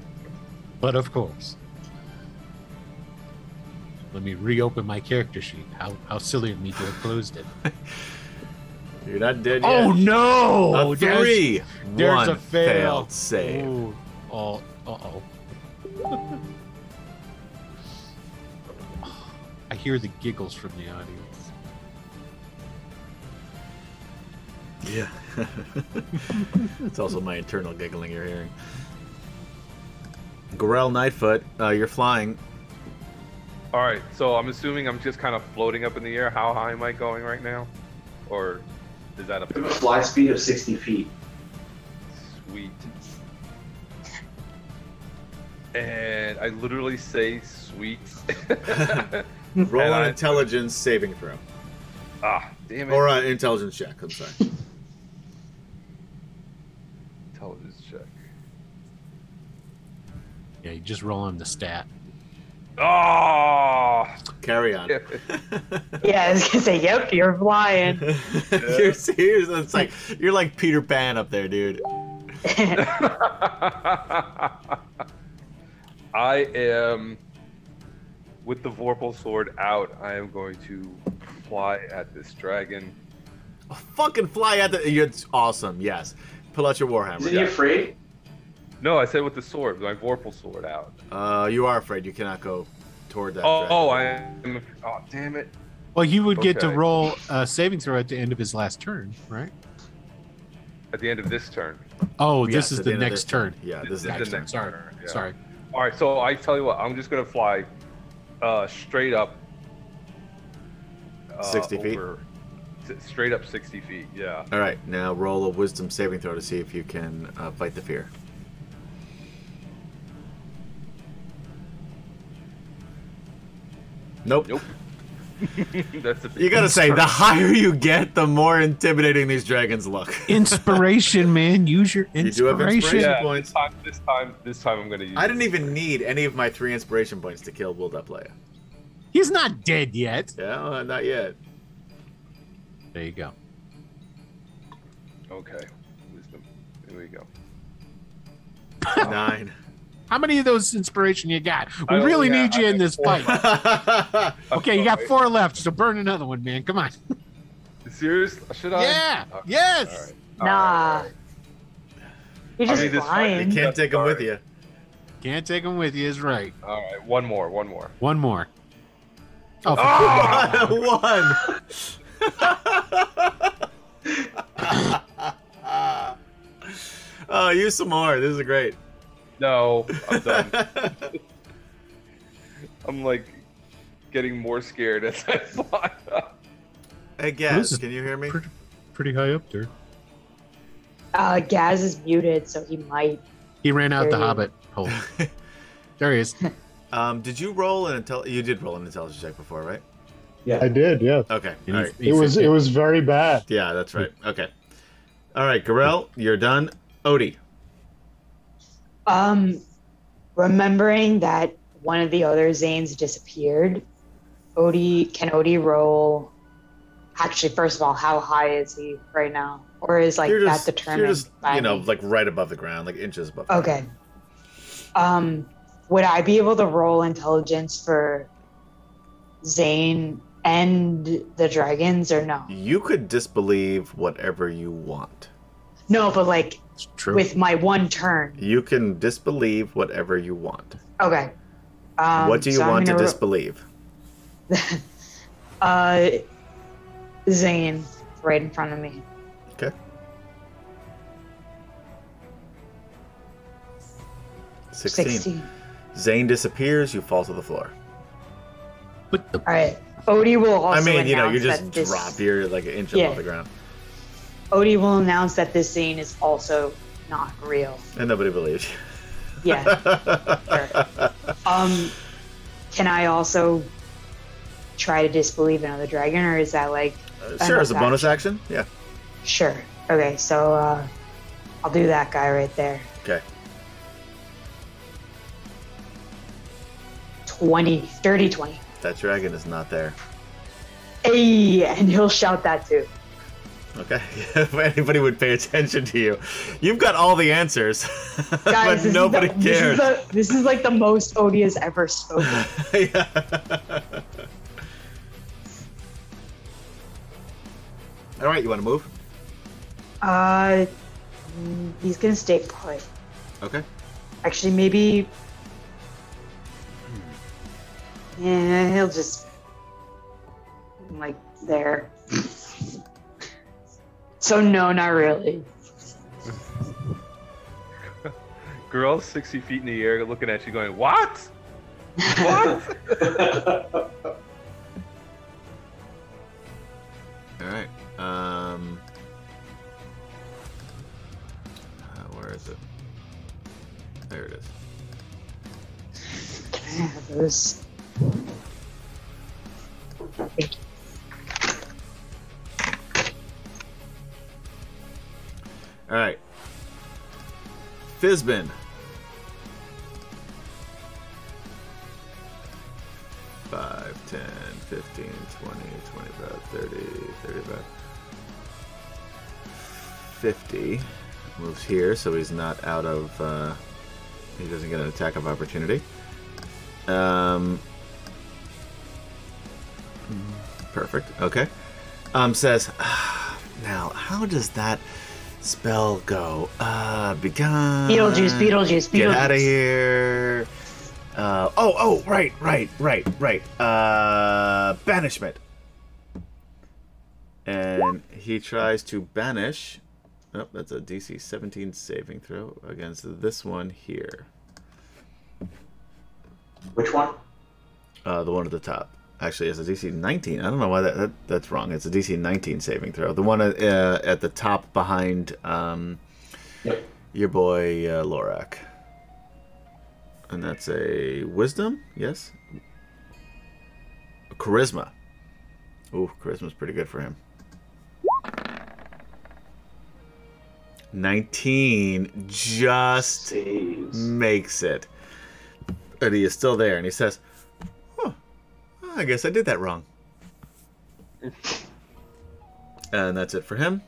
Speaker 4: But of course. Let me reopen my character sheet. How, how silly of me to have closed it.
Speaker 2: You're not dead yet.
Speaker 4: Oh no!
Speaker 2: A three.
Speaker 4: There's,
Speaker 2: One
Speaker 4: there's a fail.
Speaker 2: failed save.
Speaker 4: Ooh. Oh, uh oh. I hear the giggles from the audience.
Speaker 2: Yeah. it's also my internal giggling you're hearing. Gorel Nightfoot, uh, you're flying.
Speaker 7: All right, so I'm assuming I'm just kind of floating up in the air. How high am I going right now? Or is that
Speaker 8: You have a
Speaker 7: a
Speaker 8: fly speed of 60 feet.
Speaker 7: sweet? And I literally say sweet.
Speaker 2: Roll an
Speaker 7: And I-
Speaker 2: intelligence saving throw.
Speaker 7: ah, damn it.
Speaker 2: Or an intelligence check, I'm sorry.
Speaker 7: Intelligence check.
Speaker 4: Yeah, you just roll on the stat.
Speaker 7: Oh!
Speaker 2: Carry on.
Speaker 6: yeah, I was gonna say, yep, you're flying.
Speaker 2: you're serious. It's like you're like Peter Pan up there, dude.
Speaker 7: I am, with the Vorpal sword out, I am going to fly at this dragon.
Speaker 2: Fucking fly at the. It's awesome. Yes. Pull out your warhammer.
Speaker 8: Isn't he afraid?
Speaker 7: No, I said with the sword, my Vorpal sword out.
Speaker 2: yeah. Uh, you are afraid. You cannot go toward that.
Speaker 7: Oh,
Speaker 2: dragon.
Speaker 7: oh, I am. Oh, damn it.
Speaker 4: Well, he would get to
Speaker 7: Okay.
Speaker 4: roll a saving throw at the end of his last turn, right?
Speaker 7: At the end of this turn.
Speaker 4: Oh,
Speaker 2: Yes,
Speaker 4: this is
Speaker 2: at the
Speaker 4: the
Speaker 2: end of
Speaker 4: next
Speaker 2: this
Speaker 4: turn.
Speaker 2: Yeah, this is
Speaker 7: The
Speaker 2: the next turn.
Speaker 7: next
Speaker 4: Sorry.
Speaker 7: turn, yeah.
Speaker 4: Sorry.
Speaker 7: All right, so I tell you what, I'm just gonna fly uh, straight up. uh,
Speaker 2: 60 feet?
Speaker 7: over- s- straight up 60 feet, yeah.
Speaker 2: All right, now roll a wisdom saving throw to see if you can uh, fight the fear. Nope.
Speaker 7: Nope. That's the
Speaker 2: You gotta say, the higher you get, the more intimidating these dragons look.
Speaker 4: Inspiration, man. Use your
Speaker 2: You do have
Speaker 4: inspiration.
Speaker 2: inspiration.
Speaker 7: yeah,
Speaker 2: points.
Speaker 7: This time, this time, this time I'm gonna use.
Speaker 2: I didn't even need any of my three inspiration points to kill Will Duplaya.
Speaker 4: He's not dead yet.
Speaker 2: Yeah, well, not yet.
Speaker 4: There you go.
Speaker 7: Okay, wisdom. There we go.
Speaker 2: Nine.
Speaker 4: How many of those inspiration you got? We
Speaker 7: I-
Speaker 4: really
Speaker 7: yeah,
Speaker 4: need you
Speaker 7: I
Speaker 4: in
Speaker 7: got
Speaker 4: this
Speaker 7: four.
Speaker 4: fight. Okay, you got four left, so burn another one, man. Come on.
Speaker 7: Seriously? Should I?
Speaker 13: Yeah.
Speaker 7: All right.
Speaker 13: Yes.
Speaker 7: All right.
Speaker 6: Nah. You're
Speaker 7: I
Speaker 6: just
Speaker 7: need this
Speaker 6: lying.
Speaker 7: fucking-
Speaker 2: Can't take him with you.
Speaker 13: Can't take him with you. Is right.
Speaker 7: All right. One more. One more.
Speaker 13: One more. Oh, for
Speaker 6: Ah!
Speaker 2: One. oh, use some more. This is great.
Speaker 7: No, I'm done. I'm like getting more scared as I fly up.
Speaker 2: Hey,
Speaker 4: This
Speaker 2: Gaz,
Speaker 4: is
Speaker 2: can you hear me?
Speaker 4: Pretty, pretty high up there.
Speaker 6: Uh, Gaz is muted, so he might.
Speaker 4: He ran out the
Speaker 6: Hey.
Speaker 4: hobbit hole. There he is.
Speaker 2: Um, did you roll an intel? You did roll an intelligence check before, right?
Speaker 5: I did, yeah.
Speaker 2: Okay.
Speaker 4: He-
Speaker 2: All right.
Speaker 4: he
Speaker 5: It was
Speaker 4: said-
Speaker 5: it was very bad.
Speaker 2: Yeah, that's right. Okay. All right, Garel, you're done. Odie.
Speaker 6: Um, remembering that one of the other Zanes disappeared, Odie can Odie roll? Actually, first of all, how high is he right now, or is like
Speaker 2: you're
Speaker 6: that
Speaker 2: just,
Speaker 6: determined? Oh.
Speaker 2: you're just,
Speaker 6: by
Speaker 2: you know,
Speaker 6: me?
Speaker 2: like right above the ground, like inches above.
Speaker 6: Okay. Um, would I be able to roll intelligence for Zane and the dragons, or no?
Speaker 2: You could disbelieve whatever you want.
Speaker 6: No, but like
Speaker 4: It's true.
Speaker 6: with my one turn.
Speaker 2: You can disbelieve whatever you want.
Speaker 6: Okay. Um,
Speaker 2: what do you
Speaker 6: so I'm
Speaker 2: want to
Speaker 6: gonna ro-
Speaker 2: disbelieve?
Speaker 6: Uh, Zane, right in front of me.
Speaker 2: Okay. Sixteen.
Speaker 6: 16.
Speaker 2: Zane disappears. You fall to the floor.
Speaker 4: But the
Speaker 6: All right. Odie will also
Speaker 2: I mean, you know, you
Speaker 6: announce
Speaker 2: just
Speaker 6: that this,
Speaker 2: drop. You're like an inch
Speaker 6: Yeah.
Speaker 2: above the ground,
Speaker 6: Odie will announce that this Zane is also not real.
Speaker 2: and nobody believes you.
Speaker 6: Yeah. sure. Um, can I also try to disbelieve another dragon, or is that like
Speaker 2: Uh, sure, as a bonus action. Yeah.
Speaker 6: sure? Okay, so uh, I'll do that guy right there.
Speaker 2: Okay.
Speaker 6: 20, dirty 20.
Speaker 2: That dragon is not there.
Speaker 6: Hey, and he'll shout that too.
Speaker 2: Okay. if anybody would pay attention to you, you've got all the answers,
Speaker 6: Guys,
Speaker 2: but
Speaker 6: this
Speaker 2: nobody
Speaker 6: is the,
Speaker 2: cares.
Speaker 6: This is, the, this is like the most Odie has ever spoken.
Speaker 2: Yeah. All right, you want to move?
Speaker 6: Uh, mm, he's gonna stay put.
Speaker 2: Okay.
Speaker 6: Actually, maybe. Yeah, he'll just like there. so no, not really.
Speaker 7: Girl's 60 feet in the air looking at you going, What? What?
Speaker 2: All right. Um. uh, where is it? There it is.
Speaker 6: Can I have this?
Speaker 2: All right. Fizbin. Five, 10, 15, 20, 25, 30, 35, 50. Moves here, so he's not out of. Uh, he doesn't get an attack of opportunity. Um, perfect. Okay. Um, says, "Ah, now, how does that spell go? Uh, begun.
Speaker 6: Beetlejuice, Beetlejuice, Beetlejuice.
Speaker 2: Uh, Get out of here. Uh, oh, oh, right, right, right, right. Uh, banishment. And he tries to banish. Oh, that's a DC 17 saving throw against this one here.
Speaker 8: Which one?
Speaker 2: Uh, the one at the top. Actually, it's a DC 19. I don't know why that, that that's wrong. It's a DC 19 saving throw. The one at, uh, at the top behind um,
Speaker 8: Yep.
Speaker 2: your boy uh, Lorak. And that's a wisdom, yes? Charisma. Ooh, charisma's pretty good for him. 19 just
Speaker 8: Saves.
Speaker 2: makes it. And he is still there, and he says, Huh, I guess I did that wrong. and that's it for him.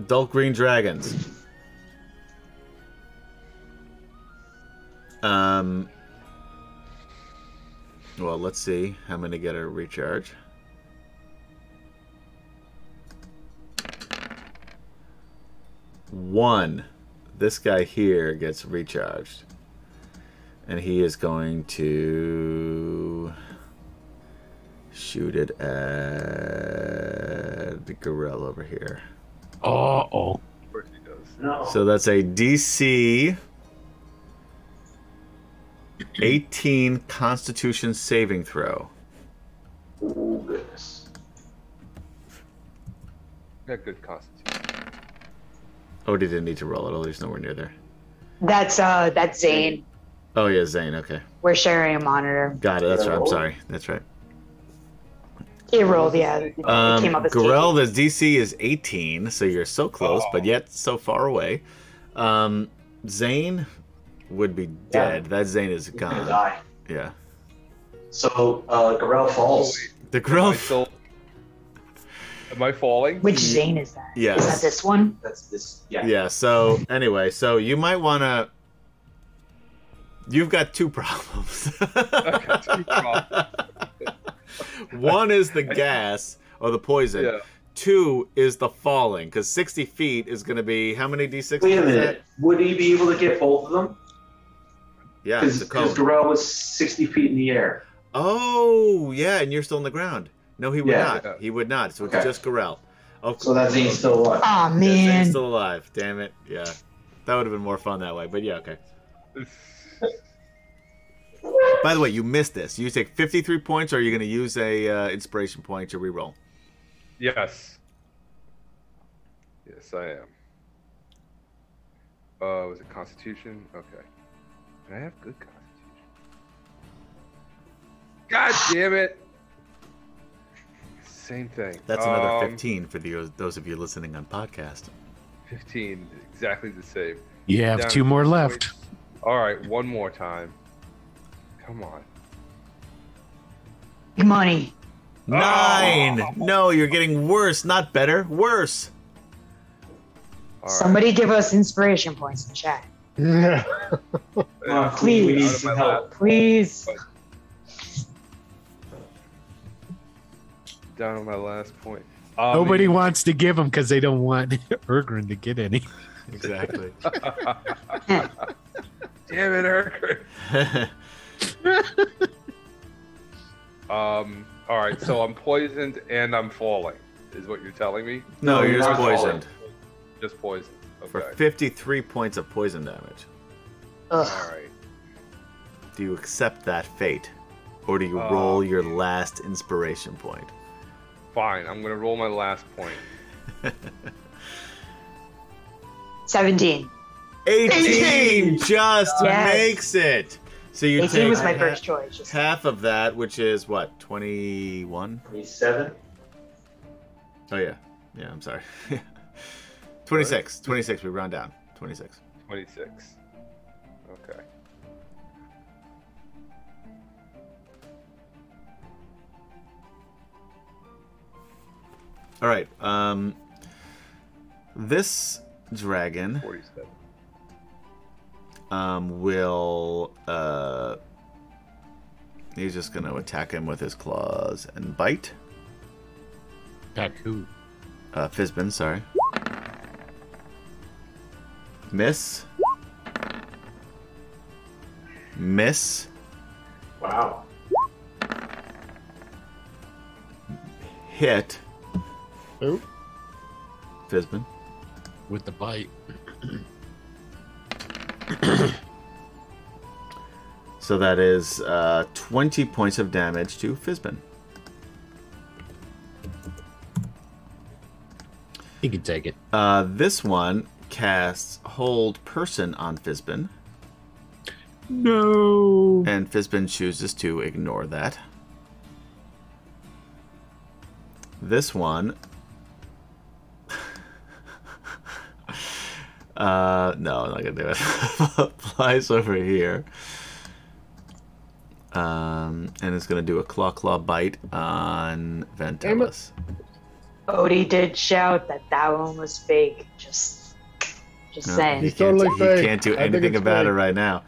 Speaker 2: Adult Green Dragons. Um, Well, let's see. I'm going to get a recharge. One. This guy here gets recharged. And he is going to shoot it at the gorilla over here.
Speaker 14: Uh oh.
Speaker 7: Of course he does.
Speaker 8: No.
Speaker 2: So that's a DC 18 Constitution saving throw.
Speaker 8: oh goodness.
Speaker 7: Got good constitution.
Speaker 2: Oh, he didn't need to roll it. Oh, he's nowhere near there.
Speaker 6: That's uh, that's Zane.
Speaker 2: Oh, yeah, Zane. Okay.
Speaker 6: We're sharing a monitor.
Speaker 2: Got it. That's right. I'm sorry. That's right.
Speaker 6: It rolled, yeah. It
Speaker 2: Um,
Speaker 6: came up as
Speaker 2: Gorel, the DC is 18, so you're so close, but
Speaker 7: Oh.
Speaker 2: yet so far away. Um, Zane would be dead. That Zane is
Speaker 8: He's gonna
Speaker 2: gone.
Speaker 8: die.
Speaker 2: Yeah.
Speaker 8: So uh, Garel falls.
Speaker 2: The
Speaker 7: Am I
Speaker 2: Gorel.
Speaker 7: still? Am I falling?
Speaker 6: Which Zane is that? Is that
Speaker 2: Yes.
Speaker 6: this one?
Speaker 8: That's this. Yeah.
Speaker 2: Yeah, so anyway, so you might want to. You've got two problems.
Speaker 7: got two problems.
Speaker 2: One is the gas or the poison.
Speaker 7: Yeah.
Speaker 2: Two is the falling, because 60 feet is going to be how many d6?
Speaker 8: Wait a minute. Would he be able to get both of them?
Speaker 2: Yeah, it's
Speaker 8: Because
Speaker 2: a cone.
Speaker 8: Garel was 60 feet in the air.
Speaker 2: Oh, yeah, and you're still on the ground. No, he would
Speaker 8: Yeah.
Speaker 2: not. He would not. So it's
Speaker 8: Okay.
Speaker 2: just Gorell. Oh,
Speaker 8: So that's he's still alive.
Speaker 2: yeah,
Speaker 6: Oh
Speaker 2: Zane's
Speaker 6: man.
Speaker 2: still alive. Damn it. Yeah. That would have been more fun that way, but yeah, okay. By the way, you missed this. You take 53 points, or are you going to use a uh, inspiration point to reroll?
Speaker 7: Yes. Yes, I am. Uh, was it Constitution? Okay. And I have good Constitution. God damn it! Same thing.
Speaker 2: That's another
Speaker 7: Um,
Speaker 2: 15 for the, those of you listening on podcast.
Speaker 7: 15, exactly the same.
Speaker 14: You have
Speaker 7: Down
Speaker 14: two more
Speaker 7: to point.
Speaker 14: left.
Speaker 7: All right, one more time. Come on.
Speaker 6: Money.
Speaker 2: Nine! No, you're getting worse, not better. Worse.
Speaker 7: All right.
Speaker 6: Somebody give us inspiration points in chat.
Speaker 5: Yeah.
Speaker 7: Uh,
Speaker 8: Come on, please, we
Speaker 7: out
Speaker 8: need
Speaker 7: of
Speaker 8: some
Speaker 7: my lap.
Speaker 8: help.
Speaker 6: Please.
Speaker 7: Down on my last point. Uh,
Speaker 14: Nobody
Speaker 7: maybe-
Speaker 14: wants to give them because they don't want Ergrin to get any.
Speaker 2: Exactly.
Speaker 7: Damn it, Herker. Um. All right. So I'm poisoned and I'm falling. Is what you're telling me?
Speaker 2: no, you're
Speaker 8: you're
Speaker 2: just
Speaker 8: not
Speaker 2: poisoned
Speaker 7: Just poisoned. Okay.
Speaker 2: for 53 points of poison damage.
Speaker 6: Ugh.
Speaker 7: All right.
Speaker 2: Do you accept that fate, or do you
Speaker 7: Uh,
Speaker 2: roll your last inspiration point?
Speaker 7: Fine. I'm gonna roll my last point.
Speaker 6: Seventeen.
Speaker 2: 18 just
Speaker 6: Yes.
Speaker 2: makes it. So you
Speaker 6: Eighteen
Speaker 2: take
Speaker 6: was my
Speaker 2: ha-
Speaker 6: first choice. Just
Speaker 2: half of that, which is what, 21?
Speaker 8: 27.
Speaker 2: Oh, yeah. Yeah, I'm sorry. 26. 26. We round down. 26.
Speaker 7: Twenty-six. Okay.
Speaker 2: All right. Um, this dragon
Speaker 7: Forty-seven.
Speaker 2: um, will. Uh, he's just going to attack him with his claws and bite.
Speaker 14: Attack who?
Speaker 2: Uh, Fizbin, sorry. Miss. Miss.
Speaker 8: Wow.
Speaker 2: Hit.
Speaker 5: Who?
Speaker 2: Fizbin.
Speaker 14: With the bite.
Speaker 2: So that is uh, 20 points of damage to Fizbin.
Speaker 14: He can take it.
Speaker 2: Uh, this one casts Hold Person on Fizbin,
Speaker 14: No.
Speaker 2: and Fizbin chooses to ignore that. This one. uh, no, I'm not gonna do it. Flies over here. Um, and it's gonna do a claw claw bite on Ventalis.
Speaker 6: Odie did shout that that one was fake. Just, just
Speaker 2: No,
Speaker 6: saying.
Speaker 2: He
Speaker 5: He's
Speaker 2: can't,
Speaker 5: totally
Speaker 2: he
Speaker 5: fake.
Speaker 2: can't do
Speaker 5: I think
Speaker 2: anything
Speaker 5: it's
Speaker 2: about it
Speaker 5: fake.
Speaker 2: right now.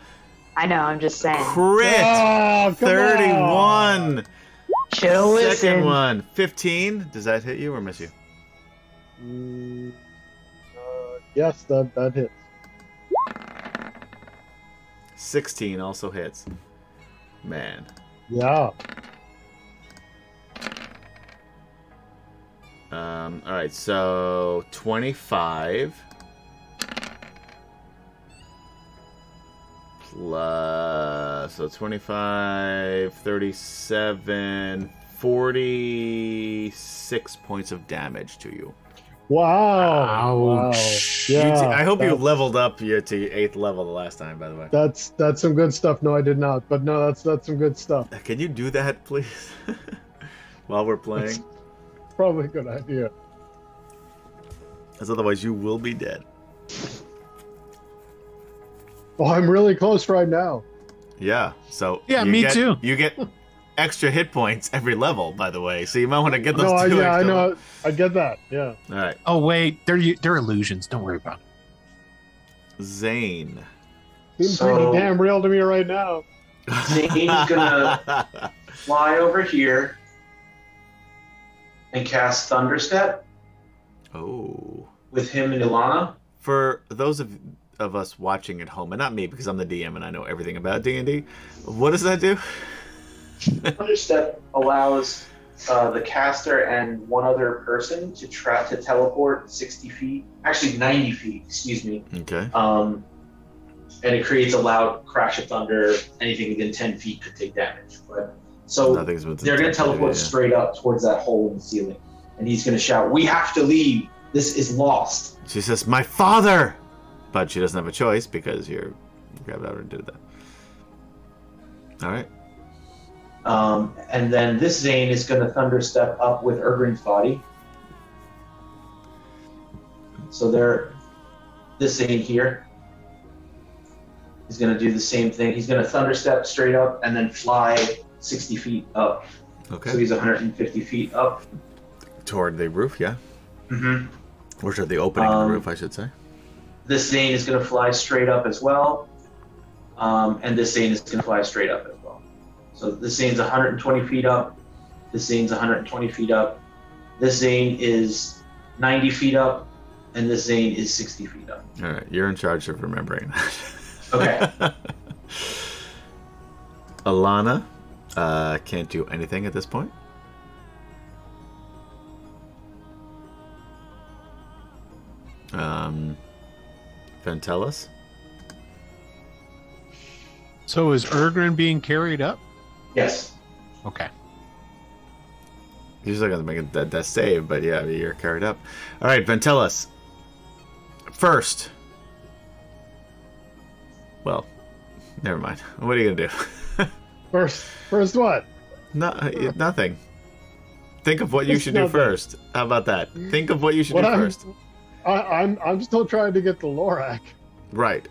Speaker 6: I know. I'm just saying.
Speaker 2: Crit!
Speaker 5: Oh, come
Speaker 2: 31!
Speaker 6: Chill listen.
Speaker 2: Second one, 15. Does that hit you or miss you?
Speaker 5: Mm, uh, yes, that that hits.
Speaker 2: 16 also hits. Man.
Speaker 5: Yeah.
Speaker 2: Um, all right, so 25 plus so 25 37 46 points of damage to you.
Speaker 5: Wow.
Speaker 4: Oh,
Speaker 5: Wow.
Speaker 4: Ouch.
Speaker 5: Yeah,
Speaker 2: You t- I hope you
Speaker 5: that-
Speaker 2: leveled up your to your 8th level the last time by the way.
Speaker 5: That's that's some good stuff. No, I did not. But no, that's that's some good stuff.
Speaker 2: Can you do that please? While we're
Speaker 5: That's
Speaker 2: playing,
Speaker 5: probably a good idea.
Speaker 2: as otherwise you will be dead.
Speaker 5: Oh, I'm really close right now.
Speaker 2: Yeah. So
Speaker 15: Yeah,
Speaker 2: you
Speaker 15: me
Speaker 2: get-
Speaker 15: too.
Speaker 2: You get extra hit points every level, by the way. So you might want to get those
Speaker 5: No, I,
Speaker 2: two.
Speaker 5: yeah, I
Speaker 2: extra
Speaker 5: know. I get that. Yeah.
Speaker 2: All right,
Speaker 15: Oh wait, they're they're illusions. Don't worry about it.
Speaker 2: Zane.
Speaker 5: Seems
Speaker 8: So-
Speaker 5: pretty damn real to me right now.
Speaker 8: Zane's gonna- Fly over here and cast Thunderstep
Speaker 2: oh,
Speaker 8: with him and Ilana.
Speaker 2: for those of of us watching at home, and not me because I'm the DM and I know everything about D and D. What does that do?
Speaker 8: Thunderstep allows uh, the caster and one other person to try to teleport 60 feet, actually 90 feet, excuse me.
Speaker 2: Okay.
Speaker 8: Um, and it creates a loud crash of thunder. Anything within 10 feet could take damage. But so
Speaker 2: Nothing's with
Speaker 8: they're going to teleport straight up towards that hole in the ceiling, and he's going to shout, "We have to leave. This is lost."
Speaker 2: She says, "My father," but she doesn't have a choice because you're grabbed out and did that. All right.
Speaker 8: Um, and then this Zane is going to thunder step up with Ergrin's body. So they're this Zane here is going to do the same thing. He's going to thunder step straight up and then fly 60 feet up. So
Speaker 2: Okay.
Speaker 8: he's 150 feet up.
Speaker 2: Toward the roof, yeah,
Speaker 8: Mm-hmm.
Speaker 2: or toward the opening of
Speaker 8: Um,
Speaker 2: the roof, I should say.
Speaker 8: This Zane is going to fly straight up as well. Um, and this Zane is going to fly straight up as well. So this Zane's 120 feet up. This Zane's 120 feet up. This Zane is 90 feet up. And this Zane is 60 feet up.
Speaker 2: All right, you're in charge of remembering that.
Speaker 8: Okay.
Speaker 2: Alana uh, can't do anything at this point. Um, Ventellus.
Speaker 4: So is Ergrin being carried up?
Speaker 8: yes.
Speaker 4: Okay.
Speaker 2: You're still gonna make a death, death save, but yeah, you're carried up. All right, Ventellus. First. Well, never mind. What are you gonna do?
Speaker 5: First, first what?
Speaker 2: No, uh, nothing. Think of what you
Speaker 5: It's
Speaker 2: should do
Speaker 5: nothing.
Speaker 2: first. How about that? Think of what you should
Speaker 5: What
Speaker 2: do
Speaker 5: I'm,
Speaker 2: first.
Speaker 5: I, I'm I'm still trying to get the Lorak.
Speaker 2: Right.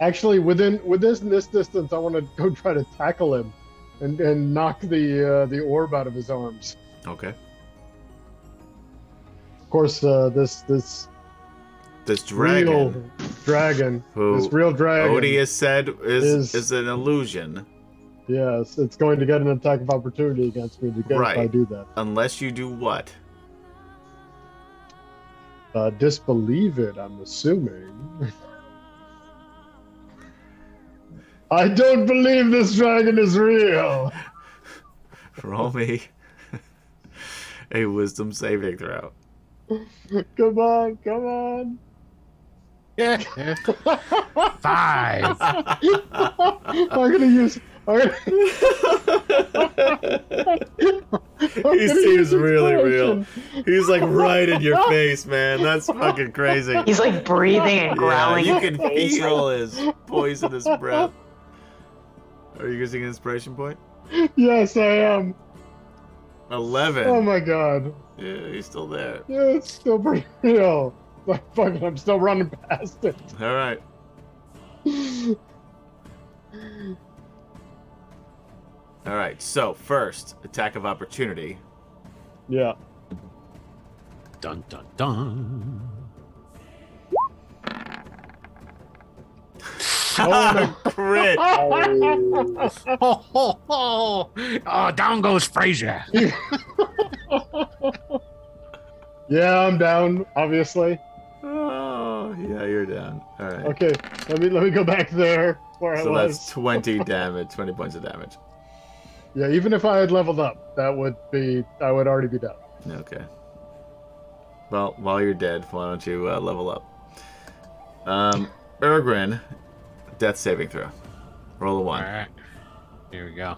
Speaker 5: Actually, within within this distance, I want to go try to tackle him, and and knock the uh, the orb out of his arms.
Speaker 2: Okay.
Speaker 5: Of course, uh, this this
Speaker 2: This dragon Oh,
Speaker 5: real dragon, this
Speaker 2: who
Speaker 5: real dragon.
Speaker 2: Odious said is, is
Speaker 5: is-
Speaker 2: an illusion
Speaker 5: Yes, it's going to get an attack of opportunity against me because
Speaker 2: Right.
Speaker 5: if I do that.
Speaker 2: unless you do what?
Speaker 5: Uh, disbelieve it, I'm assuming. I don't believe this dragon is real.
Speaker 2: Roll me a wisdom saving throw.
Speaker 5: Come on, come on.
Speaker 15: Yeah. Five.
Speaker 5: I'm gonna use. I'm gonna, I'm gonna
Speaker 2: he seems
Speaker 5: use
Speaker 2: really real.
Speaker 5: inspiration.
Speaker 2: He's like right in your face, man. That's fucking crazy.
Speaker 6: He's like breathing and
Speaker 2: Yeah,
Speaker 6: growling.
Speaker 2: you
Speaker 6: in
Speaker 2: can
Speaker 6: his face, like,
Speaker 2: feel his poisonous breath. Are you using an inspiration point?
Speaker 5: Yes, I am.
Speaker 2: Eleven.
Speaker 6: Um,
Speaker 5: Oh my god.
Speaker 2: yeah, he's still there.
Speaker 5: Yeah, it's still pretty real. Like fucking, I'm still running past it.
Speaker 2: All right. All right. So first attack of opportunity.
Speaker 5: Yeah.
Speaker 4: Dun dun dun.
Speaker 16: Oh,
Speaker 2: Crit. Oh.
Speaker 16: ho, ho, ho. oh, down goes Frazier.
Speaker 5: Yeah, I'm down. Obviously.
Speaker 2: Oh, yeah, you're down. All right.
Speaker 5: Okay. Let me let me go back there where I
Speaker 2: So
Speaker 5: was.
Speaker 2: that's 20 damage, 20 points of damage.
Speaker 5: Yeah, even if I had leveled up, that would be I would already be down.
Speaker 2: Okay. Well, while you're dead, why don't you uh, level up? Um, Ergrin, death saving throw. Roll a
Speaker 16: All
Speaker 2: one.
Speaker 16: right. Here we go.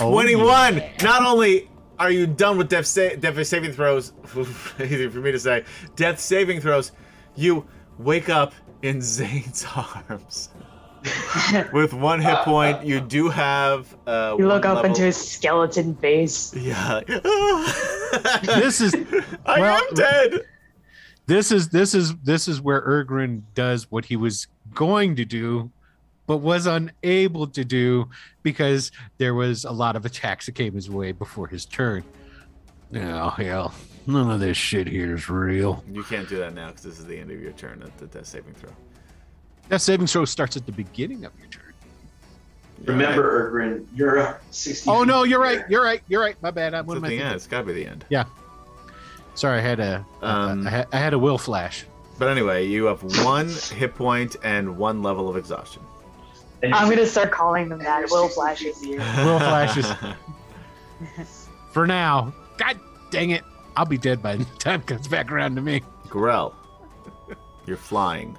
Speaker 16: Oh,
Speaker 2: 21! Not only are you done with death, sa- death saving throws, easy for me to say, death saving throws, you wake up in Zane's arms. with one hit point, you do have. Uh,
Speaker 6: You look
Speaker 2: one
Speaker 6: up into
Speaker 2: level-
Speaker 6: his skeleton face.
Speaker 2: Yeah.
Speaker 4: This is
Speaker 2: I
Speaker 4: Well-
Speaker 2: am dead!
Speaker 4: this is this is this is where Ergrin does what he was going to do, but was unable to do because there was a lot of attacks that came his way before his turn. Oh hell, none of this shit here is real.
Speaker 2: You can't do that now because this is the end of your turn at the death saving throw.
Speaker 4: That saving throw starts at the beginning of your turn.
Speaker 8: Remember, Ergrin, you're 60.
Speaker 4: Oh
Speaker 8: feet
Speaker 4: no, you're right.
Speaker 8: there.
Speaker 4: You're right. You're right. My bad. I,
Speaker 2: It's at
Speaker 4: what am
Speaker 2: the
Speaker 4: I
Speaker 2: end.
Speaker 4: thinking?
Speaker 2: It's got to be the end.
Speaker 4: Sorry, I had a
Speaker 2: Um,
Speaker 4: I had, I had a will flash.
Speaker 2: But anyway, you have one hit point and one level of exhaustion.
Speaker 8: And
Speaker 6: I'm
Speaker 8: you're-
Speaker 6: gonna start calling them that.
Speaker 8: you're
Speaker 6: Will
Speaker 8: 60
Speaker 6: flashes.
Speaker 8: feet there.
Speaker 4: Will flashes. For now, God dang it, I'll be dead by the time it comes back around to me.
Speaker 2: Grell, you're flying.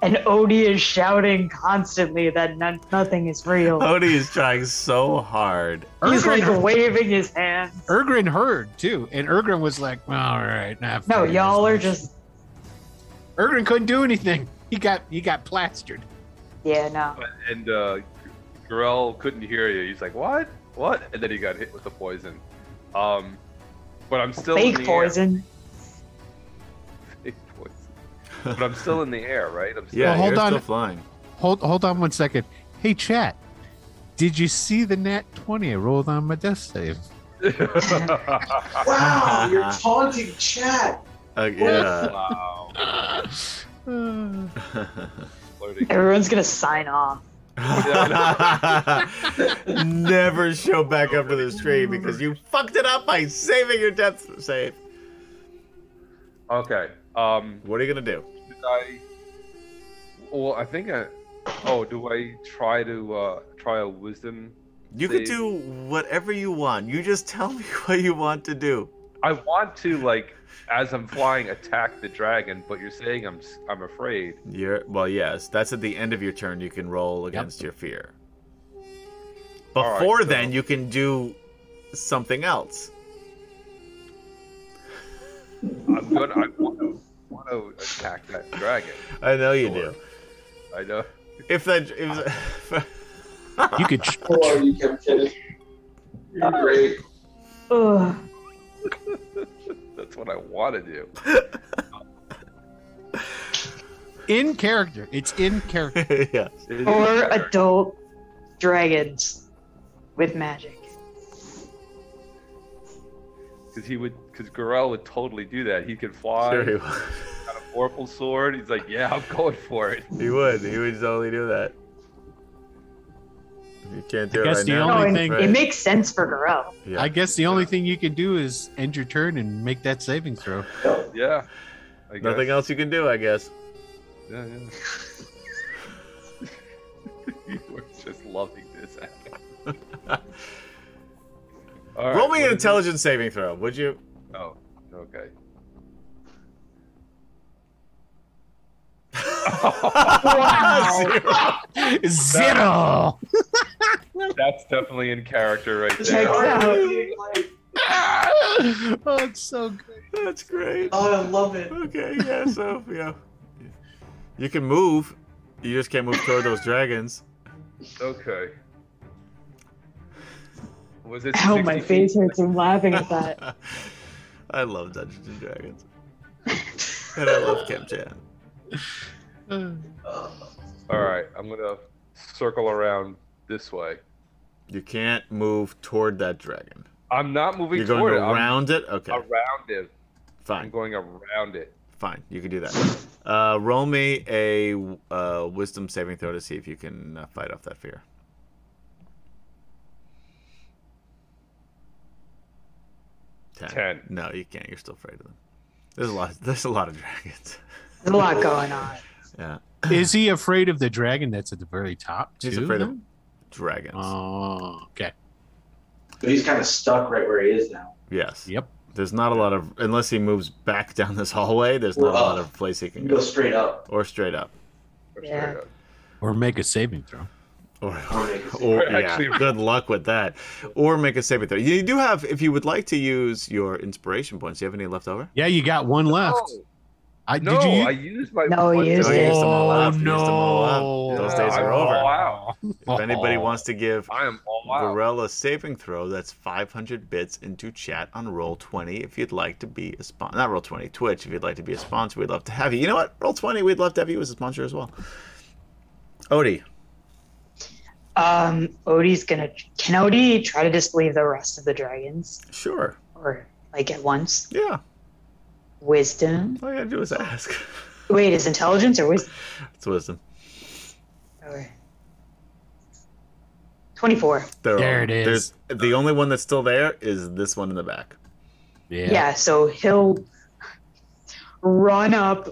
Speaker 6: And Odie is shouting constantly that none, nothing is real.
Speaker 2: Odie is trying so hard.
Speaker 6: He's
Speaker 4: Ergrin,
Speaker 6: like waving his hands.
Speaker 4: Ergrin heard too, and Ergrin was like, "All right, nah,
Speaker 6: No,
Speaker 4: fine."
Speaker 6: y'all are just
Speaker 4: Ergrin couldn't do anything. He got he got plastered.
Speaker 6: yeah, no.
Speaker 7: And uh, Garel couldn't hear you. He's like, "What? What?" And then he got hit with the poison. Um, but I'm still in
Speaker 6: Fake
Speaker 7: the
Speaker 6: poison.
Speaker 7: Air. Fake poison. But I'm still in the air, right? I'm still
Speaker 2: Yeah,
Speaker 4: Well, hold
Speaker 2: you're
Speaker 4: on.
Speaker 2: still flying.
Speaker 4: Hold hold on one second. Hey, chat, did you see the nat twenty I rolled on my death save?
Speaker 8: Wow, you're taunting Chad.
Speaker 2: Uh, yeah.
Speaker 7: wow.
Speaker 4: Uh,
Speaker 7: Flirting.
Speaker 6: Everyone's gonna sign off.
Speaker 2: Never show back up to this tree because you fucked it up by saving your death save.
Speaker 7: Okay. Um,
Speaker 2: What are you gonna do?
Speaker 7: did I? Well, I think I. Oh, do I try to uh, try a wisdom?
Speaker 2: You could
Speaker 7: Save.
Speaker 2: do whatever you want. You just tell me what you want to do.
Speaker 7: I want to like, as I'm flying, attack the dragon. But you're saying I'm s- I'm afraid.
Speaker 2: You're well, yes. That's at the end of your turn. You can roll against your fear.
Speaker 7: All right,
Speaker 2: Before
Speaker 7: so-
Speaker 2: then, you can do something else.
Speaker 7: I'm gonna. I want to, want to attack that dragon.
Speaker 2: I know you
Speaker 7: Sure.
Speaker 2: do.
Speaker 7: I know.
Speaker 2: If that, if,
Speaker 4: you could tr-
Speaker 8: How are "Oh, you, Kim Kidd? You're great.
Speaker 6: Ugh.
Speaker 7: That's what I want to do.
Speaker 4: in character. It's in character.
Speaker 2: yeah,
Speaker 6: Or adult dragons with magic.
Speaker 7: Because he would, because Gorell would totally do that. He could fly.
Speaker 2: sure he would.
Speaker 7: Got a vorpal sword. He's like, yeah, I'm going for it.
Speaker 2: He would. He would totally do that. You can't do
Speaker 4: I
Speaker 2: it
Speaker 4: guess
Speaker 2: right
Speaker 4: the
Speaker 2: now.
Speaker 4: only
Speaker 6: No, Oh, and
Speaker 4: thing-
Speaker 2: Right.
Speaker 6: it makes sense for Garel.
Speaker 2: Yeah.
Speaker 4: I guess the only thing you can do is end your turn and make that saving throw.
Speaker 7: Yeah. I guess.
Speaker 2: Nothing else you can do, I guess.
Speaker 7: Yeah, yeah. you are just loving this. Adam. All right,
Speaker 2: Roll me
Speaker 7: what
Speaker 2: an
Speaker 7: is it?
Speaker 2: intelligence saving throw, would you?
Speaker 7: Oh, okay.
Speaker 4: Zero.
Speaker 7: That's definitely in character right
Speaker 8: This
Speaker 6: Check
Speaker 7: there.
Speaker 6: Checks out.
Speaker 8: Like,
Speaker 4: oh, it's so good.
Speaker 2: That's great.
Speaker 8: oh, I love it.
Speaker 2: Okay, yeah, so, yeah. You can move. You just can't move toward those dragons.
Speaker 7: Okay. Was it?
Speaker 6: Ow, Oh, my
Speaker 7: 60 feet?
Speaker 6: face hurts from laughing at that.
Speaker 2: I love Dungeons and Dragons. and I love Camp Chan.
Speaker 7: All right, I'm gonna circle around this way.
Speaker 2: You can't move toward that dragon.
Speaker 7: I'm not moving
Speaker 2: You're going
Speaker 7: toward it. I'm
Speaker 2: around it? Okay.
Speaker 7: around it.
Speaker 2: Fine.
Speaker 7: I'm going around it.
Speaker 2: Fine, you can do that. Uh, roll me a uh, wisdom saving throw to see if you can uh, fight off that fear. Ten.
Speaker 7: Ten.
Speaker 2: No, you can't. You're still afraid of them. There's a lot. There's a lot of dragons.
Speaker 6: There's a lot going on.
Speaker 2: Yeah,
Speaker 4: Is he afraid of the dragon that's at the very top?
Speaker 2: he's
Speaker 4: too,
Speaker 2: afraid of
Speaker 4: then?
Speaker 2: dragons.
Speaker 4: Oh, okay.
Speaker 8: But he's kind of stuck right where he is now.
Speaker 2: yes.
Speaker 4: Yep.
Speaker 2: There's not a lot of unless he moves back down this hallway. There's
Speaker 8: Or
Speaker 2: not a lot
Speaker 8: up.
Speaker 2: of place he
Speaker 8: You
Speaker 2: can
Speaker 8: can go
Speaker 2: go,
Speaker 8: straight up.
Speaker 2: or straight up,
Speaker 7: Or
Speaker 6: Yeah.
Speaker 7: straight up.
Speaker 4: Or make a saving throw.
Speaker 2: or
Speaker 8: Or make a
Speaker 2: Or,
Speaker 7: Or actually-
Speaker 2: yeah, good luck with that. Or make a saving throw. You do have, if you would like to use your inspiration points, do you have any left over?
Speaker 4: Yeah, you got one left. I,
Speaker 7: No,
Speaker 4: did you?
Speaker 7: I used my.
Speaker 6: No, you
Speaker 7: one-
Speaker 6: used
Speaker 2: No, Oh, you
Speaker 6: it.
Speaker 2: used them all up. You used them all
Speaker 4: Oh,
Speaker 2: up. Those days
Speaker 7: I'm
Speaker 2: are over.
Speaker 7: All out.
Speaker 2: If anybody
Speaker 14: oh,
Speaker 2: wants to give
Speaker 7: I am all out.
Speaker 2: Gorell a saving throw, that's 500 bits into chat on Roll20 if you'd like to be a sponsor. Not Roll20, Twitch. If you'd like to be a sponsor, we'd love to have you. You know what? Roll20, we'd love to have you as a sponsor as well. Odie.
Speaker 6: Um, Odie's gonna. Can Odie try to disbelieve the rest of the dragons,
Speaker 2: Sure.
Speaker 6: or like at once?
Speaker 2: Yeah.
Speaker 6: Wisdom.
Speaker 2: All you gotta do is ask.
Speaker 6: Wait, is intelligence or wisdom?
Speaker 2: It's wisdom.
Speaker 6: Okay. Twenty-four.
Speaker 2: They're
Speaker 4: There
Speaker 2: all-
Speaker 4: it is.
Speaker 2: There's,
Speaker 6: Uh.
Speaker 2: the only one that's still there is this one in the back.
Speaker 4: Yeah.
Speaker 6: Yeah. so he'll run up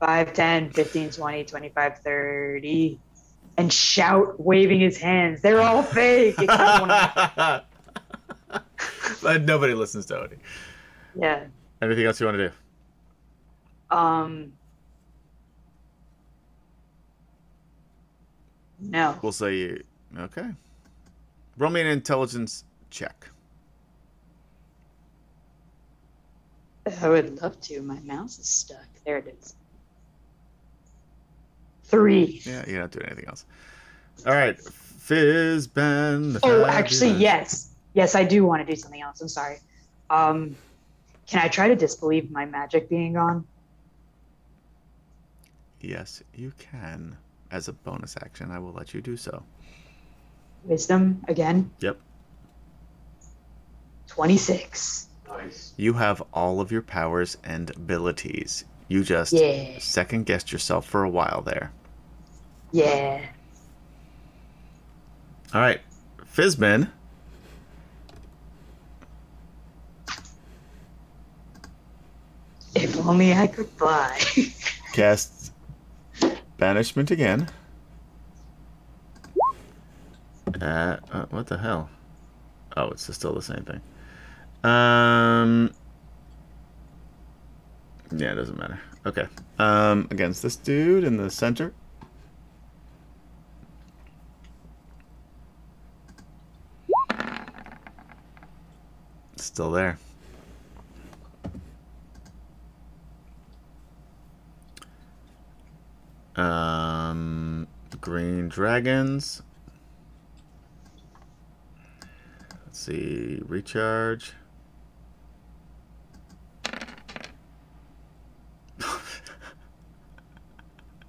Speaker 6: 5, 10, 15, 20, 25, 30, and shout, waving his hands. They're all fake. except one of them.
Speaker 2: but nobody listens to Odie.
Speaker 6: yeah.
Speaker 2: Anything else you want to do?
Speaker 6: Um, no.
Speaker 2: We'll say you. Okay. Roll me an intelligence check.
Speaker 6: I would love to. My mouse is stuck. There it is. Three.
Speaker 2: Yeah, you're not doing anything else. All right. Fizz Ben. the
Speaker 6: Oh,
Speaker 2: fabulous-
Speaker 6: actually, yes. Yes, I do want to do something else. I'm sorry. Um, can I try to disbelieve my magic being gone?
Speaker 2: Yes, you can. As a bonus action, I will let you do so.
Speaker 6: Wisdom again.
Speaker 2: Yep.
Speaker 6: 26.
Speaker 8: Nice.
Speaker 2: You have all of your powers and abilities. You just
Speaker 6: Yeah.
Speaker 2: second guessed yourself for a while there.
Speaker 6: Yeah.
Speaker 2: All right. Fizbin.
Speaker 6: If only I could fly.
Speaker 2: cast banishment again. Uh, uh, what the hell? Oh, it's still the same thing. Um. Yeah, it doesn't matter. Okay. Um, against this dude in the center. Still there. Um, green dragons. Let's see, recharge.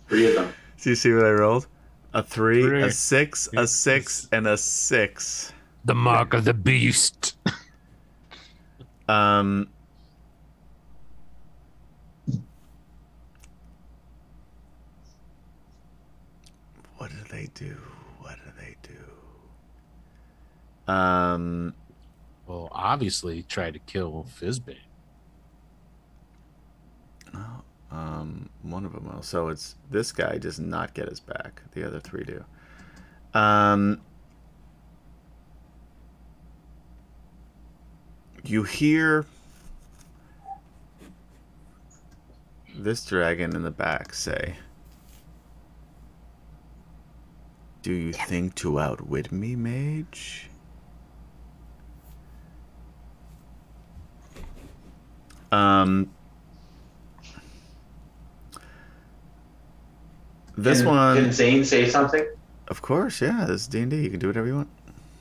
Speaker 8: Three of them.
Speaker 2: Do you see what I rolled? A three, a
Speaker 4: Three.
Speaker 2: six, a six, and a six.
Speaker 4: The mark of the beast.
Speaker 2: Um, what do they do? What do they do? Um,
Speaker 4: Well, obviously, try to kill Fizbane.
Speaker 2: oh, um, one of them will. So it's this guy does not get his back. The other three do. Um, you hear this dragon in the back say, Do you think to outwit me, mage? Um, this
Speaker 8: Can-
Speaker 2: one,
Speaker 8: Can Zane say something?
Speaker 2: of course, yeah. This is D and D. You can do whatever you want.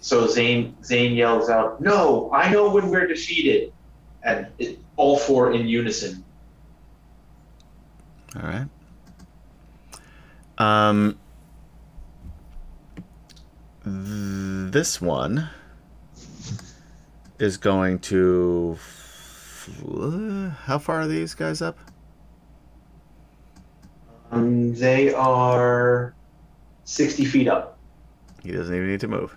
Speaker 8: So Zane Zane yells out, "No! I know when we're defeated," and it, all four in unison.
Speaker 2: All right. Um, th- this one is going to fl- how far are these guys up?
Speaker 8: Um, they are 60 feet up.
Speaker 2: He doesn't even need to move.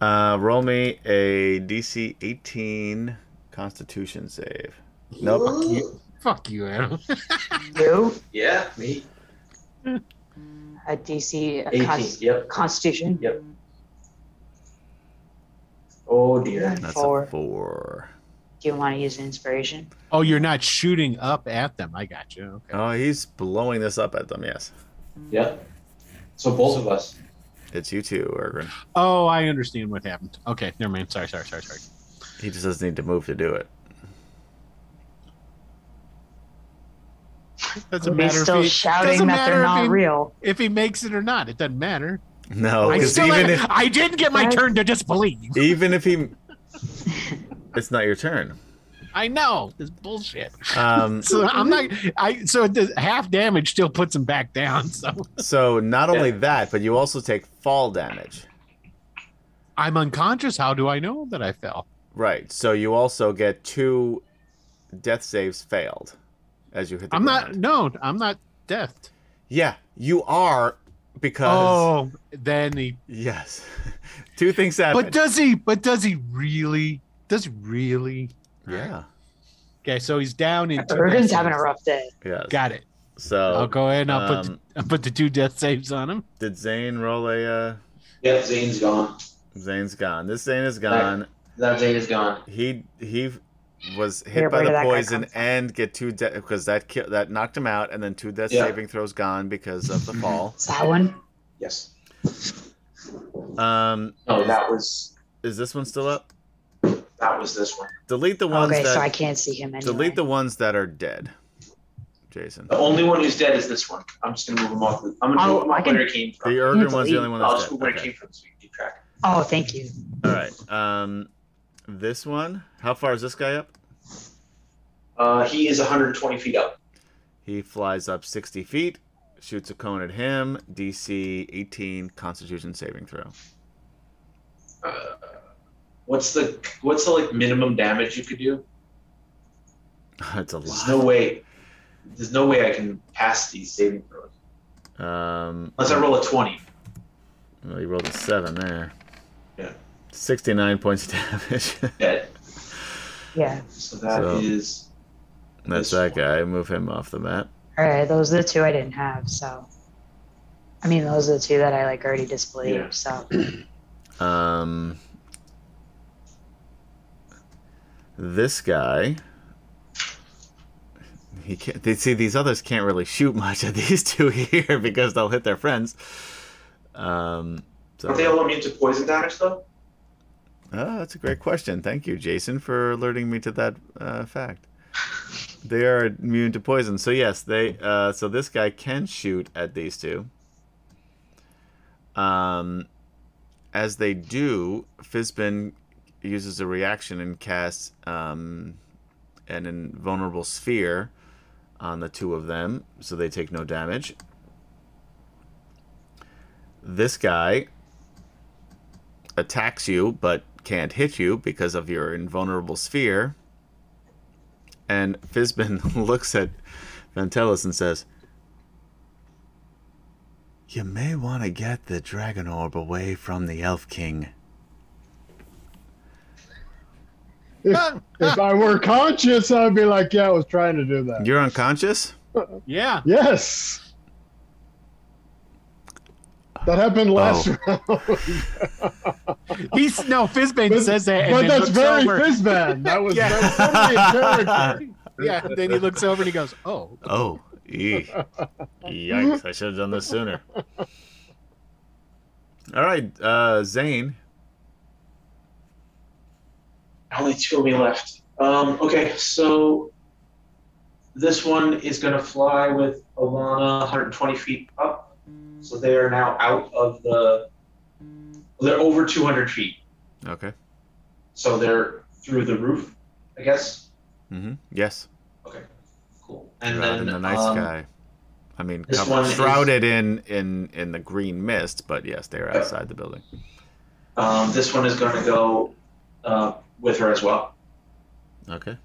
Speaker 2: Uh, roll me a DC 18 Constitution save. Nope.
Speaker 8: Ooh.
Speaker 14: Fuck you, Adam.
Speaker 6: You?
Speaker 8: Yeah, me.
Speaker 6: A DC a
Speaker 8: 18.
Speaker 6: cons-
Speaker 8: Yep.
Speaker 6: Constitution?
Speaker 8: Yep. Oh dear.
Speaker 2: That's
Speaker 6: Four.
Speaker 2: a four.
Speaker 6: Do you want to use inspiration?
Speaker 14: Oh, you're not shooting up at them. I got you. Okay.
Speaker 2: Oh, he's blowing this up at them. Yes,
Speaker 8: Yep. So both of us.
Speaker 2: it's you too, Ergrin.
Speaker 14: Oh, I understand what happened. Okay, never mind. Sorry, sorry, sorry, sorry.
Speaker 2: He just doesn't need to move to do it.
Speaker 14: Doesn't
Speaker 6: Are they
Speaker 14: matter if
Speaker 6: still
Speaker 14: he,
Speaker 6: shouting
Speaker 14: doesn't
Speaker 6: that
Speaker 14: matter
Speaker 6: they're
Speaker 14: if
Speaker 6: not
Speaker 14: he-
Speaker 6: real?
Speaker 14: if he makes it or not. It doesn't matter.
Speaker 2: No,
Speaker 14: I
Speaker 2: because
Speaker 14: still
Speaker 2: Oh, even
Speaker 14: haven't-
Speaker 2: if,
Speaker 14: I didn't get my
Speaker 6: Right.
Speaker 14: turn to disbelieve.
Speaker 2: even if he, it's not your turn.
Speaker 14: I know this bullshit.
Speaker 2: Um,
Speaker 14: So I'm not. I so the half damage still puts him back down. So
Speaker 2: so not only
Speaker 8: Yeah.
Speaker 2: that, but you also take fall damage.
Speaker 14: I'm unconscious. How do I know that I fell?
Speaker 2: Right. So you also get two death saves failed as you hit the
Speaker 14: I'm not.
Speaker 2: ground.
Speaker 14: No, I'm not deaf.
Speaker 2: Yeah, you are because
Speaker 14: Oh, then he.
Speaker 2: yes, two things happen.
Speaker 14: But does he? But does he really? Does he really?
Speaker 2: yeah.
Speaker 14: Okay, so he's down in. two
Speaker 6: Ergin's
Speaker 14: death
Speaker 6: having a
Speaker 14: saves.
Speaker 6: rough day.
Speaker 2: Yes.
Speaker 14: Got it.
Speaker 2: So
Speaker 14: I'll go ahead and I'll put
Speaker 2: um,
Speaker 14: the, I'll put the two death saves on him.
Speaker 2: did Zane roll a? Uh,
Speaker 8: Yep, Zane's gone.
Speaker 2: Zane's gone. This Zane is gone.
Speaker 8: That Zane is gone.
Speaker 2: He he was hit
Speaker 6: Here,
Speaker 2: by
Speaker 6: where did
Speaker 2: the
Speaker 6: that guy
Speaker 2: poison
Speaker 6: come from?
Speaker 2: and get two death because that ki- that knocked him out, and then two death
Speaker 8: Yeah.
Speaker 2: saving throws gone because of the fall.
Speaker 6: Is that one?
Speaker 8: Yes.
Speaker 2: Um,
Speaker 8: Oh, No, that was
Speaker 2: is this one still up?
Speaker 8: that was this one.
Speaker 2: Delete the ones
Speaker 6: Okay,
Speaker 2: that
Speaker 6: so I can't see him anyway.
Speaker 2: delete the ones that are dead. Jason,
Speaker 8: The only one who's dead is this one. I'm just gonna move him off. the- I'm gonna
Speaker 6: Oh,
Speaker 8: move him
Speaker 6: I
Speaker 8: off
Speaker 6: can-
Speaker 8: where it came
Speaker 2: the
Speaker 8: from.
Speaker 2: Ergen one's the only one
Speaker 8: I'll
Speaker 2: that's
Speaker 8: just
Speaker 2: dead.
Speaker 8: move where it
Speaker 2: Okay.
Speaker 8: came from so you can keep track.
Speaker 6: Oh, thank you.
Speaker 2: All right. Um, this one. How far is this guy up?
Speaker 8: Uh, he is 120 feet up.
Speaker 2: He flies up 60 feet, shoots a cone at him. DC 18 Constitution saving throw.
Speaker 8: Uh, what's the what's the like minimum damage you could do?
Speaker 2: it's a lot.
Speaker 8: There's no way. There's no way I can pass these saving throws
Speaker 2: Um,
Speaker 8: unless I roll a 20.
Speaker 2: well, you rolled a seven there.
Speaker 8: Yeah.
Speaker 2: 69 points of damage.
Speaker 8: Dead.
Speaker 6: Yeah.
Speaker 8: So that
Speaker 2: So-
Speaker 8: is
Speaker 2: That's
Speaker 8: This
Speaker 2: that
Speaker 8: one.
Speaker 2: guy. Move him off the map.
Speaker 6: All right, those are the two I didn't have. So, I mean, those are the two that I like already displayed.
Speaker 8: Yeah.
Speaker 6: So,
Speaker 2: Um, this guy. He can't. They see these others can't really shoot much at these two here because they'll hit their friends. Um, so
Speaker 8: Aren't they all immune to poison damage though?
Speaker 2: Ah, that's a great question. Thank you, Jason, for alerting me to that uh, fact. They are immune to poison. So yes, they. Uh, so this guy can shoot at these two. Um, as they do, Fizbin uses a reaction and casts um, an invulnerable sphere on the two of them, so they take no damage. This guy attacks you but can't hit you because of your invulnerable sphere. And Fizbin looks at Ventellus and says, You may want to get the dragon orb away from the Elf King.
Speaker 5: If, if I were conscious, I'd be like, yeah, I was trying to do that.
Speaker 2: You're unconscious?
Speaker 14: Yeah.
Speaker 5: Yes. That happened
Speaker 2: Oh.
Speaker 5: last round.
Speaker 14: He's no Fizbane
Speaker 5: But-
Speaker 14: says that, and
Speaker 5: but
Speaker 14: then
Speaker 5: that's
Speaker 14: looks
Speaker 5: very
Speaker 14: over.
Speaker 5: Fizban. That was,
Speaker 14: Yeah.
Speaker 5: that was totally in character.
Speaker 14: yeah. Then he looks over and he goes, "Oh,
Speaker 2: Oh, eek. yikes. I should have done this sooner. All right, uh, Zane.
Speaker 8: Only two of me left. Um, okay, so this one is gonna fly with Alana 120 feet up. So they are now out of the. They're over 200 feet,
Speaker 2: Okay.
Speaker 8: so they're through the roof, I guess.
Speaker 2: Mm-hmm. Yes.
Speaker 8: Okay, cool. And
Speaker 2: shrouded
Speaker 8: then
Speaker 2: in the night
Speaker 8: um,
Speaker 2: sky. I mean,
Speaker 8: this
Speaker 2: covered-
Speaker 8: one is-
Speaker 2: shrouded in in in the green mist, but yes, they were outside the building.
Speaker 8: Um, this one is going to go uh, with her as well.
Speaker 2: Okay.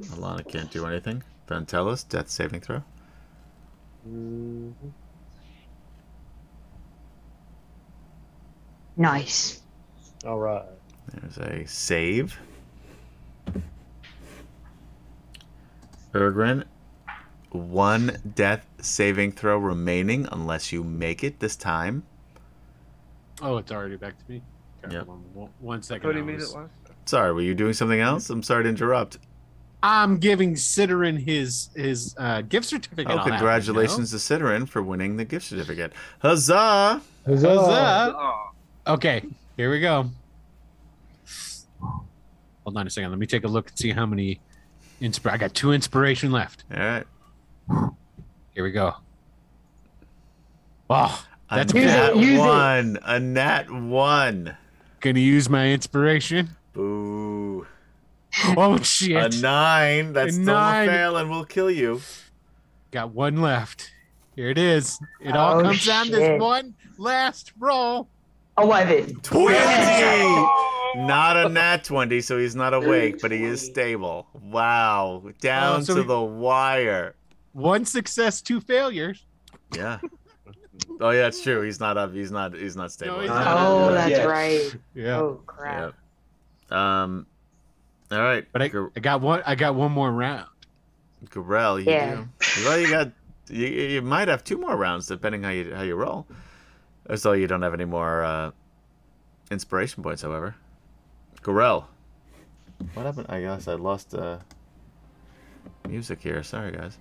Speaker 2: Alana can't do anything. Then tell us death saving throw.
Speaker 6: Nice.
Speaker 5: All right.
Speaker 2: There's a save. Ergrin, one death saving throw remaining unless you make it this time.
Speaker 4: Oh, it's already back to me. Okay,
Speaker 2: Yep.
Speaker 4: one- one- one second.
Speaker 7: Cody
Speaker 4: I
Speaker 7: made
Speaker 4: was-
Speaker 7: it last.
Speaker 2: Sorry, were you doing something else? I'm sorry to interrupt.
Speaker 4: I'm giving Citarin his his uh, gift certificate. on
Speaker 2: Oh,
Speaker 4: that one, you know?
Speaker 2: congratulations to Citarin for winning the gift certificate. Huzzah!
Speaker 4: Huzzah!
Speaker 7: Oh,
Speaker 4: Okay, here we go. Hold on a second. Let me take a look and see how many. Inspir- I got two inspiration left.
Speaker 2: All right.
Speaker 4: Here we go. Oh, That's
Speaker 2: a
Speaker 4: Use it,
Speaker 2: nat
Speaker 6: use it.
Speaker 2: one. A nat one.
Speaker 4: gonna use my inspiration.
Speaker 2: Boo.
Speaker 4: Oh
Speaker 2: A
Speaker 4: shit!
Speaker 2: nine. That's
Speaker 4: A
Speaker 2: still
Speaker 4: nine.
Speaker 2: a fail and will kill you.
Speaker 4: Got one left. Here it is. It all
Speaker 6: Oh,
Speaker 4: comes down to
Speaker 6: shit.
Speaker 4: this one last roll.
Speaker 6: Eleven.
Speaker 2: 20! Not a nat 20, so he's not awake, but he is
Speaker 8: 20.
Speaker 2: stable. Wow. Down
Speaker 4: Oh, so
Speaker 2: to
Speaker 4: he-
Speaker 2: the wire.
Speaker 4: One success, two failures.
Speaker 2: Yeah. Oh yeah, it's true. He's not up. He's not. He's not stable. Uh,
Speaker 4: he's
Speaker 8: not.
Speaker 6: Oh, that's
Speaker 8: Yes.
Speaker 6: right.
Speaker 4: Yeah.
Speaker 6: Oh crap.
Speaker 2: Yep. Um. All right,
Speaker 4: But I,
Speaker 2: Gor-
Speaker 4: I got one. I got one more round.
Speaker 2: Gorell, you
Speaker 6: Yeah.
Speaker 2: do. Well, you got. You, you might have two more rounds depending how you how you roll. So you don't have any more uh, inspiration points, however. Gorell. What happened? I guess I lost uh, music here. Sorry, guys.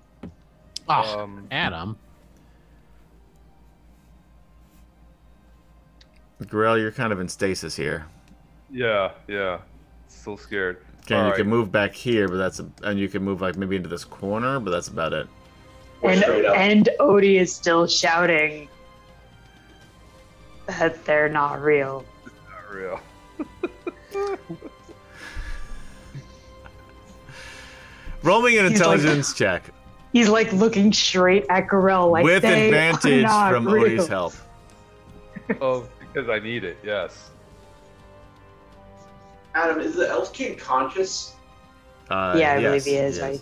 Speaker 4: Oh,
Speaker 7: um,
Speaker 4: Adam.
Speaker 2: Gorell, you're kind of in stasis here.
Speaker 7: yeah, yeah. Still scared.
Speaker 2: Okay,
Speaker 7: All
Speaker 2: you
Speaker 7: right.
Speaker 2: can move back here, but that's and you can move like maybe into this corner, but that's about it.
Speaker 6: And,
Speaker 8: Straight up.
Speaker 6: and Odie is still shouting that they're not real.
Speaker 7: Not real.
Speaker 2: Roll me an
Speaker 6: He's like-
Speaker 2: intelligence check
Speaker 6: He's like looking straight at Gorell, like
Speaker 2: with
Speaker 6: "They are
Speaker 2: advantage
Speaker 6: not
Speaker 2: from
Speaker 6: real."
Speaker 2: Odie's help.
Speaker 7: Oh, because I need it. Yes.
Speaker 8: Adam, is the elf king conscious?
Speaker 2: Uh,
Speaker 6: Yeah, I
Speaker 2: yes,
Speaker 6: believe he is.
Speaker 2: yes.
Speaker 6: Like,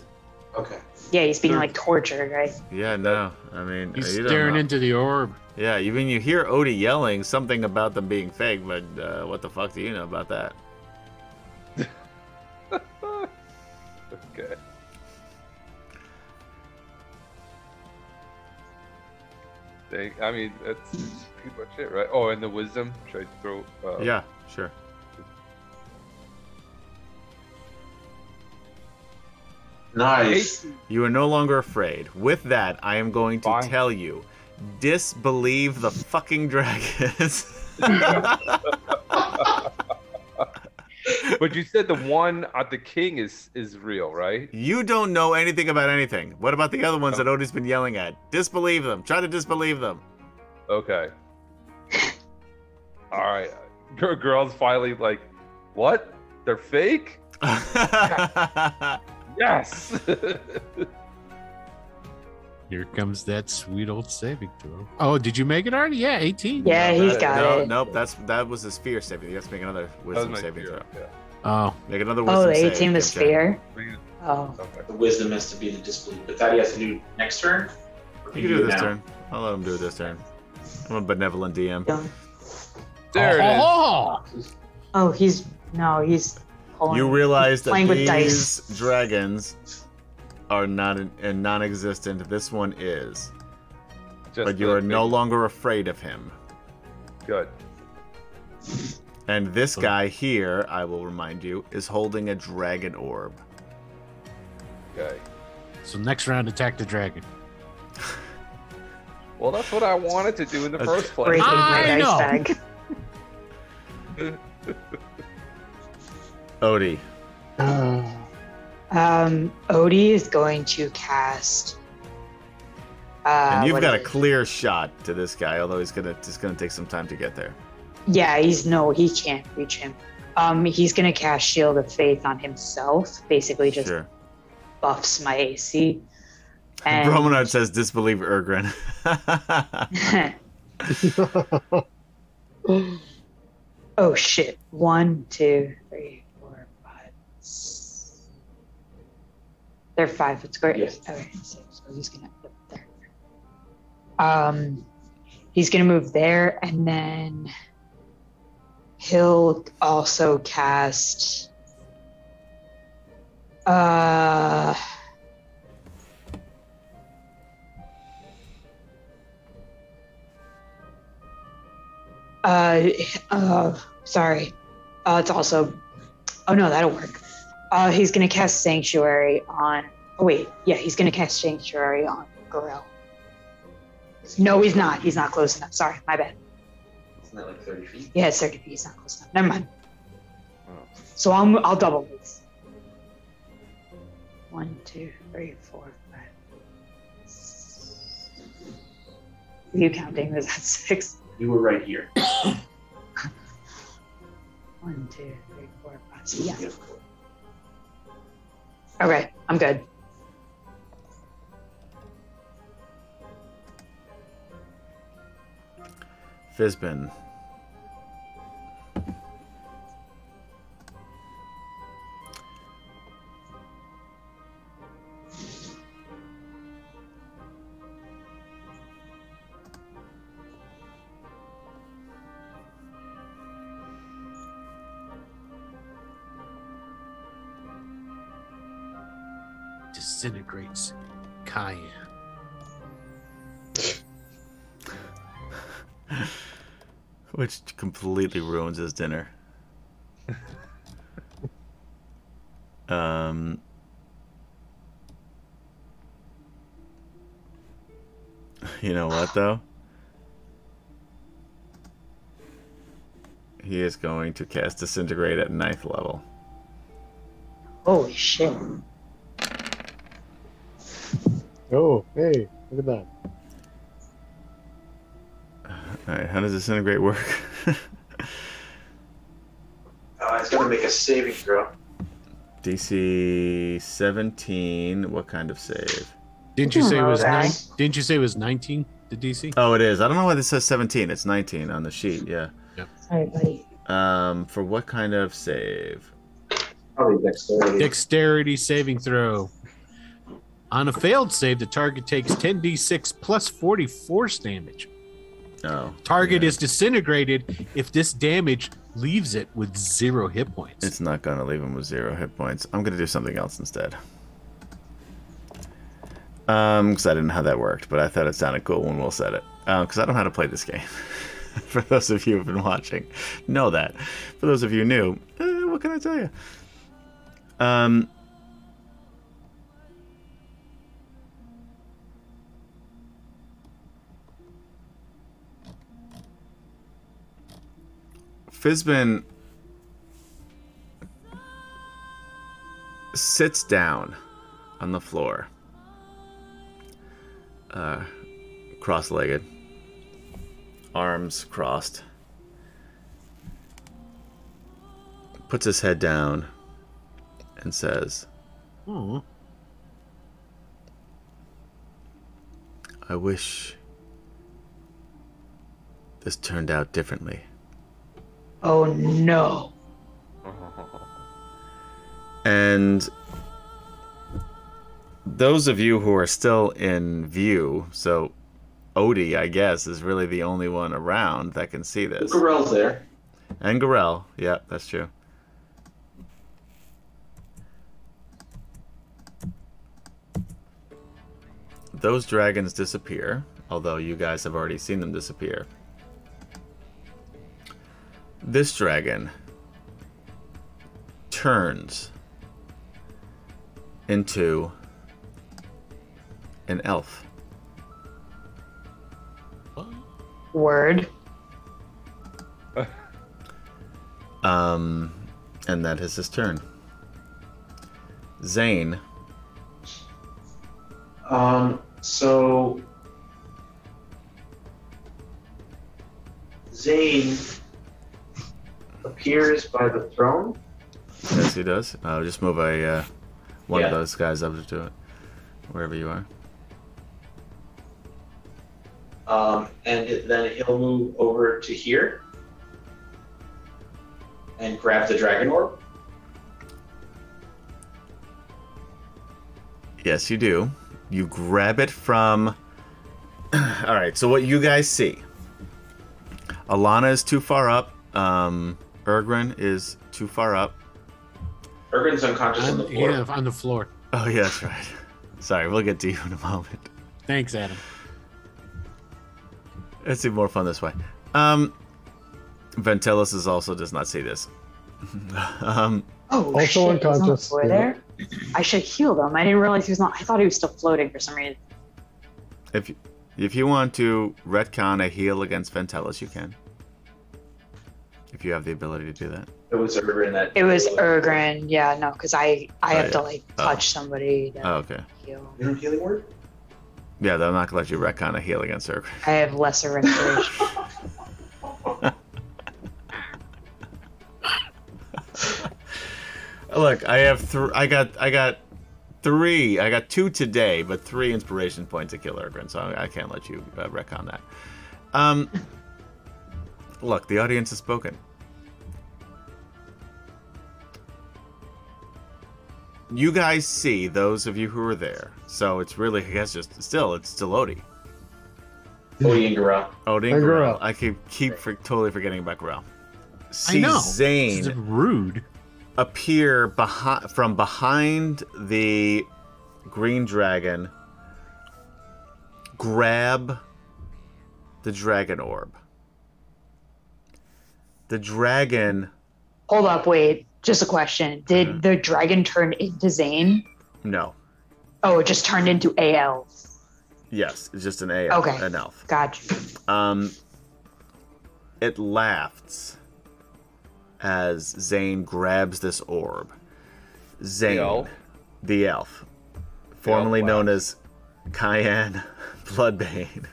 Speaker 8: Okay.
Speaker 6: yeah, he's being like tortured, right?
Speaker 2: Yeah, no. I mean,
Speaker 4: He's
Speaker 2: you don't
Speaker 4: staring
Speaker 2: know.
Speaker 4: into the orb.
Speaker 2: Yeah, you mean you hear Odie yelling something about them being fake, but uh, what the fuck do you know about that?
Speaker 7: Okay. Dang, I mean, that's pretty much it, right? Oh, and the wisdom. Should I throw? Uh,
Speaker 2: Yeah, sure.
Speaker 8: Nice.
Speaker 2: You are no longer afraid. With that, I am going to
Speaker 7: Fine.
Speaker 2: tell you disbelieve the fucking dragons.
Speaker 7: But you said the one at the king is is real, right?
Speaker 2: you don't know anything about anything. What about the other ones that Odie's been yelling at? Disbelieve them. Try to disbelieve them.
Speaker 7: Okay. All right. Gir- girl's finally like, what? They're fake? Yes.
Speaker 4: Here comes that sweet old saving throw. Oh, did you make it already? Yeah, 18.
Speaker 6: Yeah, he's got
Speaker 2: no,
Speaker 6: it.
Speaker 2: Nope, that's that was his fear saving. You have to make another wisdom saving throw.
Speaker 7: Yeah.
Speaker 4: Oh,
Speaker 2: Make another wisdom
Speaker 6: Oh, the
Speaker 2: save,
Speaker 6: 18 was
Speaker 2: Kim Chen.
Speaker 6: fear.
Speaker 7: Bring it-
Speaker 6: Oh,
Speaker 7: Okay.
Speaker 8: The wisdom has to be the disbelief, but that he has to do next turn. Or
Speaker 2: You can do it this
Speaker 8: now?
Speaker 2: turn. I'll let him do it this turn. I'm a benevolent DM.
Speaker 6: don't-
Speaker 7: There it is.
Speaker 4: Oh,
Speaker 6: oh, he's no, he's pulling.
Speaker 2: You realize that
Speaker 6: Playing with
Speaker 2: these
Speaker 6: dice.
Speaker 2: dragons are not an, and non-existent. This one is,
Speaker 7: Just
Speaker 2: but you
Speaker 7: the
Speaker 2: are no
Speaker 7: thing.
Speaker 2: longer afraid of him.
Speaker 7: Good.
Speaker 2: And this guy here, I will remind you, is holding a dragon orb.
Speaker 7: Okay.
Speaker 4: so next round, attack the dragon.
Speaker 7: Well, that's what I wanted to do in the
Speaker 2: Okay.
Speaker 7: first place.
Speaker 6: breaking my
Speaker 4: I
Speaker 6: dice
Speaker 4: know.
Speaker 6: bag.
Speaker 2: Odie,
Speaker 5: Uh,
Speaker 6: Um, Odie is going to cast. Uh,
Speaker 2: and you've
Speaker 6: what
Speaker 2: got a
Speaker 6: is it?
Speaker 2: clear shot to this guy, although he's gonna it's gonna take some time to get there.
Speaker 6: Yeah, he's no, he can't reach him. Um, he's gonna cast Shield of Faith on himself, basically just
Speaker 2: Sure.
Speaker 6: buffs my AC. And
Speaker 2: Bromanard says, "Disbelieve Ergrin."
Speaker 6: oh shit! One, two, three, four, five, s- They're five foot square.
Speaker 8: Yes.
Speaker 6: Okay, so he's gonna yep, there. Um, he's gonna move there, and then he'll also cast. Uh. Uh, uh, sorry. Uh, it's also. Oh no, that'll work. Uh, he's gonna cast Sanctuary on. Oh wait, yeah, he's gonna cast Sanctuary on Gorel. No, he's not. He's not close enough. Sorry, my bad.
Speaker 8: Isn't that like 30 feet?
Speaker 6: Yeah, it's 30 feet. He's not close enough. Never mind. So I'll mo- I'll double this. One, two, three, four, five. six. You counting? Was that six?
Speaker 8: You were right here.
Speaker 6: One, two, three, four, five. six. Yeah. Okay, I'm good.
Speaker 2: Fizbin.
Speaker 14: Disintegrates Cayenne.
Speaker 2: Which completely ruins his dinner. um. You know what, though? He is going to cast Disintegrate at ninth level.
Speaker 6: Holy shit.
Speaker 5: Oh, hey, look at that.
Speaker 2: Alright, how does Disintegrate work?
Speaker 8: Uh, it's gonna make a saving throw.
Speaker 2: DC 17. What kind of save?
Speaker 14: Didn't you say it was
Speaker 6: Hmm. Okay.
Speaker 14: nine? Didn't you say it was 19? The DC?
Speaker 2: Oh, it is. I don't know why this says 17. It's 19 on the sheet, yeah.
Speaker 6: Sorry, buddy.
Speaker 2: Um, for what kind of save?
Speaker 8: Probably dexterity.
Speaker 14: Dexterity saving throw. On a failed save, the target takes 10d6 plus 40 force damage.
Speaker 2: Oh.
Speaker 14: Target
Speaker 2: yeah.
Speaker 14: is disintegrated if this damage leaves it with zero hit points.
Speaker 2: It's not gonna leave him with zero hit points. I'm gonna do something else instead. Um, because I didn't know how that worked, but I thought it sounded cool when Will said it. Um, because I don't know how to play this game. For those of you who've been watching, know that. For those of you new, eh, what can I tell you? Um. Fizbin sits down on the floor, uh, cross legged, arms crossed, puts his head down, and says,
Speaker 14: Hmm.
Speaker 2: I wish this turned out differently.
Speaker 6: Oh no.
Speaker 2: And those of you who are still in view, so Odie, I guess, is really the only one around that can see this.
Speaker 8: Gorel's there.
Speaker 2: And Gorell. Yeah, that's true. Those dragons disappear, although you guys have already seen them disappear. This dragon turns into an elf.
Speaker 6: Word.
Speaker 2: Um, and that is his turn. Zane.
Speaker 8: Um, so Zane appears by the throne.
Speaker 2: Yes, he does. Uh, just move a uh, one of
Speaker 8: Yeah.
Speaker 2: those guys up to it, wherever you are.
Speaker 8: Um, and it- then he'll move over to here and grab the dragon orb.
Speaker 2: Yes, you do. You grab it from. All right. So what you guys see? Alana is too far up. Um, Ergrin is too far up.
Speaker 8: Ergin's unconscious on the
Speaker 4: On,
Speaker 8: floor.
Speaker 4: Uh, yeah, on the floor.
Speaker 2: Oh yeah, that's right. Sorry, we'll get to you in a moment.
Speaker 4: Thanks, Adam.
Speaker 2: It's even more fun this way. Um, Ventellus is also does not see this. um,
Speaker 6: Oh,
Speaker 5: Also
Speaker 6: shit, he's on the
Speaker 5: unconscious,
Speaker 6: floor
Speaker 5: yeah.
Speaker 6: there. I should heal him. I didn't realize he was not. I thought he was still floating for some reason.
Speaker 2: if if you want to retcon a heal against Ventellus, you can. If you have the ability to do that.
Speaker 8: It was Ergrin that.
Speaker 6: It was Ergrin. Yeah, no, because I I
Speaker 2: Oh,
Speaker 6: have to
Speaker 2: yeah.
Speaker 6: like
Speaker 2: Oh.
Speaker 6: touch somebody to
Speaker 2: Oh, okay.
Speaker 6: heal.
Speaker 8: Inner healing word.
Speaker 2: Yeah, I'm not gonna let you retcon a heal against Ergrin.
Speaker 6: I have lesser restoration.
Speaker 2: Look, I have three. I got. I got three. I got two today, but three inspiration points to kill Ergrin, so I, I can't let you uh, wreck on that. Um, look, the audience has spoken. You guys see those of you who are there, so it's really, I guess, just still, it's still Odie.
Speaker 8: Odie and uh, Gorell.
Speaker 2: Odie
Speaker 5: Hey,
Speaker 2: and
Speaker 5: Gorell.
Speaker 2: Gorell. I keep keep for, totally forgetting about Gorell.
Speaker 14: I
Speaker 2: See
Speaker 14: know.
Speaker 2: Zane
Speaker 14: This is rude.
Speaker 2: appear behind from behind the green dragon grab the dragon orb the dragon
Speaker 6: Hold up, wait. Just a question. Did
Speaker 2: Mm-hmm.
Speaker 6: the dragon turn into Zane?
Speaker 2: no
Speaker 6: Oh, it just turned into AL.
Speaker 2: yes it's just an elf
Speaker 6: Okay.
Speaker 2: an elf
Speaker 6: Got you.
Speaker 2: um it laughs as zane grabs this orb zane
Speaker 7: elf?
Speaker 2: the elf, formerly
Speaker 7: elf
Speaker 2: known as Cayenne Bloodbane.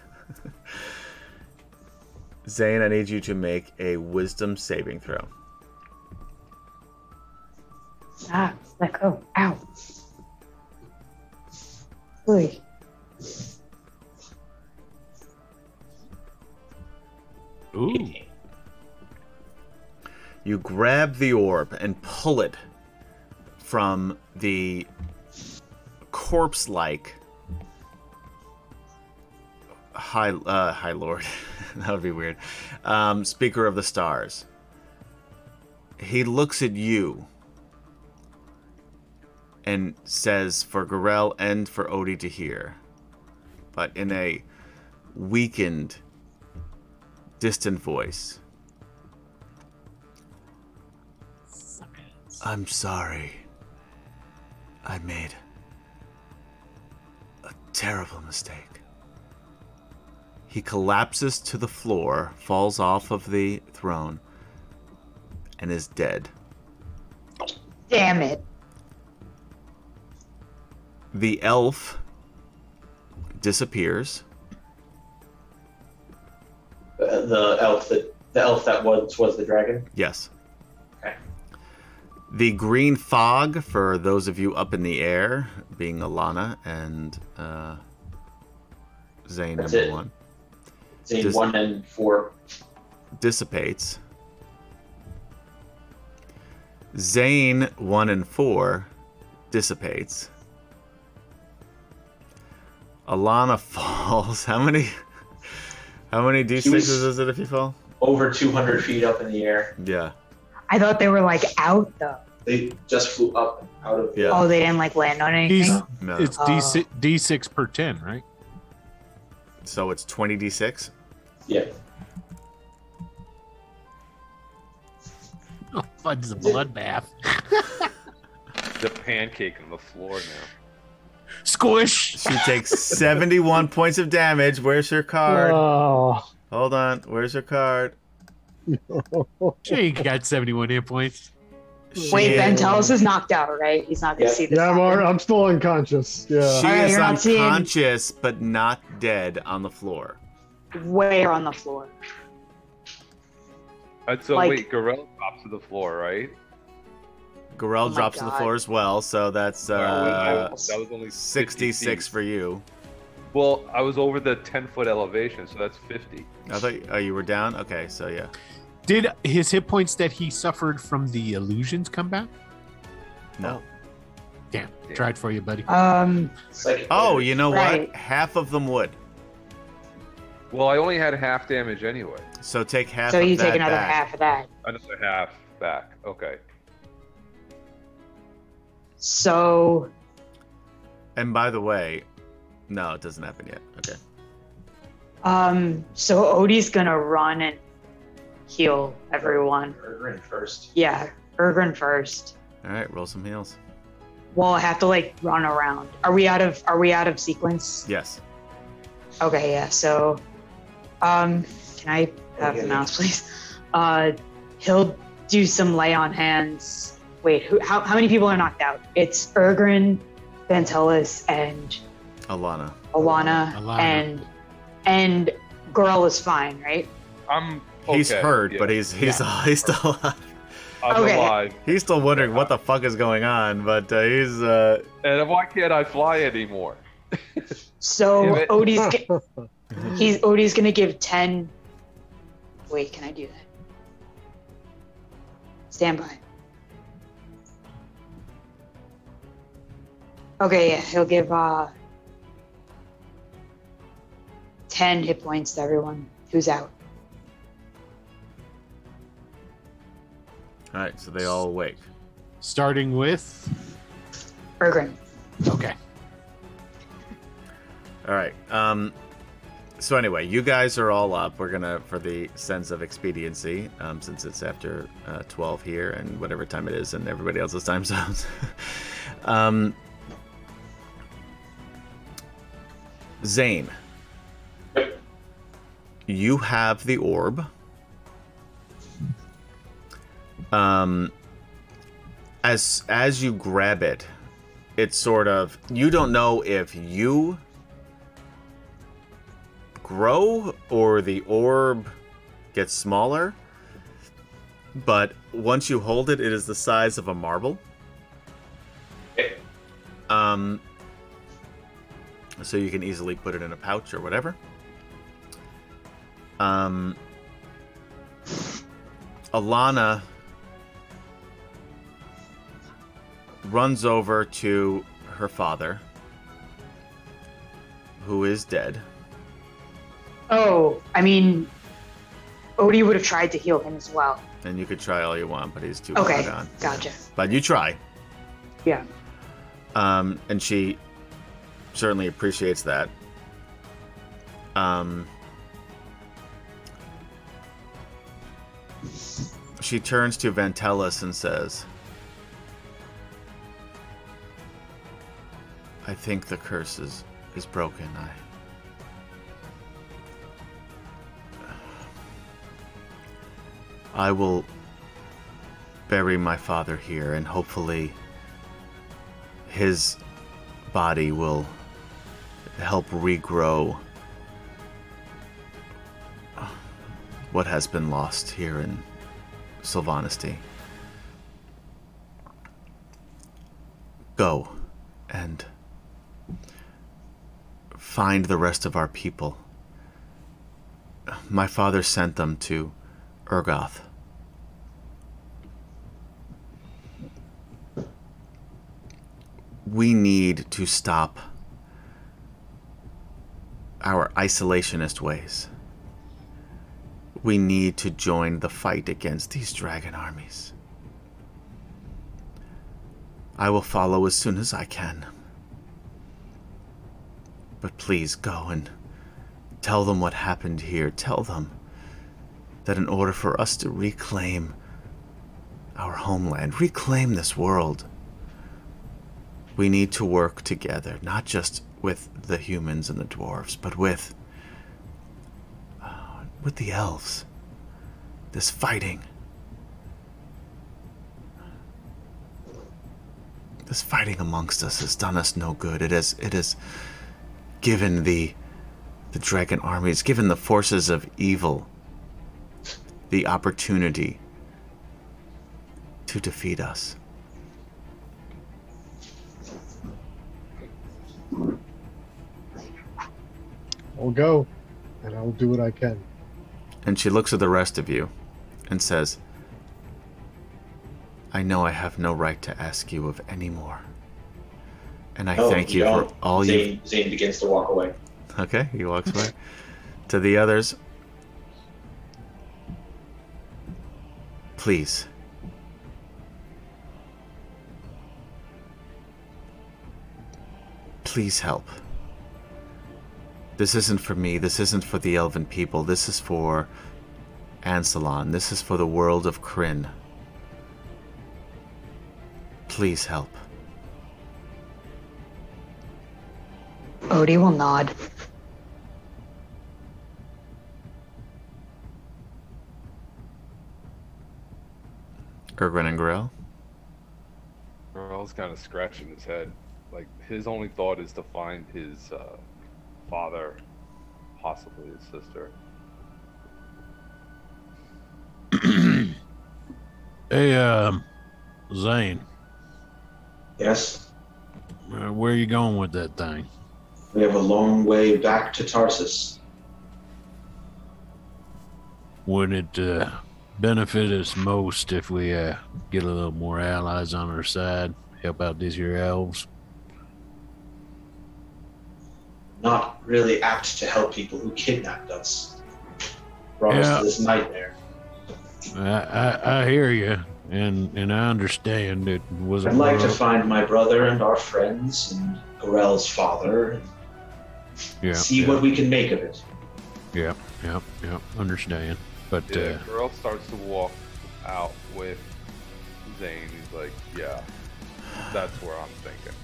Speaker 2: Zane, I need you to make a wisdom saving throw.
Speaker 6: Ah, let go. Ow. Oy.
Speaker 14: Ooh.
Speaker 2: You grab the orb and pull it from the corpse like High, uh, High Lord. that would be weird. Um, Speaker of the Stars. He looks at you and says for Gorel and for Odie to hear, but in a weakened, distant voice. I'm sorry. I made a terrible mistake. He collapses to the floor, falls off of the throne, and is dead.
Speaker 6: Damn it.
Speaker 2: The elf disappears.
Speaker 8: Uh, the elf that the elf that once was the dragon.
Speaker 2: Yes.
Speaker 8: Okay.
Speaker 2: The green fog, for those of you up in the air, being Alana and uh, Zane,
Speaker 8: That's
Speaker 2: number
Speaker 8: it.
Speaker 2: one,
Speaker 8: Zane
Speaker 2: Does-
Speaker 8: one and four.
Speaker 2: dissipates. Zane, one and four, dissipates. Alana falls. How many? How many d6s
Speaker 8: was-
Speaker 2: is it if you fall?
Speaker 8: Over 200 feet up in the air.
Speaker 2: Yeah.
Speaker 6: I thought they were like out though.
Speaker 8: They just flew up and out of the
Speaker 2: Yeah.
Speaker 6: Oh, they didn't like land on anything.
Speaker 14: He's-
Speaker 2: No.
Speaker 14: It's D6, D6 per 10, right?
Speaker 2: so it's twenty d6.
Speaker 8: Yeah.
Speaker 14: Oh, fudge the bloodbath.
Speaker 7: The pancake on the floor now.
Speaker 14: Squish.
Speaker 2: She takes 71 points of damage. Where's her card?
Speaker 5: Oh,
Speaker 2: Hold on. Where's her card?
Speaker 14: She got 71 hit points.
Speaker 2: She
Speaker 6: Wait,
Speaker 2: is-
Speaker 6: Ventalis is knocked out, right? He's not gonna
Speaker 8: Yeah.
Speaker 6: see this.
Speaker 5: yeah, I'm,
Speaker 6: happen.
Speaker 5: alre- I'm still unconscious. Yeah.
Speaker 2: She
Speaker 6: Alright,
Speaker 2: is
Speaker 6: you're not seeing-
Speaker 2: unconscious, but not dead on the floor.
Speaker 6: Where on the floor?
Speaker 7: And so
Speaker 6: Like-
Speaker 7: wait, Gorell drops to the floor, right?
Speaker 2: Uh, Gorell
Speaker 6: Oh my
Speaker 2: drops to the
Speaker 6: God.
Speaker 2: floor as well, so that's
Speaker 7: Or was- I
Speaker 2: uh,
Speaker 7: was- that was only 50
Speaker 2: 66
Speaker 7: feet.
Speaker 2: for you.
Speaker 7: Well, I was over the 10 foot elevation, so that's 50.
Speaker 2: I thought oh, you were down? Okay, so yeah.
Speaker 14: Did
Speaker 6: Oh.
Speaker 14: his hit points that he suffered from the illusions come back?
Speaker 2: No.
Speaker 14: Damn, tried for you, buddy.
Speaker 6: Um,
Speaker 2: Oh, you know
Speaker 6: Right.
Speaker 2: what? Half of them would.
Speaker 7: Well, I only had half damage anyway.
Speaker 2: So take half.
Speaker 6: so
Speaker 2: of
Speaker 6: you
Speaker 2: that
Speaker 6: take another
Speaker 2: back.
Speaker 6: half of that.
Speaker 7: Another half back. Okay.
Speaker 6: So
Speaker 2: And by the way, no, it doesn't happen yet. Okay.
Speaker 6: Um, so Odie's gonna run and heal everyone.
Speaker 8: Ergrin first.
Speaker 6: Yeah, Ergrin first.
Speaker 2: All right, roll some heals.
Speaker 6: Well, I have to like run around. Are we out of Are we out of sequence?
Speaker 2: Yes.
Speaker 6: Okay, yeah. So, um, can I have
Speaker 8: Yeah,
Speaker 6: the
Speaker 8: yeah.
Speaker 6: mouse, please? Uh, he'll do some lay on hands. Wait, who? How, how many people are knocked out? It's Ergrin, Vantelis, and
Speaker 2: Alana.
Speaker 6: Alana,
Speaker 14: Alana.
Speaker 6: and and girl is fine, right?
Speaker 7: I'm.
Speaker 2: He's
Speaker 7: okay,
Speaker 2: hurt,
Speaker 7: yeah.
Speaker 2: but he's he's he's still alive.
Speaker 7: I'm
Speaker 6: Okay.
Speaker 7: alive.
Speaker 2: He's still wondering what the fuck is going on, but uh, he's uh
Speaker 7: And why can't I fly anymore? Damn
Speaker 6: So
Speaker 7: it.
Speaker 6: Odie's ge- he's Odie's gonna give ten. Wait, can I do that? Stand by. Okay, yeah, he'll give uh ten hit points to everyone who's out.
Speaker 2: all right. So they all awake.
Speaker 14: Starting with
Speaker 6: Ergrin.
Speaker 14: okay.
Speaker 2: All right. Um. So anyway, you guys are all up. We're gonna for the sense of expediency, um, since it's after uh, twelve here and whatever time it is in everybody else's time zones. um. Zane, you have the orb. Um. As as you grab it, it's sort of you don't know if you grow or the orb gets smaller. But once you hold it, it is the size of a marble. Um, so you can easily put it in a pouch or whatever. Um, Alana runs over to her father, who is dead.
Speaker 6: Oh, I mean, Odie would have tried to heal him as well.
Speaker 2: And you could try all you want, but he's too
Speaker 6: Okay,
Speaker 2: hard on.
Speaker 6: gotcha.
Speaker 2: But you try.
Speaker 6: Yeah.
Speaker 2: Um, and she certainly appreciates that. Um, she turns to Vantelis and says, I think the curse is, is broken. I. I will bury my father here, and hopefully, his body will help regrow what has been lost here in Sylvanesti. Go and find the rest of our people. My father sent them to Urgoth. we need to stop our isolationist ways. We need to join the fight against these dragon armies. I will follow as soon as I can. But please go and tell them what happened here. Tell them that in order for us to reclaim our homeland, reclaim this world, we need to work together, not just with the humans and the dwarves, but with uh, with the elves. This fighting. This fighting amongst us has done us no good. It has it has given the the dragon armies, given the forces of evil the opportunity to defeat us.
Speaker 5: I'll go, and I'll do what I can.
Speaker 2: And she looks at the rest of you and says, I know I have no right to ask you of any more, And I
Speaker 8: No,
Speaker 2: thank you
Speaker 8: don't.
Speaker 2: for all you.
Speaker 8: Zane, Zane begins to walk away.
Speaker 2: Okay, he walks away. to the others. Please. Please help. This isn't for me. This isn't for the elven people. This is for Ancelon. This is for the world of Kryn. Please help.
Speaker 6: Odie will nod.
Speaker 2: Ergrin and Grell.
Speaker 7: Earl's kind of scratching his head. Like his only thought is to find his uh, father, possibly his sister.
Speaker 17: Hey, um, Zane,
Speaker 8: Yes,
Speaker 17: uh, where are you going with that thing?
Speaker 8: we have a long way back to Tarsus.
Speaker 17: Would it uh, benefit us most if we uh, get a little more allies on our side, help out these here elves?
Speaker 8: Not really apt to help people who kidnapped us. Brought us
Speaker 17: Yeah.
Speaker 8: to this nightmare.
Speaker 17: I, I, I hear you, and and I understand it was. a
Speaker 8: I'd like to
Speaker 17: rough-
Speaker 8: find my brother and our friends and Gorel's father and
Speaker 17: yeah,
Speaker 8: see
Speaker 17: yeah,
Speaker 8: what we can make of it.
Speaker 17: yeah, yeah, yeah, understand, but
Speaker 7: Yeah,
Speaker 17: uh,
Speaker 7: Earl starts to walk out with Zane. He's like, yeah, that's where I'm thinking.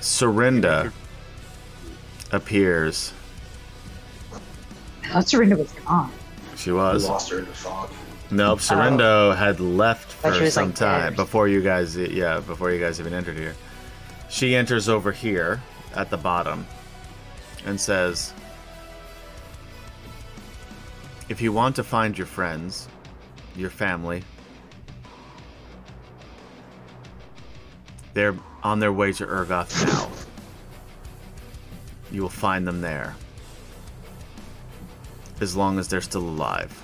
Speaker 2: Surrender appears.
Speaker 6: That's Serena was gone.
Speaker 2: She
Speaker 8: We
Speaker 2: was.
Speaker 8: lost her in the fog.
Speaker 2: Nope, Sorrento had left
Speaker 6: But she
Speaker 2: for
Speaker 6: was,
Speaker 2: some
Speaker 6: Oh. like,
Speaker 2: time
Speaker 6: dead.
Speaker 2: before you guys. Yeah, before you guys even entered here. She enters over here at the bottom and says, "If you want to find your friends, your family, they're on their way to Urgoth now. You will find them there, as long as they're still alive."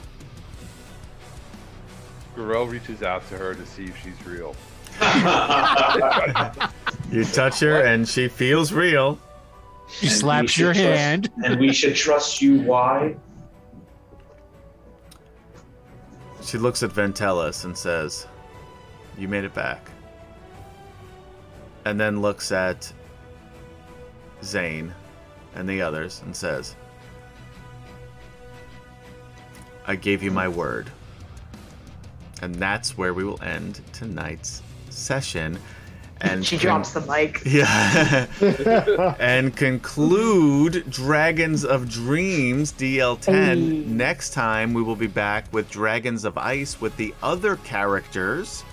Speaker 7: Gorel reaches out to her to see if she's real.
Speaker 2: You touch her and she feels real.
Speaker 14: She
Speaker 8: And we
Speaker 14: slaps
Speaker 8: should
Speaker 14: your
Speaker 8: trust-
Speaker 14: hand.
Speaker 8: and we should trust you. Why?
Speaker 2: She looks at Ventellus and says, You made it back. And then looks at Zane and the others and says, I gave you my word. And that's where we will end tonight's session. And
Speaker 6: She
Speaker 2: con-
Speaker 6: drops the mic.
Speaker 2: Yeah. and conclude Dragons of Dreams DL10. Next time, we will be back with Dragons of Ice with the other characters.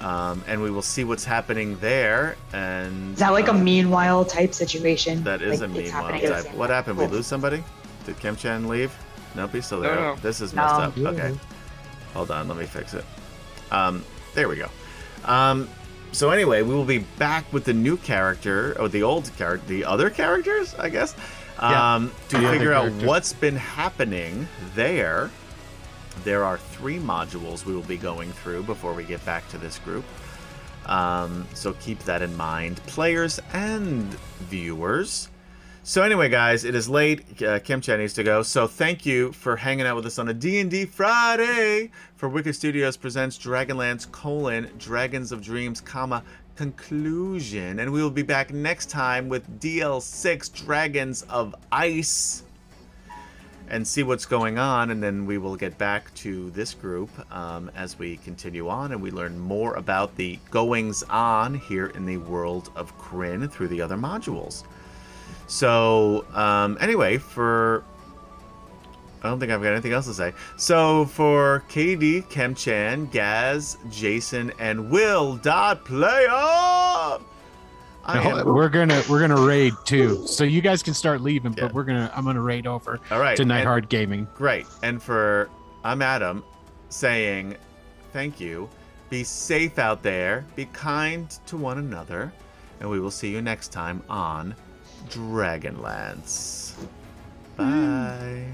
Speaker 2: Um, and we will see what's happening there. And
Speaker 6: Is that like a
Speaker 2: uh,
Speaker 6: meanwhile type situation?
Speaker 2: That is
Speaker 6: Like,
Speaker 2: a
Speaker 6: it's
Speaker 2: meanwhile
Speaker 6: happening at the
Speaker 2: type.
Speaker 6: same
Speaker 2: What
Speaker 6: time?
Speaker 2: happened? We lose somebody? Did Kim Chan leave? Nope, he's still there.
Speaker 7: No, no.
Speaker 2: This is
Speaker 6: No.
Speaker 2: messed up.
Speaker 5: Yeah.
Speaker 2: Okay. Hold on, let me fix it. Um, there we go. Um, so anyway, we will be back with the new character, or the old character, the other characters, I guess,
Speaker 14: Yeah,
Speaker 2: um,
Speaker 14: the
Speaker 2: to
Speaker 14: other Mm-hmm.
Speaker 2: figure out
Speaker 14: characters.
Speaker 2: what's been happening there. There are three modules we will be going through before we get back to this group. Um, so keep that in mind, players and viewers. So anyway, guys, it is late. Uh, Kim Chan needs to go. So thank you for hanging out with us on a D&D Friday for Wicked Studios presents Dragonlance colon Dragons of Dreams, comma, conclusion. And we will be back next time with DL6 Dragons of Ice and see what's going on, and then we will get back to this group um, as we continue on and we learn more about the goings on here in the world of Kryn through the other modules. So, um, anyway, for. I don't think I've got anything else to say. So, for KD, Kem Chan, Gaz, Jason, and Will, dot player! I am-
Speaker 14: We're gonna we're gonna raid too, so you guys can start leaving.
Speaker 2: Yeah.
Speaker 14: But we're gonna I'm gonna raid over
Speaker 2: All right.
Speaker 14: to
Speaker 2: and-
Speaker 14: Nightheart Gaming.
Speaker 2: Great. And for I'm Adam saying thank you. Be safe out there. Be kind to one another. And we will see you next time on Dragonlance. Bye.